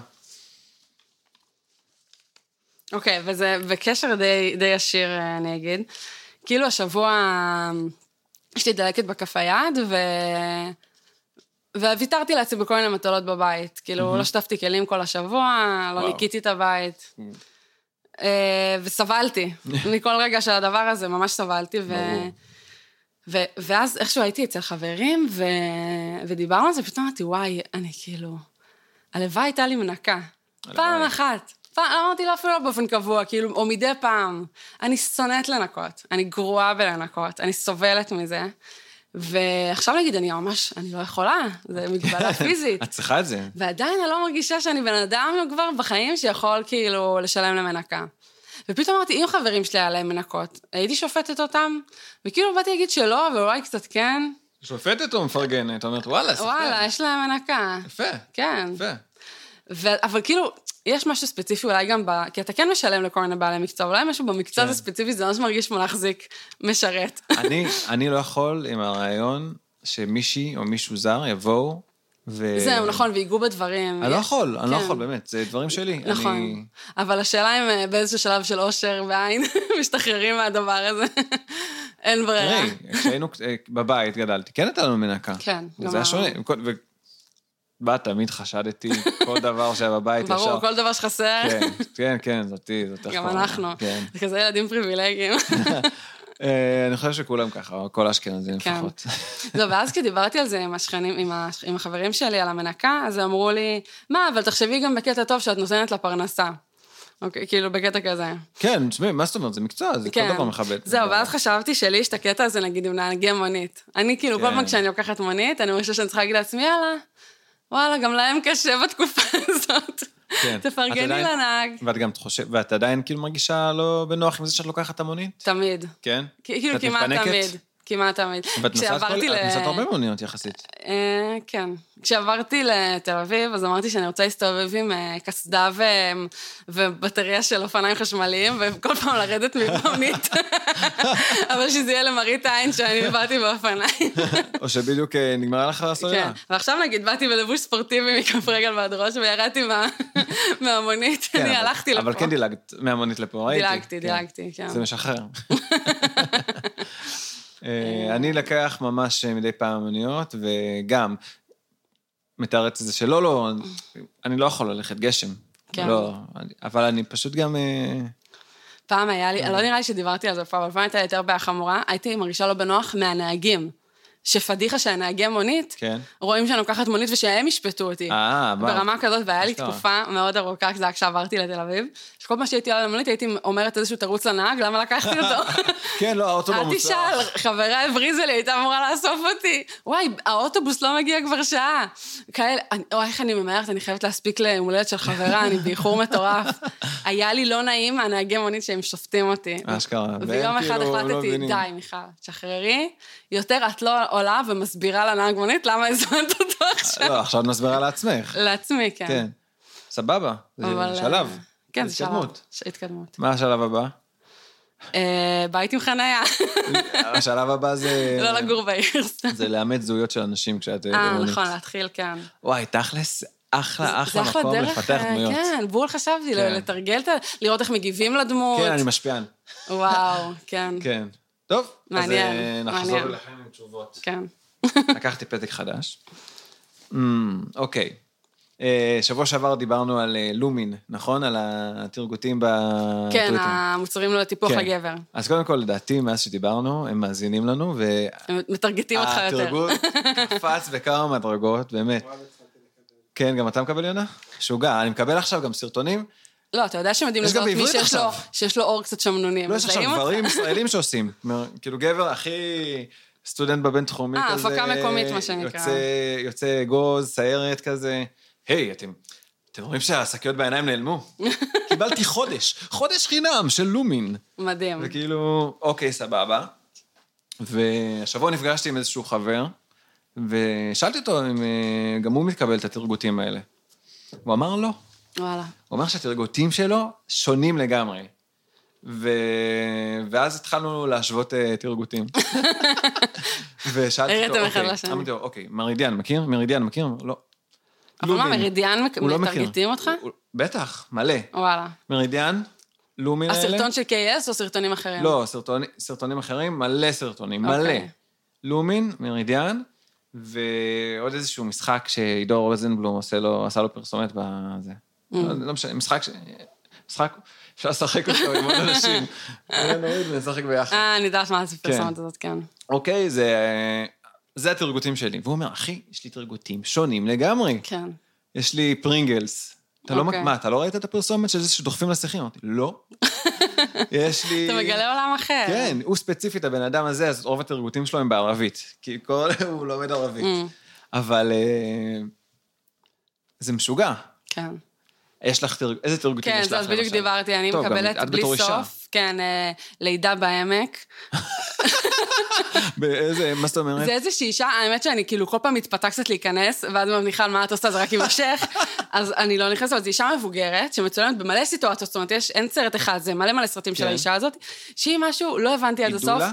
[SPEAKER 2] אוקיי, וזה בקשר די, די ישיר, אה, אני אגיד. כאילו השבוע אה, יש לי דלקת בכף היד, ו... וויתרתי לעצמי בכל מיני מטלות בבית. כאילו, mm-hmm. לא שטפתי כלים כל השבוע, לא
[SPEAKER 1] וואו.
[SPEAKER 2] ניקיתי את הבית.
[SPEAKER 1] Mm.
[SPEAKER 2] אה, וסבלתי מכל רגע של הדבר הזה, ממש סבלתי. ו...
[SPEAKER 1] ברור.
[SPEAKER 2] ו- ואז איכשהו הייתי אצל חברים, ו... ודיברנו על זה, פתאום אמרתי, וואי, אני כאילו... הלוואי הייתה לי מנקה.
[SPEAKER 1] הלוואי.
[SPEAKER 2] פעם אחת. פעם, אמרתי לו אפילו לא באופן קבוע, כאילו, או מדי פעם. אני שונאת לנקות, אני גרועה בלנקות, אני סובלת מזה. ועכשיו נגיד, אני ממש, אני לא יכולה, זה מגבלה פיזית.
[SPEAKER 1] את צריכה את זה.
[SPEAKER 2] ועדיין אני לא מרגישה שאני בן אדם כבר בחיים שיכול כאילו לשלם למנקה. ופתאום אמרתי, אם חברים שלי היה להם מנקות, הייתי שופטת אותם, וכאילו באתי להגיד שלא, ואולי קצת כן,
[SPEAKER 1] שופטת או מפרגנת? אומרת, וואלה, שחקן.
[SPEAKER 2] וואלה, יש להם מנקה.
[SPEAKER 1] יפה,
[SPEAKER 2] כן.
[SPEAKER 1] יפה.
[SPEAKER 2] ו- אבל כאילו, יש משהו ספציפי אולי גם ב... כי אתה כן משלם לכל מיני בעלי מקצוע, אולי משהו במקצוע
[SPEAKER 1] כן.
[SPEAKER 2] הזה ספציפי, זה ממש מרגיש כמו להחזיק משרת.
[SPEAKER 1] אני, אני לא יכול עם הרעיון שמישהי או מישהו זר יבואו ו...
[SPEAKER 2] זהו, נכון, ויגעו בדברים.
[SPEAKER 1] אה. אני לא יכול, אני לא
[SPEAKER 2] כן.
[SPEAKER 1] יכול, באמת, זה דברים שלי. אני...
[SPEAKER 2] נכון. אבל השאלה אם אה, באיזשהו שלב של אושר ועין משתחררים מהדבר הזה, אין ברירה.
[SPEAKER 1] תראי, כשהיינו אה, בבית, גדלתי, כן הייתה לנו מנקה.
[SPEAKER 2] כן,
[SPEAKER 1] זה היה
[SPEAKER 2] כלומר-
[SPEAKER 1] שונה. כל- ו- בה תמיד חשדתי, כל דבר שהיה בבית ישר.
[SPEAKER 2] ברור, כל דבר שחסר,
[SPEAKER 1] כן, כן, כן, זאתי, זאת איך
[SPEAKER 2] גם
[SPEAKER 1] קוראים לה.
[SPEAKER 2] אנחנו.
[SPEAKER 1] כן.
[SPEAKER 2] זה כזה ילדים פריבילגיים.
[SPEAKER 1] אה, אני חושב שכולם ככה, כל האשכנזים
[SPEAKER 2] כן.
[SPEAKER 1] לפחות.
[SPEAKER 2] לא, ואז כשדיברתי על זה עם השכנים, עם, הש... עם החברים שלי, על המנקה, אז אמרו לי, מה, אבל תחשבי גם בקטע טוב שאת נותנת לה פרנסה. אוקיי, כאילו, בקטע כזה. כן.
[SPEAKER 1] כן, תשמעי, מה זאת אומרת? זה מקצוע, זה כל דבר לא מכבד.
[SPEAKER 2] זהו, ואז חשבתי שלי יש את הקטע הזה, נגיד, עם נהגי מונית. אני כאילו, כל
[SPEAKER 1] כן.
[SPEAKER 2] פעם כשאני לוקחת מונית, אני חושבת שאני צריכה להגיד לעצמי, יאללה, וואלה, גם להם קשה בתקופה הזאת.
[SPEAKER 1] כן. את
[SPEAKER 2] תפרגני
[SPEAKER 1] עדיין-
[SPEAKER 2] לנהג.
[SPEAKER 1] ואת גם חושבת, ואת עדיין כאילו מרגישה לא בנוח עם זה שאת לוקחת את המונית?
[SPEAKER 2] תמיד.
[SPEAKER 1] כן?
[SPEAKER 2] כי- כאילו,
[SPEAKER 1] ואת
[SPEAKER 2] כמעט
[SPEAKER 1] מתפנקת?
[SPEAKER 2] תמיד. כמעט תמיד.
[SPEAKER 1] ואת נוסעת כל-
[SPEAKER 2] כשעברתי
[SPEAKER 1] את
[SPEAKER 2] ל-
[SPEAKER 1] נוסעת הרבה מוניות יחסית.
[SPEAKER 2] אה, כן. כשעברתי לתל אביב, אז אמרתי שאני רוצה להסתובב עם אה, קסדה ו... ובטריה של אופניים חשמליים, וכל פעם לרדת מבמונית. אבל שזה יהיה למראית העין שאני באתי באופניים.
[SPEAKER 1] או שבדיוק אה, נגמרה לך
[SPEAKER 2] כן.
[SPEAKER 1] הסוללה.
[SPEAKER 2] ועכשיו נגיד, באתי בלבוש ספורטיבי מכף רגל ועד ראש, וירדתי מה- מהמונית, אני
[SPEAKER 1] אבל-
[SPEAKER 2] הלכתי לפה.
[SPEAKER 1] אבל כן דילגת מהמונית לפה, ראיתי.
[SPEAKER 2] דילגתי,
[SPEAKER 1] כן.
[SPEAKER 2] דילגתי, כן.
[SPEAKER 1] זה משחרר. אה, אני לקח ממש אה, מדי פעם מוניות, וגם מתארץ את זה שלא, לא, אני- אני לא יכול ללכת גשם.
[SPEAKER 2] כן.
[SPEAKER 1] לא, אני- אבל אני פשוט גם... אה,
[SPEAKER 2] פעם היה
[SPEAKER 1] כן.
[SPEAKER 2] לי, לא נראה לי שדיברתי על זה פעם, אבל פעם הייתה לי יותר בעיה חמורה, הייתי מרגישה לא בנוח מהנהגים. שפדיחה שהנהגי מונית,
[SPEAKER 1] כן.
[SPEAKER 2] רואים שאני לוקחת מונית ושהם ישפטו אותי.
[SPEAKER 1] אה, מה?
[SPEAKER 2] כן. ברמה כזאת, והיה לי
[SPEAKER 1] אשכרה.
[SPEAKER 2] תקופה מאוד ארוכה, זה היה כשעברתי לתל אביב, שכל פעם שהייתי עולה למונית הייתי אומרת איזשהו תירוץ לנהג, למה לקחתי אותו?
[SPEAKER 1] כן, לא, האוטו לא
[SPEAKER 2] אל
[SPEAKER 1] מוצלח.
[SPEAKER 2] תשאל, חברה הבריזה לי, הייתה אמורה לאסוף אותי. וואי, האוטובוס לא מגיע כבר שעה. כאלה, אני- אוי, איך אני ממהרת, אני חייבת להספיק ליום הולדת של חברה, אני באיחור מטורף. היה לי לא נעים מהנהגי מונית שהם שופטים אותי.
[SPEAKER 1] אוקיי. אשכרה, והם
[SPEAKER 2] ויום אחד
[SPEAKER 1] כאילו לא
[SPEAKER 2] החלטתי,
[SPEAKER 1] מבינים."
[SPEAKER 2] די, מיכל, תשחררי, יותר את לא עולה ומסבירה לנהג מונית למה הזמנת אותו עכשיו.
[SPEAKER 1] לא, עכשיו את מסבירה לעצמך.
[SPEAKER 2] לעצמי, כן.
[SPEAKER 1] כן. סבבה, זה
[SPEAKER 2] אבל,
[SPEAKER 1] שלב.
[SPEAKER 2] אה, כן, זה שלב.
[SPEAKER 1] התקדמות.
[SPEAKER 2] ש- התקדמות.
[SPEAKER 1] מה השלב הבא?
[SPEAKER 2] אה, בית עם חניה,
[SPEAKER 1] השלב הבא זה...
[SPEAKER 2] לא לגור בעיר.
[SPEAKER 1] כן, זה לאמץ זהויות של אנשים כשאת...
[SPEAKER 2] אה,
[SPEAKER 1] במונית.
[SPEAKER 2] נכון, להתחיל, כן.
[SPEAKER 1] וואי, תכלס, אחלה,
[SPEAKER 2] זה
[SPEAKER 1] אחלה מקום
[SPEAKER 2] דרך,
[SPEAKER 1] לפתח
[SPEAKER 2] אה,
[SPEAKER 1] דמויות.
[SPEAKER 2] כן, בול חשבתי,
[SPEAKER 1] כן.
[SPEAKER 2] לתרגל, את ה- לראות איך מגיבים לדמות.
[SPEAKER 1] כן, אני משפיען.
[SPEAKER 2] וואו, כן.
[SPEAKER 1] כן. טוב,
[SPEAKER 2] מעניין,
[SPEAKER 1] אז אה, נחזור
[SPEAKER 2] מעניין.
[SPEAKER 1] אליכם עם תשובות.
[SPEAKER 2] כן.
[SPEAKER 1] אה, לקחתי פתק חדש. Mm, אוקיי. אה, שבוע שעבר דיברנו על אה, לומין, נכון? על התרגותים בטוויטר.
[SPEAKER 2] כן, המוצרים לא לטיפוח
[SPEAKER 1] כן.
[SPEAKER 2] לגבר.
[SPEAKER 1] אז קודם כל, לדעתי, מאז שדיברנו, הם מאזינים לנו,
[SPEAKER 2] הם מטרגטים
[SPEAKER 1] אה,
[SPEAKER 2] אותך יותר.
[SPEAKER 1] והתרגות קפץ בכמה מדרגות, באמת. כן, גם אתה מקבל, יונה? שוגע, אני מקבל עכשיו גם סרטונים.
[SPEAKER 2] לא, אתה יודע שהם יודעים
[SPEAKER 1] יש גם
[SPEAKER 2] לזהות מי
[SPEAKER 1] בעברית
[SPEAKER 2] שיש לו-
[SPEAKER 1] עכשיו.
[SPEAKER 2] שיש לו עור קצת שמנוני. הם
[SPEAKER 1] לא, יש עכשיו
[SPEAKER 2] מזהים אותך.
[SPEAKER 1] גברים ישראלים שעושים. כלומר, כאילו, גבר הכי סטודנט בבינתחומי
[SPEAKER 2] אה,
[SPEAKER 1] כזה.
[SPEAKER 2] הפקה מקומית, מה שנקרא.
[SPEAKER 1] יוצא- יוצא אגוז, סיירת כזה. היי, אתם... אתם רואים שהשקיות בעיניים נעלמו? קיבלתי חודש, חודש חינם של לומין.
[SPEAKER 2] מדהים.
[SPEAKER 1] וכאילו, אוקיי, סבבה. והשבוע נפגשתי עם איזשהו חבר, ושאלתי אותו אם אה, גם הוא מתקבל את התרגותים האלה. הוא אמר לא.
[SPEAKER 2] וואלה.
[SPEAKER 1] הוא אמר שהתרגותים שלו שונים לגמרי. ו... ואז התחלנו להשוות אה, תרגותים. ושאלתי אותו,
[SPEAKER 2] הראיתם אחד
[SPEAKER 1] אוקיי,
[SPEAKER 2] לשני.
[SPEAKER 1] אמרתי לו, אוקיי, מרידיאן מכיר? מרידיאן מכיר? לא.
[SPEAKER 2] אבל מה,
[SPEAKER 1] לובין.
[SPEAKER 2] מרידיאן
[SPEAKER 1] הוא לא מכיר.
[SPEAKER 2] מטרגטים אותך?
[SPEAKER 1] הוא- הוא- בטח, מלא.
[SPEAKER 2] וואלה.
[SPEAKER 1] מרידיאן, לומים האלה.
[SPEAKER 2] הסרטון של KS או סרטונים אחרים?
[SPEAKER 1] לא, סרטונים, סרטונים אחרים, מלא סרטונים, מלא.
[SPEAKER 2] כן. אוקיי.
[SPEAKER 1] לומין, מרידיאן, ועוד איזשהו משחק שעידו רוזנבלום עושה לו, עשה לו פרסומת בזה.
[SPEAKER 2] Mm.
[SPEAKER 1] לא לא משנה, משחק ש... משחק, אפשר לשחק אותו עם עוד אנשים. לא, אולי נוריד ונשחק ביחד.
[SPEAKER 2] אה, אני יודעת מה זה פרסומת הזאת, כן.
[SPEAKER 1] אוקיי, זה... זה התרגותים שלי. והוא אומר, אחי, יש לי תרגותים שונים לגמרי.
[SPEAKER 2] כן.
[SPEAKER 1] יש לי פרינגלס. אתה לא...
[SPEAKER 2] אוקיי.
[SPEAKER 1] מה, אתה לא ראית את הפרסומת של זה שדוחפים לשיחים? אמרתי, לא. יש לי...
[SPEAKER 2] אתה מגלה עולם אחר.
[SPEAKER 1] כן, הוא ספציפית, הבן אדם הזה, אז רוב התרגותים שלו הם בערבית, כי כל... הוא לומד ערבית.
[SPEAKER 2] Mm,
[SPEAKER 1] אבל אה, זה משוגע.
[SPEAKER 2] כן.
[SPEAKER 1] יש לך תרג... איזה תרגותים
[SPEAKER 2] כן,
[SPEAKER 1] יש לך
[SPEAKER 2] אז בדיוק
[SPEAKER 1] למשל?
[SPEAKER 2] דיברתי, אני
[SPEAKER 1] טוב, גם
[SPEAKER 2] מקבלת
[SPEAKER 1] את
[SPEAKER 2] בלי
[SPEAKER 1] בתור אישה.
[SPEAKER 2] סוף. כן, אה, לידה בעמק.
[SPEAKER 1] באיזה, מה זאת אומרת?
[SPEAKER 2] זה איזושהי אישה, האמת שאני כאילו כל פעם מתפתה קצת להיכנס, ואז מבניחה על מה את עושה, זה רק יימשך. אז אני לא נכנסת, אבל זו אישה מבוגרת שמצולמת במלא סיטואציות, זאת אומרת, יש, אין סרט אחד, זה מלא מלא סרטים של
[SPEAKER 1] כן.
[SPEAKER 2] האישה הזאת, שהיא משהו, לא הבנתי עד
[SPEAKER 1] היא
[SPEAKER 2] הסוף.
[SPEAKER 1] דולה?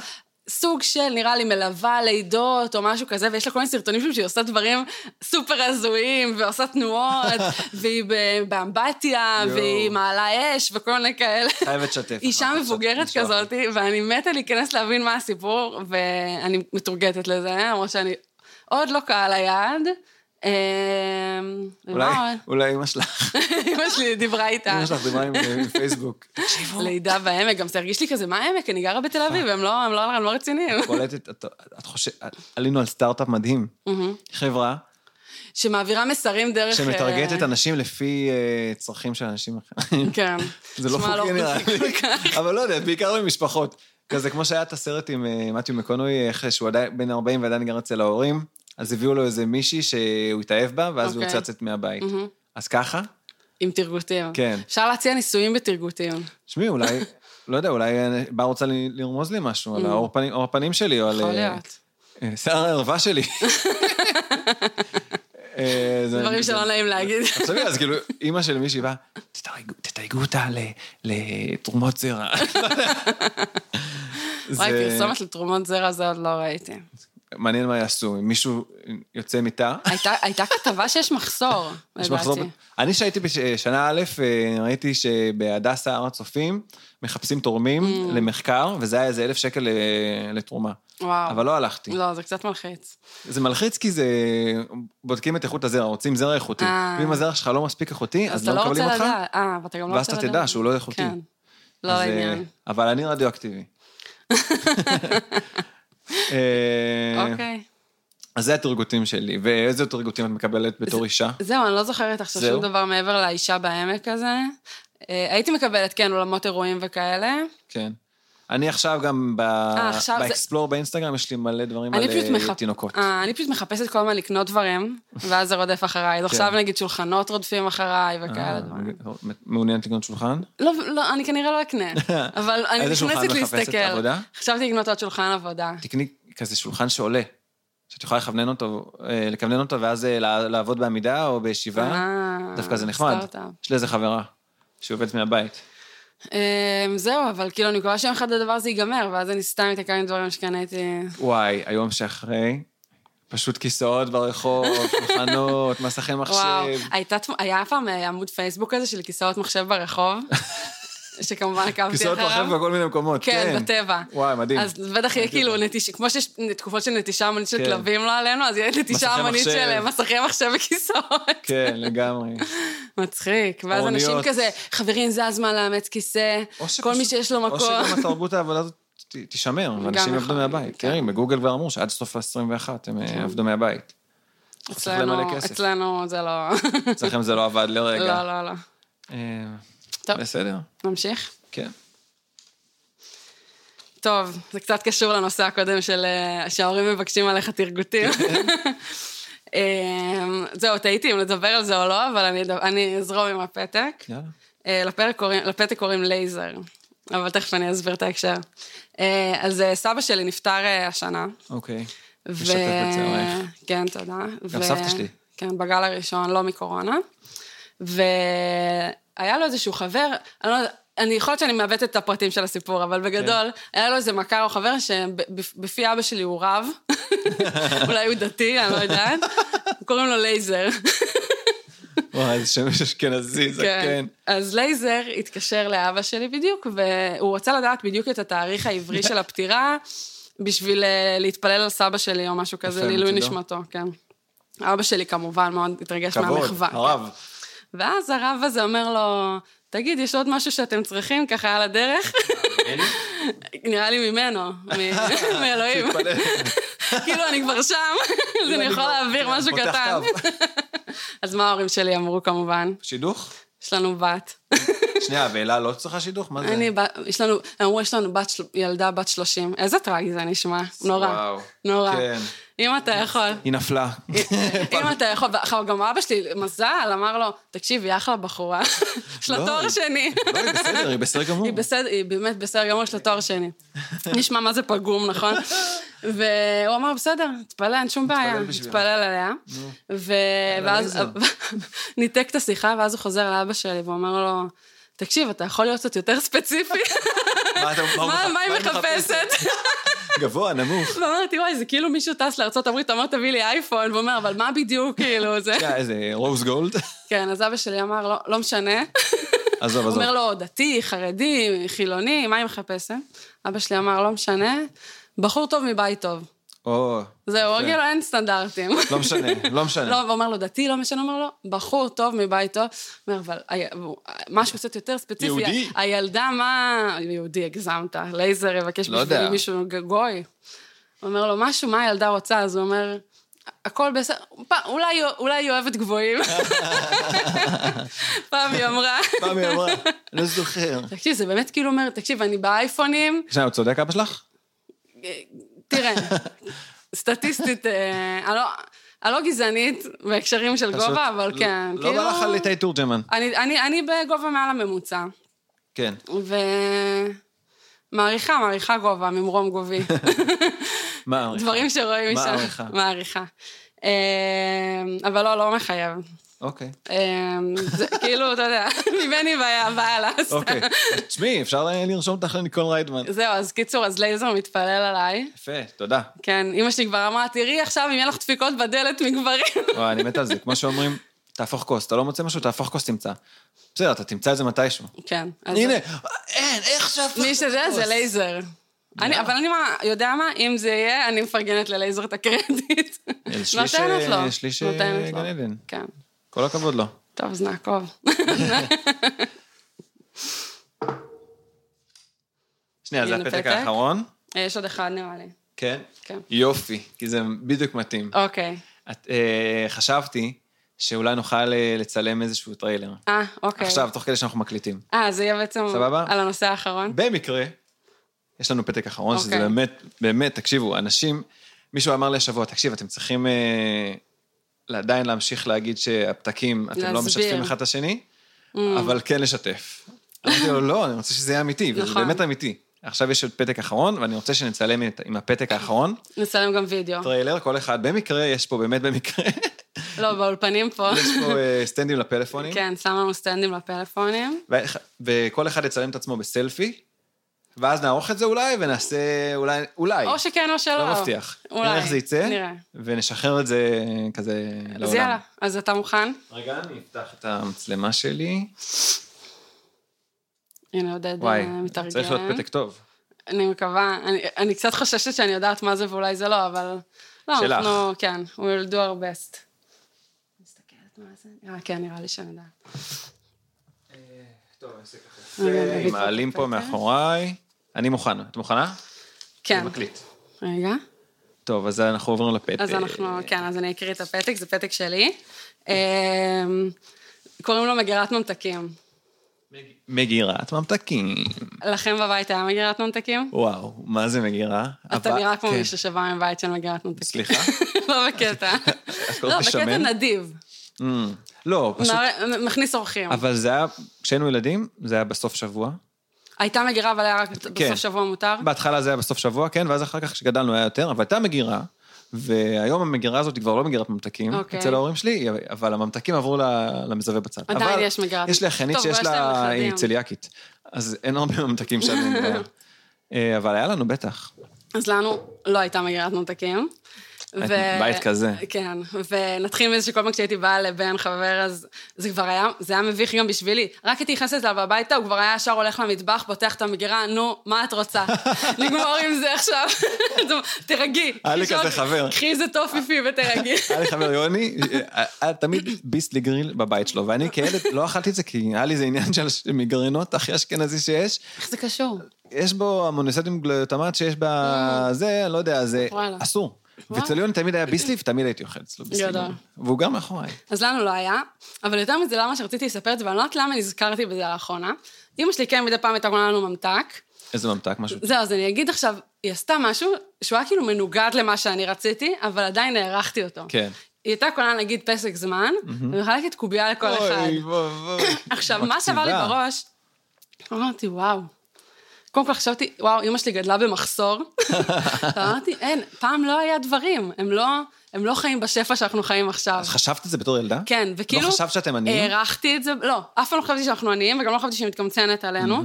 [SPEAKER 2] סוג של, נראה לי, מלווה לידות או משהו כזה, ויש לה כל מיני סרטונים שם שהיא עושה דברים סופר הזויים, ועושה תנועות, והיא ב- באמבטיה,
[SPEAKER 1] יואו.
[SPEAKER 2] והיא מעלה אש, וכל מיני כאלה.
[SPEAKER 1] חייבת לשתף.
[SPEAKER 2] אישה
[SPEAKER 1] אחר כך,
[SPEAKER 2] מבוגרת
[SPEAKER 1] לשלוח.
[SPEAKER 2] כזאת, ואני מתה להיכנס להבין מה הסיפור, ואני מתורגטת לזה, למרות שאני עוד לא קהל היעד. אמ,
[SPEAKER 1] אולי-
[SPEAKER 2] ומה עוד?
[SPEAKER 1] אולי אמא שלך,
[SPEAKER 2] אמא שלי דיברה איתה.
[SPEAKER 1] אמא שלך דיברה עם עם פייסבוק. תקשיבו,
[SPEAKER 2] לידה בעמק, גם זה הרגיש לי כזה, מה העמק? אני גרה בתל
[SPEAKER 1] אה.
[SPEAKER 2] אביב, הם לא, הם לא, הם לא רציניים.
[SPEAKER 1] קולטת, את- את חושבת, עלינו על סטארט-אפ מדהים. חברה
[SPEAKER 2] שמעבירה מסרים דרך...
[SPEAKER 1] שמטרגטת
[SPEAKER 2] אה,
[SPEAKER 1] אנשים לפי אה, צרכים של אנשים אחרים.
[SPEAKER 2] כן.
[SPEAKER 1] זה לא
[SPEAKER 2] נשמע
[SPEAKER 1] חוקי נראה
[SPEAKER 2] חוקי
[SPEAKER 1] לי,
[SPEAKER 2] כל כך.
[SPEAKER 1] אבל לא יודע, בעיקר במשפחות. כזה כמו שהיה את הסרט עם אה, מתיו מקונוי, איך שהוא עדיין בן 40 ועדיין גר אצל ההורים, אז הביאו לו איזה מישהי שהוא התאהב בה, ואז הוא
[SPEAKER 2] אוקיי.
[SPEAKER 1] הוצא לצאת מהבית. אז ככה?
[SPEAKER 2] עם תרגותים.
[SPEAKER 1] כן.
[SPEAKER 2] אפשר להציע ניסויים בתרגותים.
[SPEAKER 1] תשמעי, אולי, לא יודע, אולי אה, בר רוצה ל- לרמוז לי משהו על האור פנים- אור הפנים שלי, או על
[SPEAKER 2] Mm. יכול
[SPEAKER 1] אה,
[SPEAKER 2] להיות.
[SPEAKER 1] אה, שיער הערווה שלי. אה, זה-
[SPEAKER 2] דברים
[SPEAKER 1] זה-
[SPEAKER 2] שלא נעים להגיד.
[SPEAKER 1] תחשבי, אז כאילו, אימא של מישהי באה, "תתייגו- תתייגו אותה ל- לתרומות זרע.
[SPEAKER 2] וואי,
[SPEAKER 1] זה-
[SPEAKER 2] פרסומת לתרומות זרע זה עוד לא ראיתי.
[SPEAKER 1] מעניין מה יעשו, אם מישהו יוצא מיטה.
[SPEAKER 2] הייתה, הייתה כתבה שיש מחסור,
[SPEAKER 1] יש מחזור
[SPEAKER 2] לדעתי.
[SPEAKER 1] ב- אני שהייתי בשנה א', אה, ראיתי שבהדסה הר הצופים מחפשים תורמים למחקר, וזה היה איזה אלף שקל ל- לתרומה.
[SPEAKER 2] Mm. וואו.
[SPEAKER 1] אבל לא הלכתי.
[SPEAKER 2] לא, זה קצת מלחיץ.
[SPEAKER 1] זה מלחיץ כי זה... בודקים את איכות הזרע, רוצים זרע איכותי.
[SPEAKER 2] אה.
[SPEAKER 1] ואם הזרע שלך לא מספיק איכותי,
[SPEAKER 2] אז
[SPEAKER 1] אז
[SPEAKER 2] אתה
[SPEAKER 1] לא
[SPEAKER 2] לא רוצה
[SPEAKER 1] מקבלים אותך,
[SPEAKER 2] לדעת. אה, ואתה גם לא
[SPEAKER 1] ואז
[SPEAKER 2] רוצה לדעת.
[SPEAKER 1] אתה תדע שהוא לא איכותי.
[SPEAKER 2] כן. לא
[SPEAKER 1] אז, אה,
[SPEAKER 2] לעניין.
[SPEAKER 1] אבל אני רדיואקטיבי. אה,
[SPEAKER 2] אוקיי.
[SPEAKER 1] אז זה התרגותים שלי. ואיזה תרגותים את מקבלת בתור אישה?
[SPEAKER 2] זהו, אני לא זוכרת עכשיו
[SPEAKER 1] זהו?
[SPEAKER 2] שום דבר מעבר לאישה בעמק הזה. אה, הייתי מקבלת, כן, אולמות אירועים וכאלה.
[SPEAKER 1] כן. אני עכשיו גם ב...
[SPEAKER 2] אה, עכשיו זה-
[SPEAKER 1] באקספלור באינסטגרם, יש לי מלא דברים על
[SPEAKER 2] אני פשוט
[SPEAKER 1] אה,
[SPEAKER 2] מחפ-
[SPEAKER 1] תינוקות.
[SPEAKER 2] אה, אני פשוט מחפשת כל הזמן לקנות דברים, ואז זה רודף אחריי. אז עכשיו נגיד שולחנות רודפים אחריי וכאלה
[SPEAKER 1] כן. אה,
[SPEAKER 2] דברים.
[SPEAKER 1] מעוניינת לקנות שולחן?
[SPEAKER 2] לא, לא, אני כנראה לא אקנה, אבל אני
[SPEAKER 1] איזה שולחן
[SPEAKER 2] נכנסת
[SPEAKER 1] מחפשת?
[SPEAKER 2] להסתכל.
[SPEAKER 1] עבודה?
[SPEAKER 2] חשבתי לקנות עוד שולחן עבודה.
[SPEAKER 1] תקני כזה שולחן שעולה, שאת יכולה לכוונן אותו, אה, לכוונן אותו ואז אה, לע- לעבוד בעמידה או בישיבה.
[SPEAKER 2] אה,
[SPEAKER 1] דווקא זה נחמד.
[SPEAKER 2] סטארט-אפ.
[SPEAKER 1] יש לי איזה חברה שעובדת מהבית.
[SPEAKER 2] אמ, זהו, אבל כאילו, אני מקווה שיום אחד הדבר הזה ייגמר, ואז אני סתם אתקע עם דברים שקניתי.
[SPEAKER 1] וואי, היום שאחרי, פשוט כיסאות ברחוב, שולחנות, מסכי
[SPEAKER 2] וואו,
[SPEAKER 1] מחשב.
[SPEAKER 2] הייתה תמ- היה פעם אה, עמוד פייסבוק כזה של כיסאות מחשב ברחוב? שכמובן עקבתי אחריו.
[SPEAKER 1] כיסאות רחב בכל מיני מקומות, כן.
[SPEAKER 2] כן, בטבע.
[SPEAKER 1] וואי, מדהים.
[SPEAKER 2] אז בטח יהיה כאילו נטישה, כמו שיש תקופות של נטישה המונית של
[SPEAKER 1] כן.
[SPEAKER 2] כלבים, לא עלינו, אז יהיה נטישה
[SPEAKER 1] מסכי
[SPEAKER 2] המונית
[SPEAKER 1] מחשב.
[SPEAKER 2] של אה, מסכי מחשב וכיסאות.
[SPEAKER 1] כן, לגמרי.
[SPEAKER 2] מצחיק. ואז
[SPEAKER 1] ארוניות.
[SPEAKER 2] אנשים כזה, חברים, זה הזמן לאמץ כיסא,
[SPEAKER 1] או שפשוט-
[SPEAKER 2] כל מי שיש לו
[SPEAKER 1] או
[SPEAKER 2] מקום.
[SPEAKER 1] שגם התרבות העבודה הזאת ת- תישמר, ואנשים יעבדו
[SPEAKER 2] נכון,
[SPEAKER 1] מהבית.
[SPEAKER 2] כן.
[SPEAKER 1] תראי, בגוגל כבר אמרו שעד סוף ה-21 הם אה, יעבדו מהבית. חוסך להם מלא
[SPEAKER 2] אצלנו,
[SPEAKER 1] כסף.
[SPEAKER 2] אצלנו זה לא...
[SPEAKER 1] אצלכם זה לא עבד לרגע.
[SPEAKER 2] לא, לא, לא.
[SPEAKER 1] אה,
[SPEAKER 2] טוב.
[SPEAKER 1] בסדר,
[SPEAKER 2] נמשיך?
[SPEAKER 1] כן.
[SPEAKER 2] טוב, זה קצת קשור לנושא הקודם של אה, שההורים מבקשים עליך תרגותים. אמ, זהו, תהיתי אם לדבר על זה או לא, אבל אני, אד- אני אזרום עם הפתק.
[SPEAKER 1] יאללה.
[SPEAKER 2] אה, לפרק קוראים, לפתק קוראים לייזר, אבל תכף אני אסביר את ההקשר. אה, אז אה, סבא שלי נפטר אה, השנה.
[SPEAKER 1] אוקיי.
[SPEAKER 2] ו-
[SPEAKER 1] משתתף בצערך.
[SPEAKER 2] כן, תודה.
[SPEAKER 1] גם סבתא שלי.
[SPEAKER 2] כן, בגל הראשון, לא מקורונה. והיה לו איזשהו חבר, אני לא יודעת... אני יכול להיות שאני מאבדת את הפרטים של הסיפור,
[SPEAKER 1] כן.
[SPEAKER 2] אבל בגדול, היה לו איזה מכר או חבר שבפי אבא שלי הוא רב, אולי הוא דתי, אני לא יודעת, קוראים לו לייזר.
[SPEAKER 1] וואי, איזה שם אשכנזי, זקן.
[SPEAKER 2] כן, אז לייזר התקשר לאבא שלי בדיוק, והוא רוצה לדעת בדיוק את התאריך העברי של הפטירה, בשביל אה, להתפלל על סבא שלי או משהו כזה,
[SPEAKER 1] יפה,
[SPEAKER 2] לעילוי
[SPEAKER 1] מצדו.
[SPEAKER 2] נשמתו, כן. אבא שלי כמובן מאוד התרגש
[SPEAKER 1] כן. כבוד,
[SPEAKER 2] מהמחווה.
[SPEAKER 1] הרב.
[SPEAKER 2] ואז הרב הזה אומר לו, תגיד, יש עוד משהו שאתם צריכים ככה על הדרך? נראה לי ממנו, מ- מאלוהים.
[SPEAKER 1] שהתפלל.
[SPEAKER 2] כאילו, אני כבר שם, אז אני יכול להעביר משהו
[SPEAKER 1] לא- כן, פותח
[SPEAKER 2] קטן.
[SPEAKER 1] קו.
[SPEAKER 2] אז מה ההורים שלי אמרו כמובן?
[SPEAKER 1] שידוך?
[SPEAKER 2] יש לנו בת.
[SPEAKER 1] שנייה, ואלה לא צריכה שידוך? מה זה?
[SPEAKER 2] אני, ב- יש לנו, הם אמרו, יש לנו בת, של- ילדה בת 30. איזה טרגי זה נשמע, נורא.
[SPEAKER 1] וואו.
[SPEAKER 2] נורא.
[SPEAKER 1] כן.
[SPEAKER 2] אם אתה יכול,
[SPEAKER 1] היא נפלה.
[SPEAKER 2] אם אתה יכול, ואחר- גם אבא שלי, מזל, אמר לו, תקשיבי, אחלה בחורה, יש לה
[SPEAKER 1] לא,
[SPEAKER 2] תואר
[SPEAKER 1] היא-
[SPEAKER 2] שני.
[SPEAKER 1] לא, היא בסדר, היא בסדר גמור.
[SPEAKER 2] היא בסדר, היא באמת בסדר גמור, יש לה תואר שני. נשמע מה זה פגום, נכון? והוא אמר, בסדר, תתפלל, אין שום בעיה,
[SPEAKER 1] בשבילה."
[SPEAKER 2] תתפלל עליה. ו- ואז
[SPEAKER 1] לייזר.
[SPEAKER 2] ניתק את השיחה, ואז הוא חוזר לאבא שלי ואומר לו, תקשיב, אתה יכול להיות קצת יותר ספציפי?
[SPEAKER 1] מה אתה- הוא
[SPEAKER 2] מה
[SPEAKER 1] מח-
[SPEAKER 2] מה היא מחפשת?
[SPEAKER 1] גבוה, נמוך.
[SPEAKER 2] ואמרתי, וואי, זה כאילו מישהו טס לארה"ב, אתה אומר, תביא לי אייפון, והוא אומר, אבל מה בדיוק, כאילו, זה...
[SPEAKER 1] שנייה, איזה רוז גולד.
[SPEAKER 2] כן, אז אבא שלי אמר, "לא- לא משנה.
[SPEAKER 1] עזוב,
[SPEAKER 2] הוא
[SPEAKER 1] עזוב.
[SPEAKER 2] אומר לו, דתי, חרדי, חילוני, מה היא מחפשת? אבא שלי אמר, לא משנה, בחור טוב מבית טוב.
[SPEAKER 1] או,
[SPEAKER 2] זהו,
[SPEAKER 1] יפה.
[SPEAKER 2] כאילו אין סטנדרטים.
[SPEAKER 1] לא משנה, לא משנה.
[SPEAKER 2] לא, ואומר לו, דתי, לא משנה, אומר לו, בחור טוב מבית טוב. אומר, אבל היה- הוא- משהו קצת יותר ספציפי.
[SPEAKER 1] יהודי?
[SPEAKER 2] ה- הילדה, מה... יהודי, הגזמת. לייזר יבקש
[SPEAKER 1] לא
[SPEAKER 2] בשבילי
[SPEAKER 1] יודע.
[SPEAKER 2] מישהו ג- גוי. הוא אומר לו, משהו, מה הילדה רוצה? אז הוא אומר, הכל בסדר, פ- אולי אולי היא אוהבת גבוהים. פעם היא אמרה.
[SPEAKER 1] פעם היא אמרה, לא זוכר.
[SPEAKER 2] תקשיב, זה באמת כאילו אומר, תקשיב, אני באייפונים,
[SPEAKER 1] שנייה, הוא צודק אבא שלך?
[SPEAKER 2] אה, תראה, סטטיסטית, אה, אני לא- אני לא גזענית בהקשרים של
[SPEAKER 1] פשוט
[SPEAKER 2] גובה, אבל
[SPEAKER 1] לא-
[SPEAKER 2] כן,
[SPEAKER 1] לא בא לך על איתי תורג'מן.
[SPEAKER 2] אני- אני- אני בגובה מעל הממוצע,
[SPEAKER 1] כן.
[SPEAKER 2] ו... מעריכה, מעריכה גובה, ממרום גובי.
[SPEAKER 1] מה העריכה?
[SPEAKER 2] דברים שרואים משם.
[SPEAKER 1] מעריכה.
[SPEAKER 2] מעריכה. אה, אבל לא, לא מחייב.
[SPEAKER 1] אוקיי.
[SPEAKER 2] אה, זה כאילו, אתה יודע, ממני והיה- והלאה. סתם.
[SPEAKER 1] אוקיי. תשמעי, אפשר אה, לרשום אותך לניקול ריידמן.
[SPEAKER 2] זהו, אז קיצור, אז לייזר מתפלל עליי.
[SPEAKER 1] יפה, תודה.
[SPEAKER 2] כן, אימא שלי כבר אמרה, תראי עכשיו אם יהיה לך דפיקות בדלת מגברים.
[SPEAKER 1] וואי, אני מת על זה. כמו שאומרים, תהפוך כוס. אתה לא מוצא משהו, תהפוך כוס, תמצא. בסדר, אתה תמצא את זה מתישהו.
[SPEAKER 2] כן. אז-
[SPEAKER 1] הנה, אין, איך שהפכת
[SPEAKER 2] מי שזה, זה
[SPEAKER 1] כוס?
[SPEAKER 2] לייזר. אני, אבל אני מה, יודע מה, אם זה יהיה, אני מפרגנת ללייזר את הקרדיט.
[SPEAKER 1] אל שליש,
[SPEAKER 2] נותנת לו.
[SPEAKER 1] אה, שליש, אה,
[SPEAKER 2] נותנת לו.
[SPEAKER 1] גן עדן.
[SPEAKER 2] כן.
[SPEAKER 1] כל הכבוד לו.
[SPEAKER 2] טוב, אז נעקוב.
[SPEAKER 1] שנייה, זה
[SPEAKER 2] הנה
[SPEAKER 1] הפתק
[SPEAKER 2] פתק.
[SPEAKER 1] האחרון.
[SPEAKER 2] אה, יש עוד אחד נראה לי.
[SPEAKER 1] כן.
[SPEAKER 2] כן.
[SPEAKER 1] יופי, כי זה בדיוק מתאים.
[SPEAKER 2] אוקיי.
[SPEAKER 1] את, אה, חשבתי שאולי נוכל אה, לצלם איזשהו טריילר.
[SPEAKER 2] אה, אוקיי.
[SPEAKER 1] עכשיו, תוך כדי שאנחנו מקליטים.
[SPEAKER 2] אה, זה יהיה בעצם...
[SPEAKER 1] סבבה?
[SPEAKER 2] על הנושא האחרון.
[SPEAKER 1] במקרה, יש לנו פתק אחרון, שזה
[SPEAKER 2] אוקיי.
[SPEAKER 1] באמת, באמת, תקשיבו, אנשים, מישהו אמר לי השבוע, תקשיב, אתם צריכים אה, עדיין להמשיך להגיד שהפתקים, אתם לא
[SPEAKER 2] להסביר. Mm.
[SPEAKER 1] משתפים אחד את השני, אבל כן לשתף. אמרתי לו, לא, אני רוצה שזה יהיה אמיתי, וזה
[SPEAKER 2] נכון.
[SPEAKER 1] באמת אמיתי. עכשיו יש עוד פתק אחרון, ואני רוצה שנצלם את- עם הפתק האחרון.
[SPEAKER 2] נצלם גם וידאו.
[SPEAKER 1] טריילר, כל אחד, במקרה, יש פה, באמת במקרה,
[SPEAKER 2] לא, באולפנים פה.
[SPEAKER 1] יש פה אה, סטנדים לפלאפונים.
[SPEAKER 2] כן, שם לנו סטנדים לפלאפונים.
[SPEAKER 1] ואח- וכל אחד יצלם את עצמו בסלפי, ואז נערוך את זה אולי, ונעשה אולי, אולי.
[SPEAKER 2] או שכן או שלא.
[SPEAKER 1] לא מבטיח.
[SPEAKER 2] אולי.
[SPEAKER 1] נראה איך זה יצא,
[SPEAKER 2] נראה.
[SPEAKER 1] ונשחרר את זה כזה לעולם.
[SPEAKER 2] אז יאללה, אז אתה מוכן? אה,
[SPEAKER 1] רגע, אני אפתח את המצלמה שלי.
[SPEAKER 2] הנה עודד
[SPEAKER 1] וואי,
[SPEAKER 2] אה, מתארגן.
[SPEAKER 1] צריך להיות פתק טוב.
[SPEAKER 2] אני מקווה, אני, אני קצת חוששת שאני יודעת מה זה ואולי זה לא, אבל... לא,
[SPEAKER 1] שלך.
[SPEAKER 2] אנחנו, כן, we will do our best. מסתכלת מה זה? אה, כן, נראה לי שאני יודעת. רגע, אני אביא את
[SPEAKER 1] אה, מעלים פה
[SPEAKER 2] הפתק.
[SPEAKER 1] מאחוריי. אני מוכן. את מוכנה?
[SPEAKER 2] כן.
[SPEAKER 1] אני מקליט. אה,
[SPEAKER 2] רגע.
[SPEAKER 1] טוב, אז אנחנו עוברים לפתק.
[SPEAKER 2] אז אנחנו, כן, אז אני אקריא את הפתק, זה פתק שלי.
[SPEAKER 1] אה.
[SPEAKER 2] אמ, קוראים לו מגירת ממתקים.
[SPEAKER 1] מגירת ממתקים.
[SPEAKER 2] לכם בבית היה מגירת ממתקים?
[SPEAKER 1] וואו, מה זה מגירה?
[SPEAKER 2] אתה
[SPEAKER 1] אבל-
[SPEAKER 2] נראה כמו
[SPEAKER 1] כן.
[SPEAKER 2] מישהו שבא מבית של מגירת ממתקים.
[SPEAKER 1] סליחה?
[SPEAKER 2] לא בקטע.
[SPEAKER 1] הכל
[SPEAKER 2] לא, בקטע
[SPEAKER 1] שמן?
[SPEAKER 2] נדיב.
[SPEAKER 1] Mm, לא, פשוט...
[SPEAKER 2] נער- מכניס אורחים.
[SPEAKER 1] אבל זה היה, כשהיינו ילדים, זה היה בסוף שבוע.
[SPEAKER 2] הייתה מגירה, אבל היה רק
[SPEAKER 1] כן.
[SPEAKER 2] בסוף שבוע מותר.
[SPEAKER 1] בהתחלה זה היה בסוף שבוע, כן, ואז אחר כך כשגדלנו היה יותר, אבל הייתה מגירה, והיום המגירה הזאת היא כבר לא מגירת ממתקים,
[SPEAKER 2] אוקיי.
[SPEAKER 1] אצל ההורים שלי, אבל הממתקים עברו ל- למזווה בצד.
[SPEAKER 2] עדיין
[SPEAKER 1] אבל
[SPEAKER 2] יש מגירת-
[SPEAKER 1] יש לי אחיינית
[SPEAKER 2] טוב,
[SPEAKER 1] שיש
[SPEAKER 2] אבל יש להם
[SPEAKER 1] לה, היא
[SPEAKER 2] נכדים.
[SPEAKER 1] צליאקית, אז אין הרבה ממתקים שם. אין בעיה. אה, אבל היה לנו בטח.
[SPEAKER 2] אז לנו לא הייתה מגירת ממתקים.
[SPEAKER 1] בית כזה.
[SPEAKER 2] כן, ונתחיל מזה שכל פעם כשהייתי באה לבן חבר, אז זה כבר היה, זה היה מביך גם בשבילי. רק הייתי נכנסת אליו הביתה, הוא כבר היה ישר הולך למטבח, פותח את המגירה, נו, מה את רוצה? נגמור עם זה עכשיו. אז הוא, תירגעי.
[SPEAKER 1] היה לי
[SPEAKER 2] קחי
[SPEAKER 1] כזה
[SPEAKER 2] שון,
[SPEAKER 1] חבר.
[SPEAKER 2] קחי איזה טופיפי ותירגעי.
[SPEAKER 1] היה לי חבר יוני, אה, היה תמיד ביס לי גריל בבית שלו, ואני כילד לא אכלתי את זה, כי היה לי איזה עניין של מיגרנות הכי אשכנזי שיש,
[SPEAKER 2] איך זה קשור?
[SPEAKER 1] יש בו המונסטים גלוטמט שיש בזה, אני לא יודע, זה
[SPEAKER 2] וואלה. לא
[SPEAKER 1] אסור.
[SPEAKER 2] וואלה.
[SPEAKER 1] ואצל יוני תמיד היה ביסלי, ותמיד הייתי אוכל אצלו ביסלי.
[SPEAKER 2] גדול.
[SPEAKER 1] והוא גם מאחוריי.
[SPEAKER 2] אז לנו לא היה, אבל יותר מזה, למה שרציתי לספר את זה, ואני לא יודעת למה נזכרתי בזה לאחרונה. אמא שלי כן מדי פעם הייתה קונה לנו ממתק,
[SPEAKER 1] איזה ממתק, משהו.
[SPEAKER 2] זהו, אז אני אגיד עכשיו, היא עשתה משהו שהוא היה כאילו מנוגד למה שאני רציתי, אבל עדיין הערכתי אותו.
[SPEAKER 1] כן.
[SPEAKER 2] היא הייתה קונה נגיד פסק זמן, ומחלקת קובייה לכל אחד.
[SPEAKER 1] אוי ואבוי.
[SPEAKER 2] עכשיו, מה
[SPEAKER 1] מקציבה.
[SPEAKER 2] שעבר לי בראש, אמרתי, וואו. קודם כל חשבתי, וואו, אמא שלי גדלה במחסור. אמרתי, אין, פעם לא היה דברים, הם לא, הם לא חיים בשפע שאנחנו חיים עכשיו.
[SPEAKER 1] אז חשבת את זה בתור ילדה?
[SPEAKER 2] כן, וכאילו...
[SPEAKER 1] לא חשבת שאתם עניים?
[SPEAKER 2] הערכתי את זה, לא, אף פעם לא חשבתי שאנחנו עניים, וגם לא חשבתי שהיא מתקמצנת עלינו,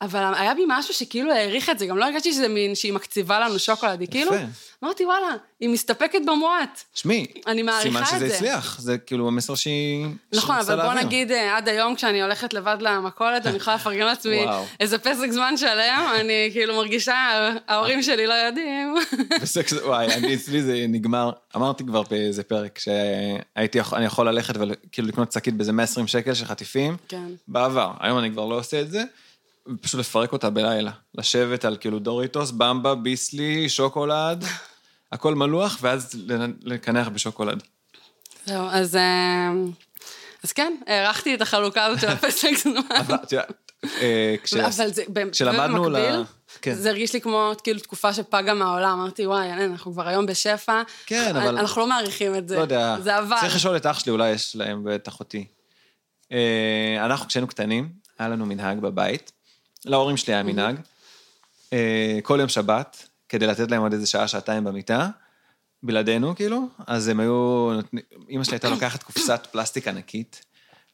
[SPEAKER 2] אבל היה בי משהו שכאילו העריך את זה, גם לא הרגשתי שזה מין שהיא מקציבה לנו שוקולד, היא כאילו... אמרתי, וואלה, היא מסתפקת במועט.
[SPEAKER 1] שמי,
[SPEAKER 2] אני מעריכה
[SPEAKER 1] סימן
[SPEAKER 2] את
[SPEAKER 1] שזה
[SPEAKER 2] זה.
[SPEAKER 1] הצליח, זה כאילו המסר שהיא...
[SPEAKER 2] נכון,
[SPEAKER 1] שהיא מנסה
[SPEAKER 2] אבל בוא
[SPEAKER 1] להעביר.
[SPEAKER 2] נגיד, אה, עד היום כשאני הולכת לבד למכולת, אני יכולה לפרגן לעצמי
[SPEAKER 1] וואו.
[SPEAKER 2] איזה פסק זמן שלם, אני כאילו מרגישה, ההורים שלי לא יודעים.
[SPEAKER 1] בסקס, וואי, אני אצלי זה נגמר, אמרתי כבר באיזה פרק, שהייתי, יכול- אני יכול ללכת וכאילו לקנות שקית באיזה 120 שקל של חטיפים,
[SPEAKER 2] כן.
[SPEAKER 1] בעבר, היום אני כבר לא עושה את זה, פשוט לפרק אותה בלילה, לשבת על כאילו דוריטוס, במבה, ביסלי, שוקולד, הכל מלוח, ואז לנ- לקנח בשוקולד.
[SPEAKER 2] זהו, אז... אה, אז כן, הערכתי את החלוקה הזאת של הפסק זמן.
[SPEAKER 1] אבל, את יודעת, אה, כש-
[SPEAKER 2] אבל זה, באמת,
[SPEAKER 1] כשלמדנו ל...
[SPEAKER 2] במקביל,
[SPEAKER 1] כן.
[SPEAKER 2] זה הרגיש לי כמו כאילו תקופה שפגה מהעולם, אמרתי, וואי, אין, אנחנו כבר היום בשפע.
[SPEAKER 1] כן,
[SPEAKER 2] אנ-
[SPEAKER 1] אבל-
[SPEAKER 2] אנחנו לא מעריכים את זה.
[SPEAKER 1] לא יודע.
[SPEAKER 2] זה עבר.
[SPEAKER 1] צריך לשאול את אח שלי, אולי יש להם ואת אחותי. אה, אנחנו, כשהיינו קטנים, היה לנו מנהג בבית. להורים שלי היה מנהג. אה, כל יום שבת, כדי לתת להם עוד איזה שעה, שעתיים במיטה, בלעדינו, כאילו, אז הם היו... נותני- אמא שלי הייתה לוקחת קופסת פלסטיק ענקית.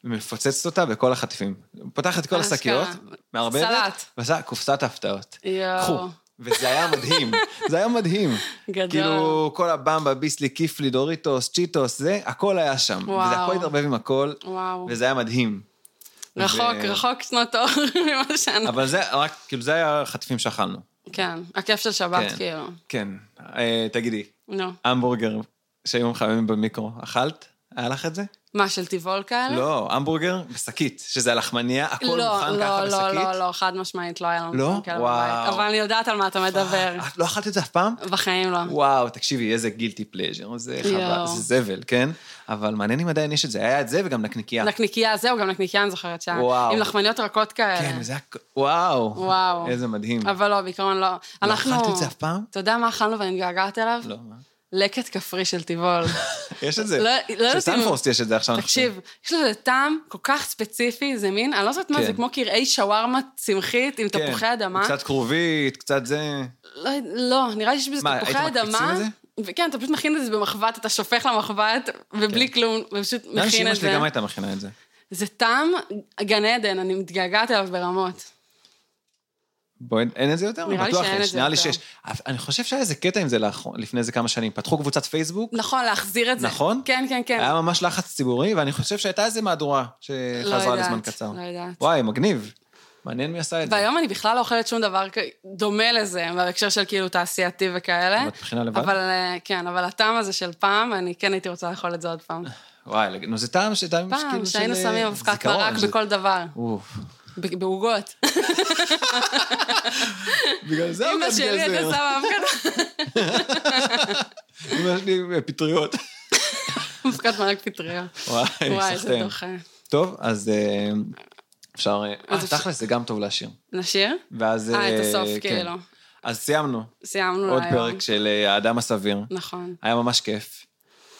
[SPEAKER 1] ומפוצצת אותה בכל החטיפים. פותחת את כל
[SPEAKER 2] אשכרה.
[SPEAKER 1] השקיות, מערבבת,
[SPEAKER 2] סלט.
[SPEAKER 1] ועושה קופסת הפתעות.
[SPEAKER 2] יואו.
[SPEAKER 1] קחו. וזה היה מדהים, זה היה מדהים.
[SPEAKER 2] גדול.
[SPEAKER 1] כאילו, כל הבמבה, ביסלי, כיפלי, דוריטוס, צ'יטוס, זה, הכל היה שם.
[SPEAKER 2] וואו.
[SPEAKER 1] וזה הכל התערבב עם הכל,
[SPEAKER 2] וואו.
[SPEAKER 1] וזה היה מדהים.
[SPEAKER 2] רחוק,
[SPEAKER 1] ו-
[SPEAKER 2] רחוק שנות אור ממה שאנחנו...
[SPEAKER 1] אבל זה רק, כאילו, זה היה החטפים שאכלנו.
[SPEAKER 2] כן, הכיף של שבת,
[SPEAKER 1] כן.
[SPEAKER 2] כאילו.
[SPEAKER 1] כן. אה, תגידי,
[SPEAKER 2] נו.
[SPEAKER 1] המבורגר שהיו מחממים במיקרו, אכלת? היה לך את זה?
[SPEAKER 2] מה, של טבעול כאלה?
[SPEAKER 1] לא, המבורגר בשקית, שזה הלחמניה, הכל מוכן
[SPEAKER 2] לא,
[SPEAKER 1] ככה
[SPEAKER 2] לא,
[SPEAKER 1] בשקית.
[SPEAKER 2] לא, לא, חד משמעית, לא היה לנו
[SPEAKER 1] לא?
[SPEAKER 2] דברים כאלה
[SPEAKER 1] וואו.
[SPEAKER 2] בבית. אבל אני יודעת על מה אתה מדבר.
[SPEAKER 1] את לא אכלת את זה אף פעם?
[SPEAKER 2] בחיים לא.
[SPEAKER 1] וואו, תקשיבי, איזה גילטי פלז'ר, זה חבל,
[SPEAKER 2] יואו.
[SPEAKER 1] זה זבל, כן? אבל מעניין אם עדיין יש את זה, היה את זה וגם נקניקייה.
[SPEAKER 2] נקניקייה, זהו, גם נקניקייה אני זוכרת שהיה.
[SPEAKER 1] וואו.
[SPEAKER 2] עם לחמניות רכות כאלה.
[SPEAKER 1] כן, וזה היה... כ- וואו.
[SPEAKER 2] וואו.
[SPEAKER 1] איזה מדהים.
[SPEAKER 2] אבל לא, בעיקרון לא. אנחנו...
[SPEAKER 1] אכלת את זה אף פעם?
[SPEAKER 2] אתה יודע מה אכלנו ואני מתגעגעת אליו?
[SPEAKER 1] לא, מה?
[SPEAKER 2] לקט כפרי של טבעול.
[SPEAKER 1] יש את זה.
[SPEAKER 2] לא- לא יודעת
[SPEAKER 1] של
[SPEAKER 2] אם-
[SPEAKER 1] סטנפורסט יש את זה עכשיו. אני
[SPEAKER 2] תקשיב, יש לזה טעם כל כך ספציפי, זה מין, אני לא יודעת מה
[SPEAKER 1] כן.
[SPEAKER 2] זה, כמו קרעי שווארמה צמחית עם
[SPEAKER 1] חושב. כן.
[SPEAKER 2] תפוחי אדמה.
[SPEAKER 1] קצת כרובית, קצת זה...
[SPEAKER 2] לא, לא, נראה לי שיש בזה
[SPEAKER 1] מה,
[SPEAKER 2] תפוחי
[SPEAKER 1] הייתם
[SPEAKER 2] אדמה.
[SPEAKER 1] מקפיצים את זה?
[SPEAKER 2] וכן, אתה פשוט מכין את זה במחבת, אתה שופך למחבת, ובלי
[SPEAKER 1] כן.
[SPEAKER 2] כלום, ופשוט
[SPEAKER 1] נראה לי
[SPEAKER 2] מכין
[SPEAKER 1] שאמא
[SPEAKER 2] את
[SPEAKER 1] שלי
[SPEAKER 2] זה.
[SPEAKER 1] גם הייתה מכינה את זה.
[SPEAKER 2] זה טעם גן עדן, אני מתגעגעת אליו ברמות.
[SPEAKER 1] בואי, אין את זה יותר?
[SPEAKER 2] נראה לי
[SPEAKER 1] בטוח
[SPEAKER 2] שאין את
[SPEAKER 1] יש,
[SPEAKER 2] זה
[SPEAKER 1] נראה לי
[SPEAKER 2] יותר.
[SPEAKER 1] שיש. אבל אני חושב שהיה איזה קטע עם זה לאחרונה- לפני איזה כמה שנים. פתחו קבוצת פייסבוק,
[SPEAKER 2] נכון, להחזיר את זה.
[SPEAKER 1] נכון?
[SPEAKER 2] כן, כן, כן.
[SPEAKER 1] היה ממש לחץ ציבורי, ואני חושב שהייתה איזה מהדורה
[SPEAKER 2] לא
[SPEAKER 1] שחזרה
[SPEAKER 2] יודעת,
[SPEAKER 1] אוקיי, לזמן קצר.
[SPEAKER 2] לא יודעת.
[SPEAKER 1] וואי, מגניב. מעניין מי עשה את זה.
[SPEAKER 2] והיום אני בכלל לא אוכלת שום דבר כ- דומה לזה, בהקשר של כאילו תעשייתי וכאלה.
[SPEAKER 1] אבל את מבחינה לבד?
[SPEAKER 2] אבל אה, כן, אבל הטעם הזה של פעם, אני כן הייתי רוצה לאכול את זה עוד פעם.
[SPEAKER 1] וואי, לג- נו, זה טעם ש... טעם
[SPEAKER 2] פעם,
[SPEAKER 1] כאילו
[SPEAKER 2] שהיינו
[SPEAKER 1] של,
[SPEAKER 2] שמים
[SPEAKER 1] אה,
[SPEAKER 2] אבקת
[SPEAKER 1] זיכרון,
[SPEAKER 2] מרק
[SPEAKER 1] זה- אוקיי,
[SPEAKER 2] בכל דבר,
[SPEAKER 1] אוף.
[SPEAKER 2] ב- בעוגות.
[SPEAKER 1] בגלל זה
[SPEAKER 2] אמא
[SPEAKER 1] אבקת
[SPEAKER 2] שלי הייתה
[SPEAKER 1] גזר.
[SPEAKER 2] שמה אבקת-
[SPEAKER 1] אמא שלי אה, פטריות.
[SPEAKER 2] אבקת מרק פטריה.
[SPEAKER 1] וואי,
[SPEAKER 2] וואי, זה
[SPEAKER 1] סחטיין.
[SPEAKER 2] דוחה.
[SPEAKER 1] טוב, אז אה, אפשר... אה, אה,
[SPEAKER 2] אז אפשר-
[SPEAKER 1] תכלס, זה גם טוב להשאיר.
[SPEAKER 2] נשיר?
[SPEAKER 1] ואז...
[SPEAKER 2] אה, את הסוף,
[SPEAKER 1] כן.
[SPEAKER 2] כאילו.
[SPEAKER 1] אז סיימנו.
[SPEAKER 2] סיימנו
[SPEAKER 1] עוד
[SPEAKER 2] להיום.
[SPEAKER 1] פרק של אה, האדם הסביר.
[SPEAKER 2] נכון.
[SPEAKER 1] היה ממש כיף.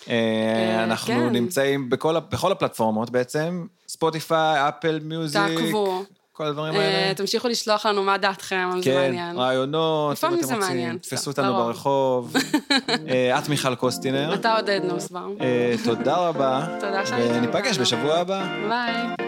[SPEAKER 1] אה, אנחנו
[SPEAKER 2] כן.
[SPEAKER 1] נמצאים בכל ה- בכל הפלטפורמות בעצם, ספוטיפיי, אפל מיוזיק,
[SPEAKER 2] תעקבו.
[SPEAKER 1] כל הדברים
[SPEAKER 2] אה,
[SPEAKER 1] האלה.
[SPEAKER 2] תמשיכו לשלוח לנו מה דעתכם, על זה
[SPEAKER 1] כן,
[SPEAKER 2] מעניין.
[SPEAKER 1] רעיונות, אם
[SPEAKER 2] לפעמים זה
[SPEAKER 1] אתם רוצים,
[SPEAKER 2] מעניין, לא
[SPEAKER 1] תפסו
[SPEAKER 2] בסדר,
[SPEAKER 1] אותנו
[SPEAKER 2] לרוב.
[SPEAKER 1] ברחוב. אה, את מיכל קוסטינר.
[SPEAKER 2] אתה עודד נוסבאום.
[SPEAKER 1] אה, תודה רבה.
[SPEAKER 2] תודה שהייתם
[SPEAKER 1] וניפגש
[SPEAKER 2] איתנו.
[SPEAKER 1] בשבוע הבא.
[SPEAKER 2] ביי.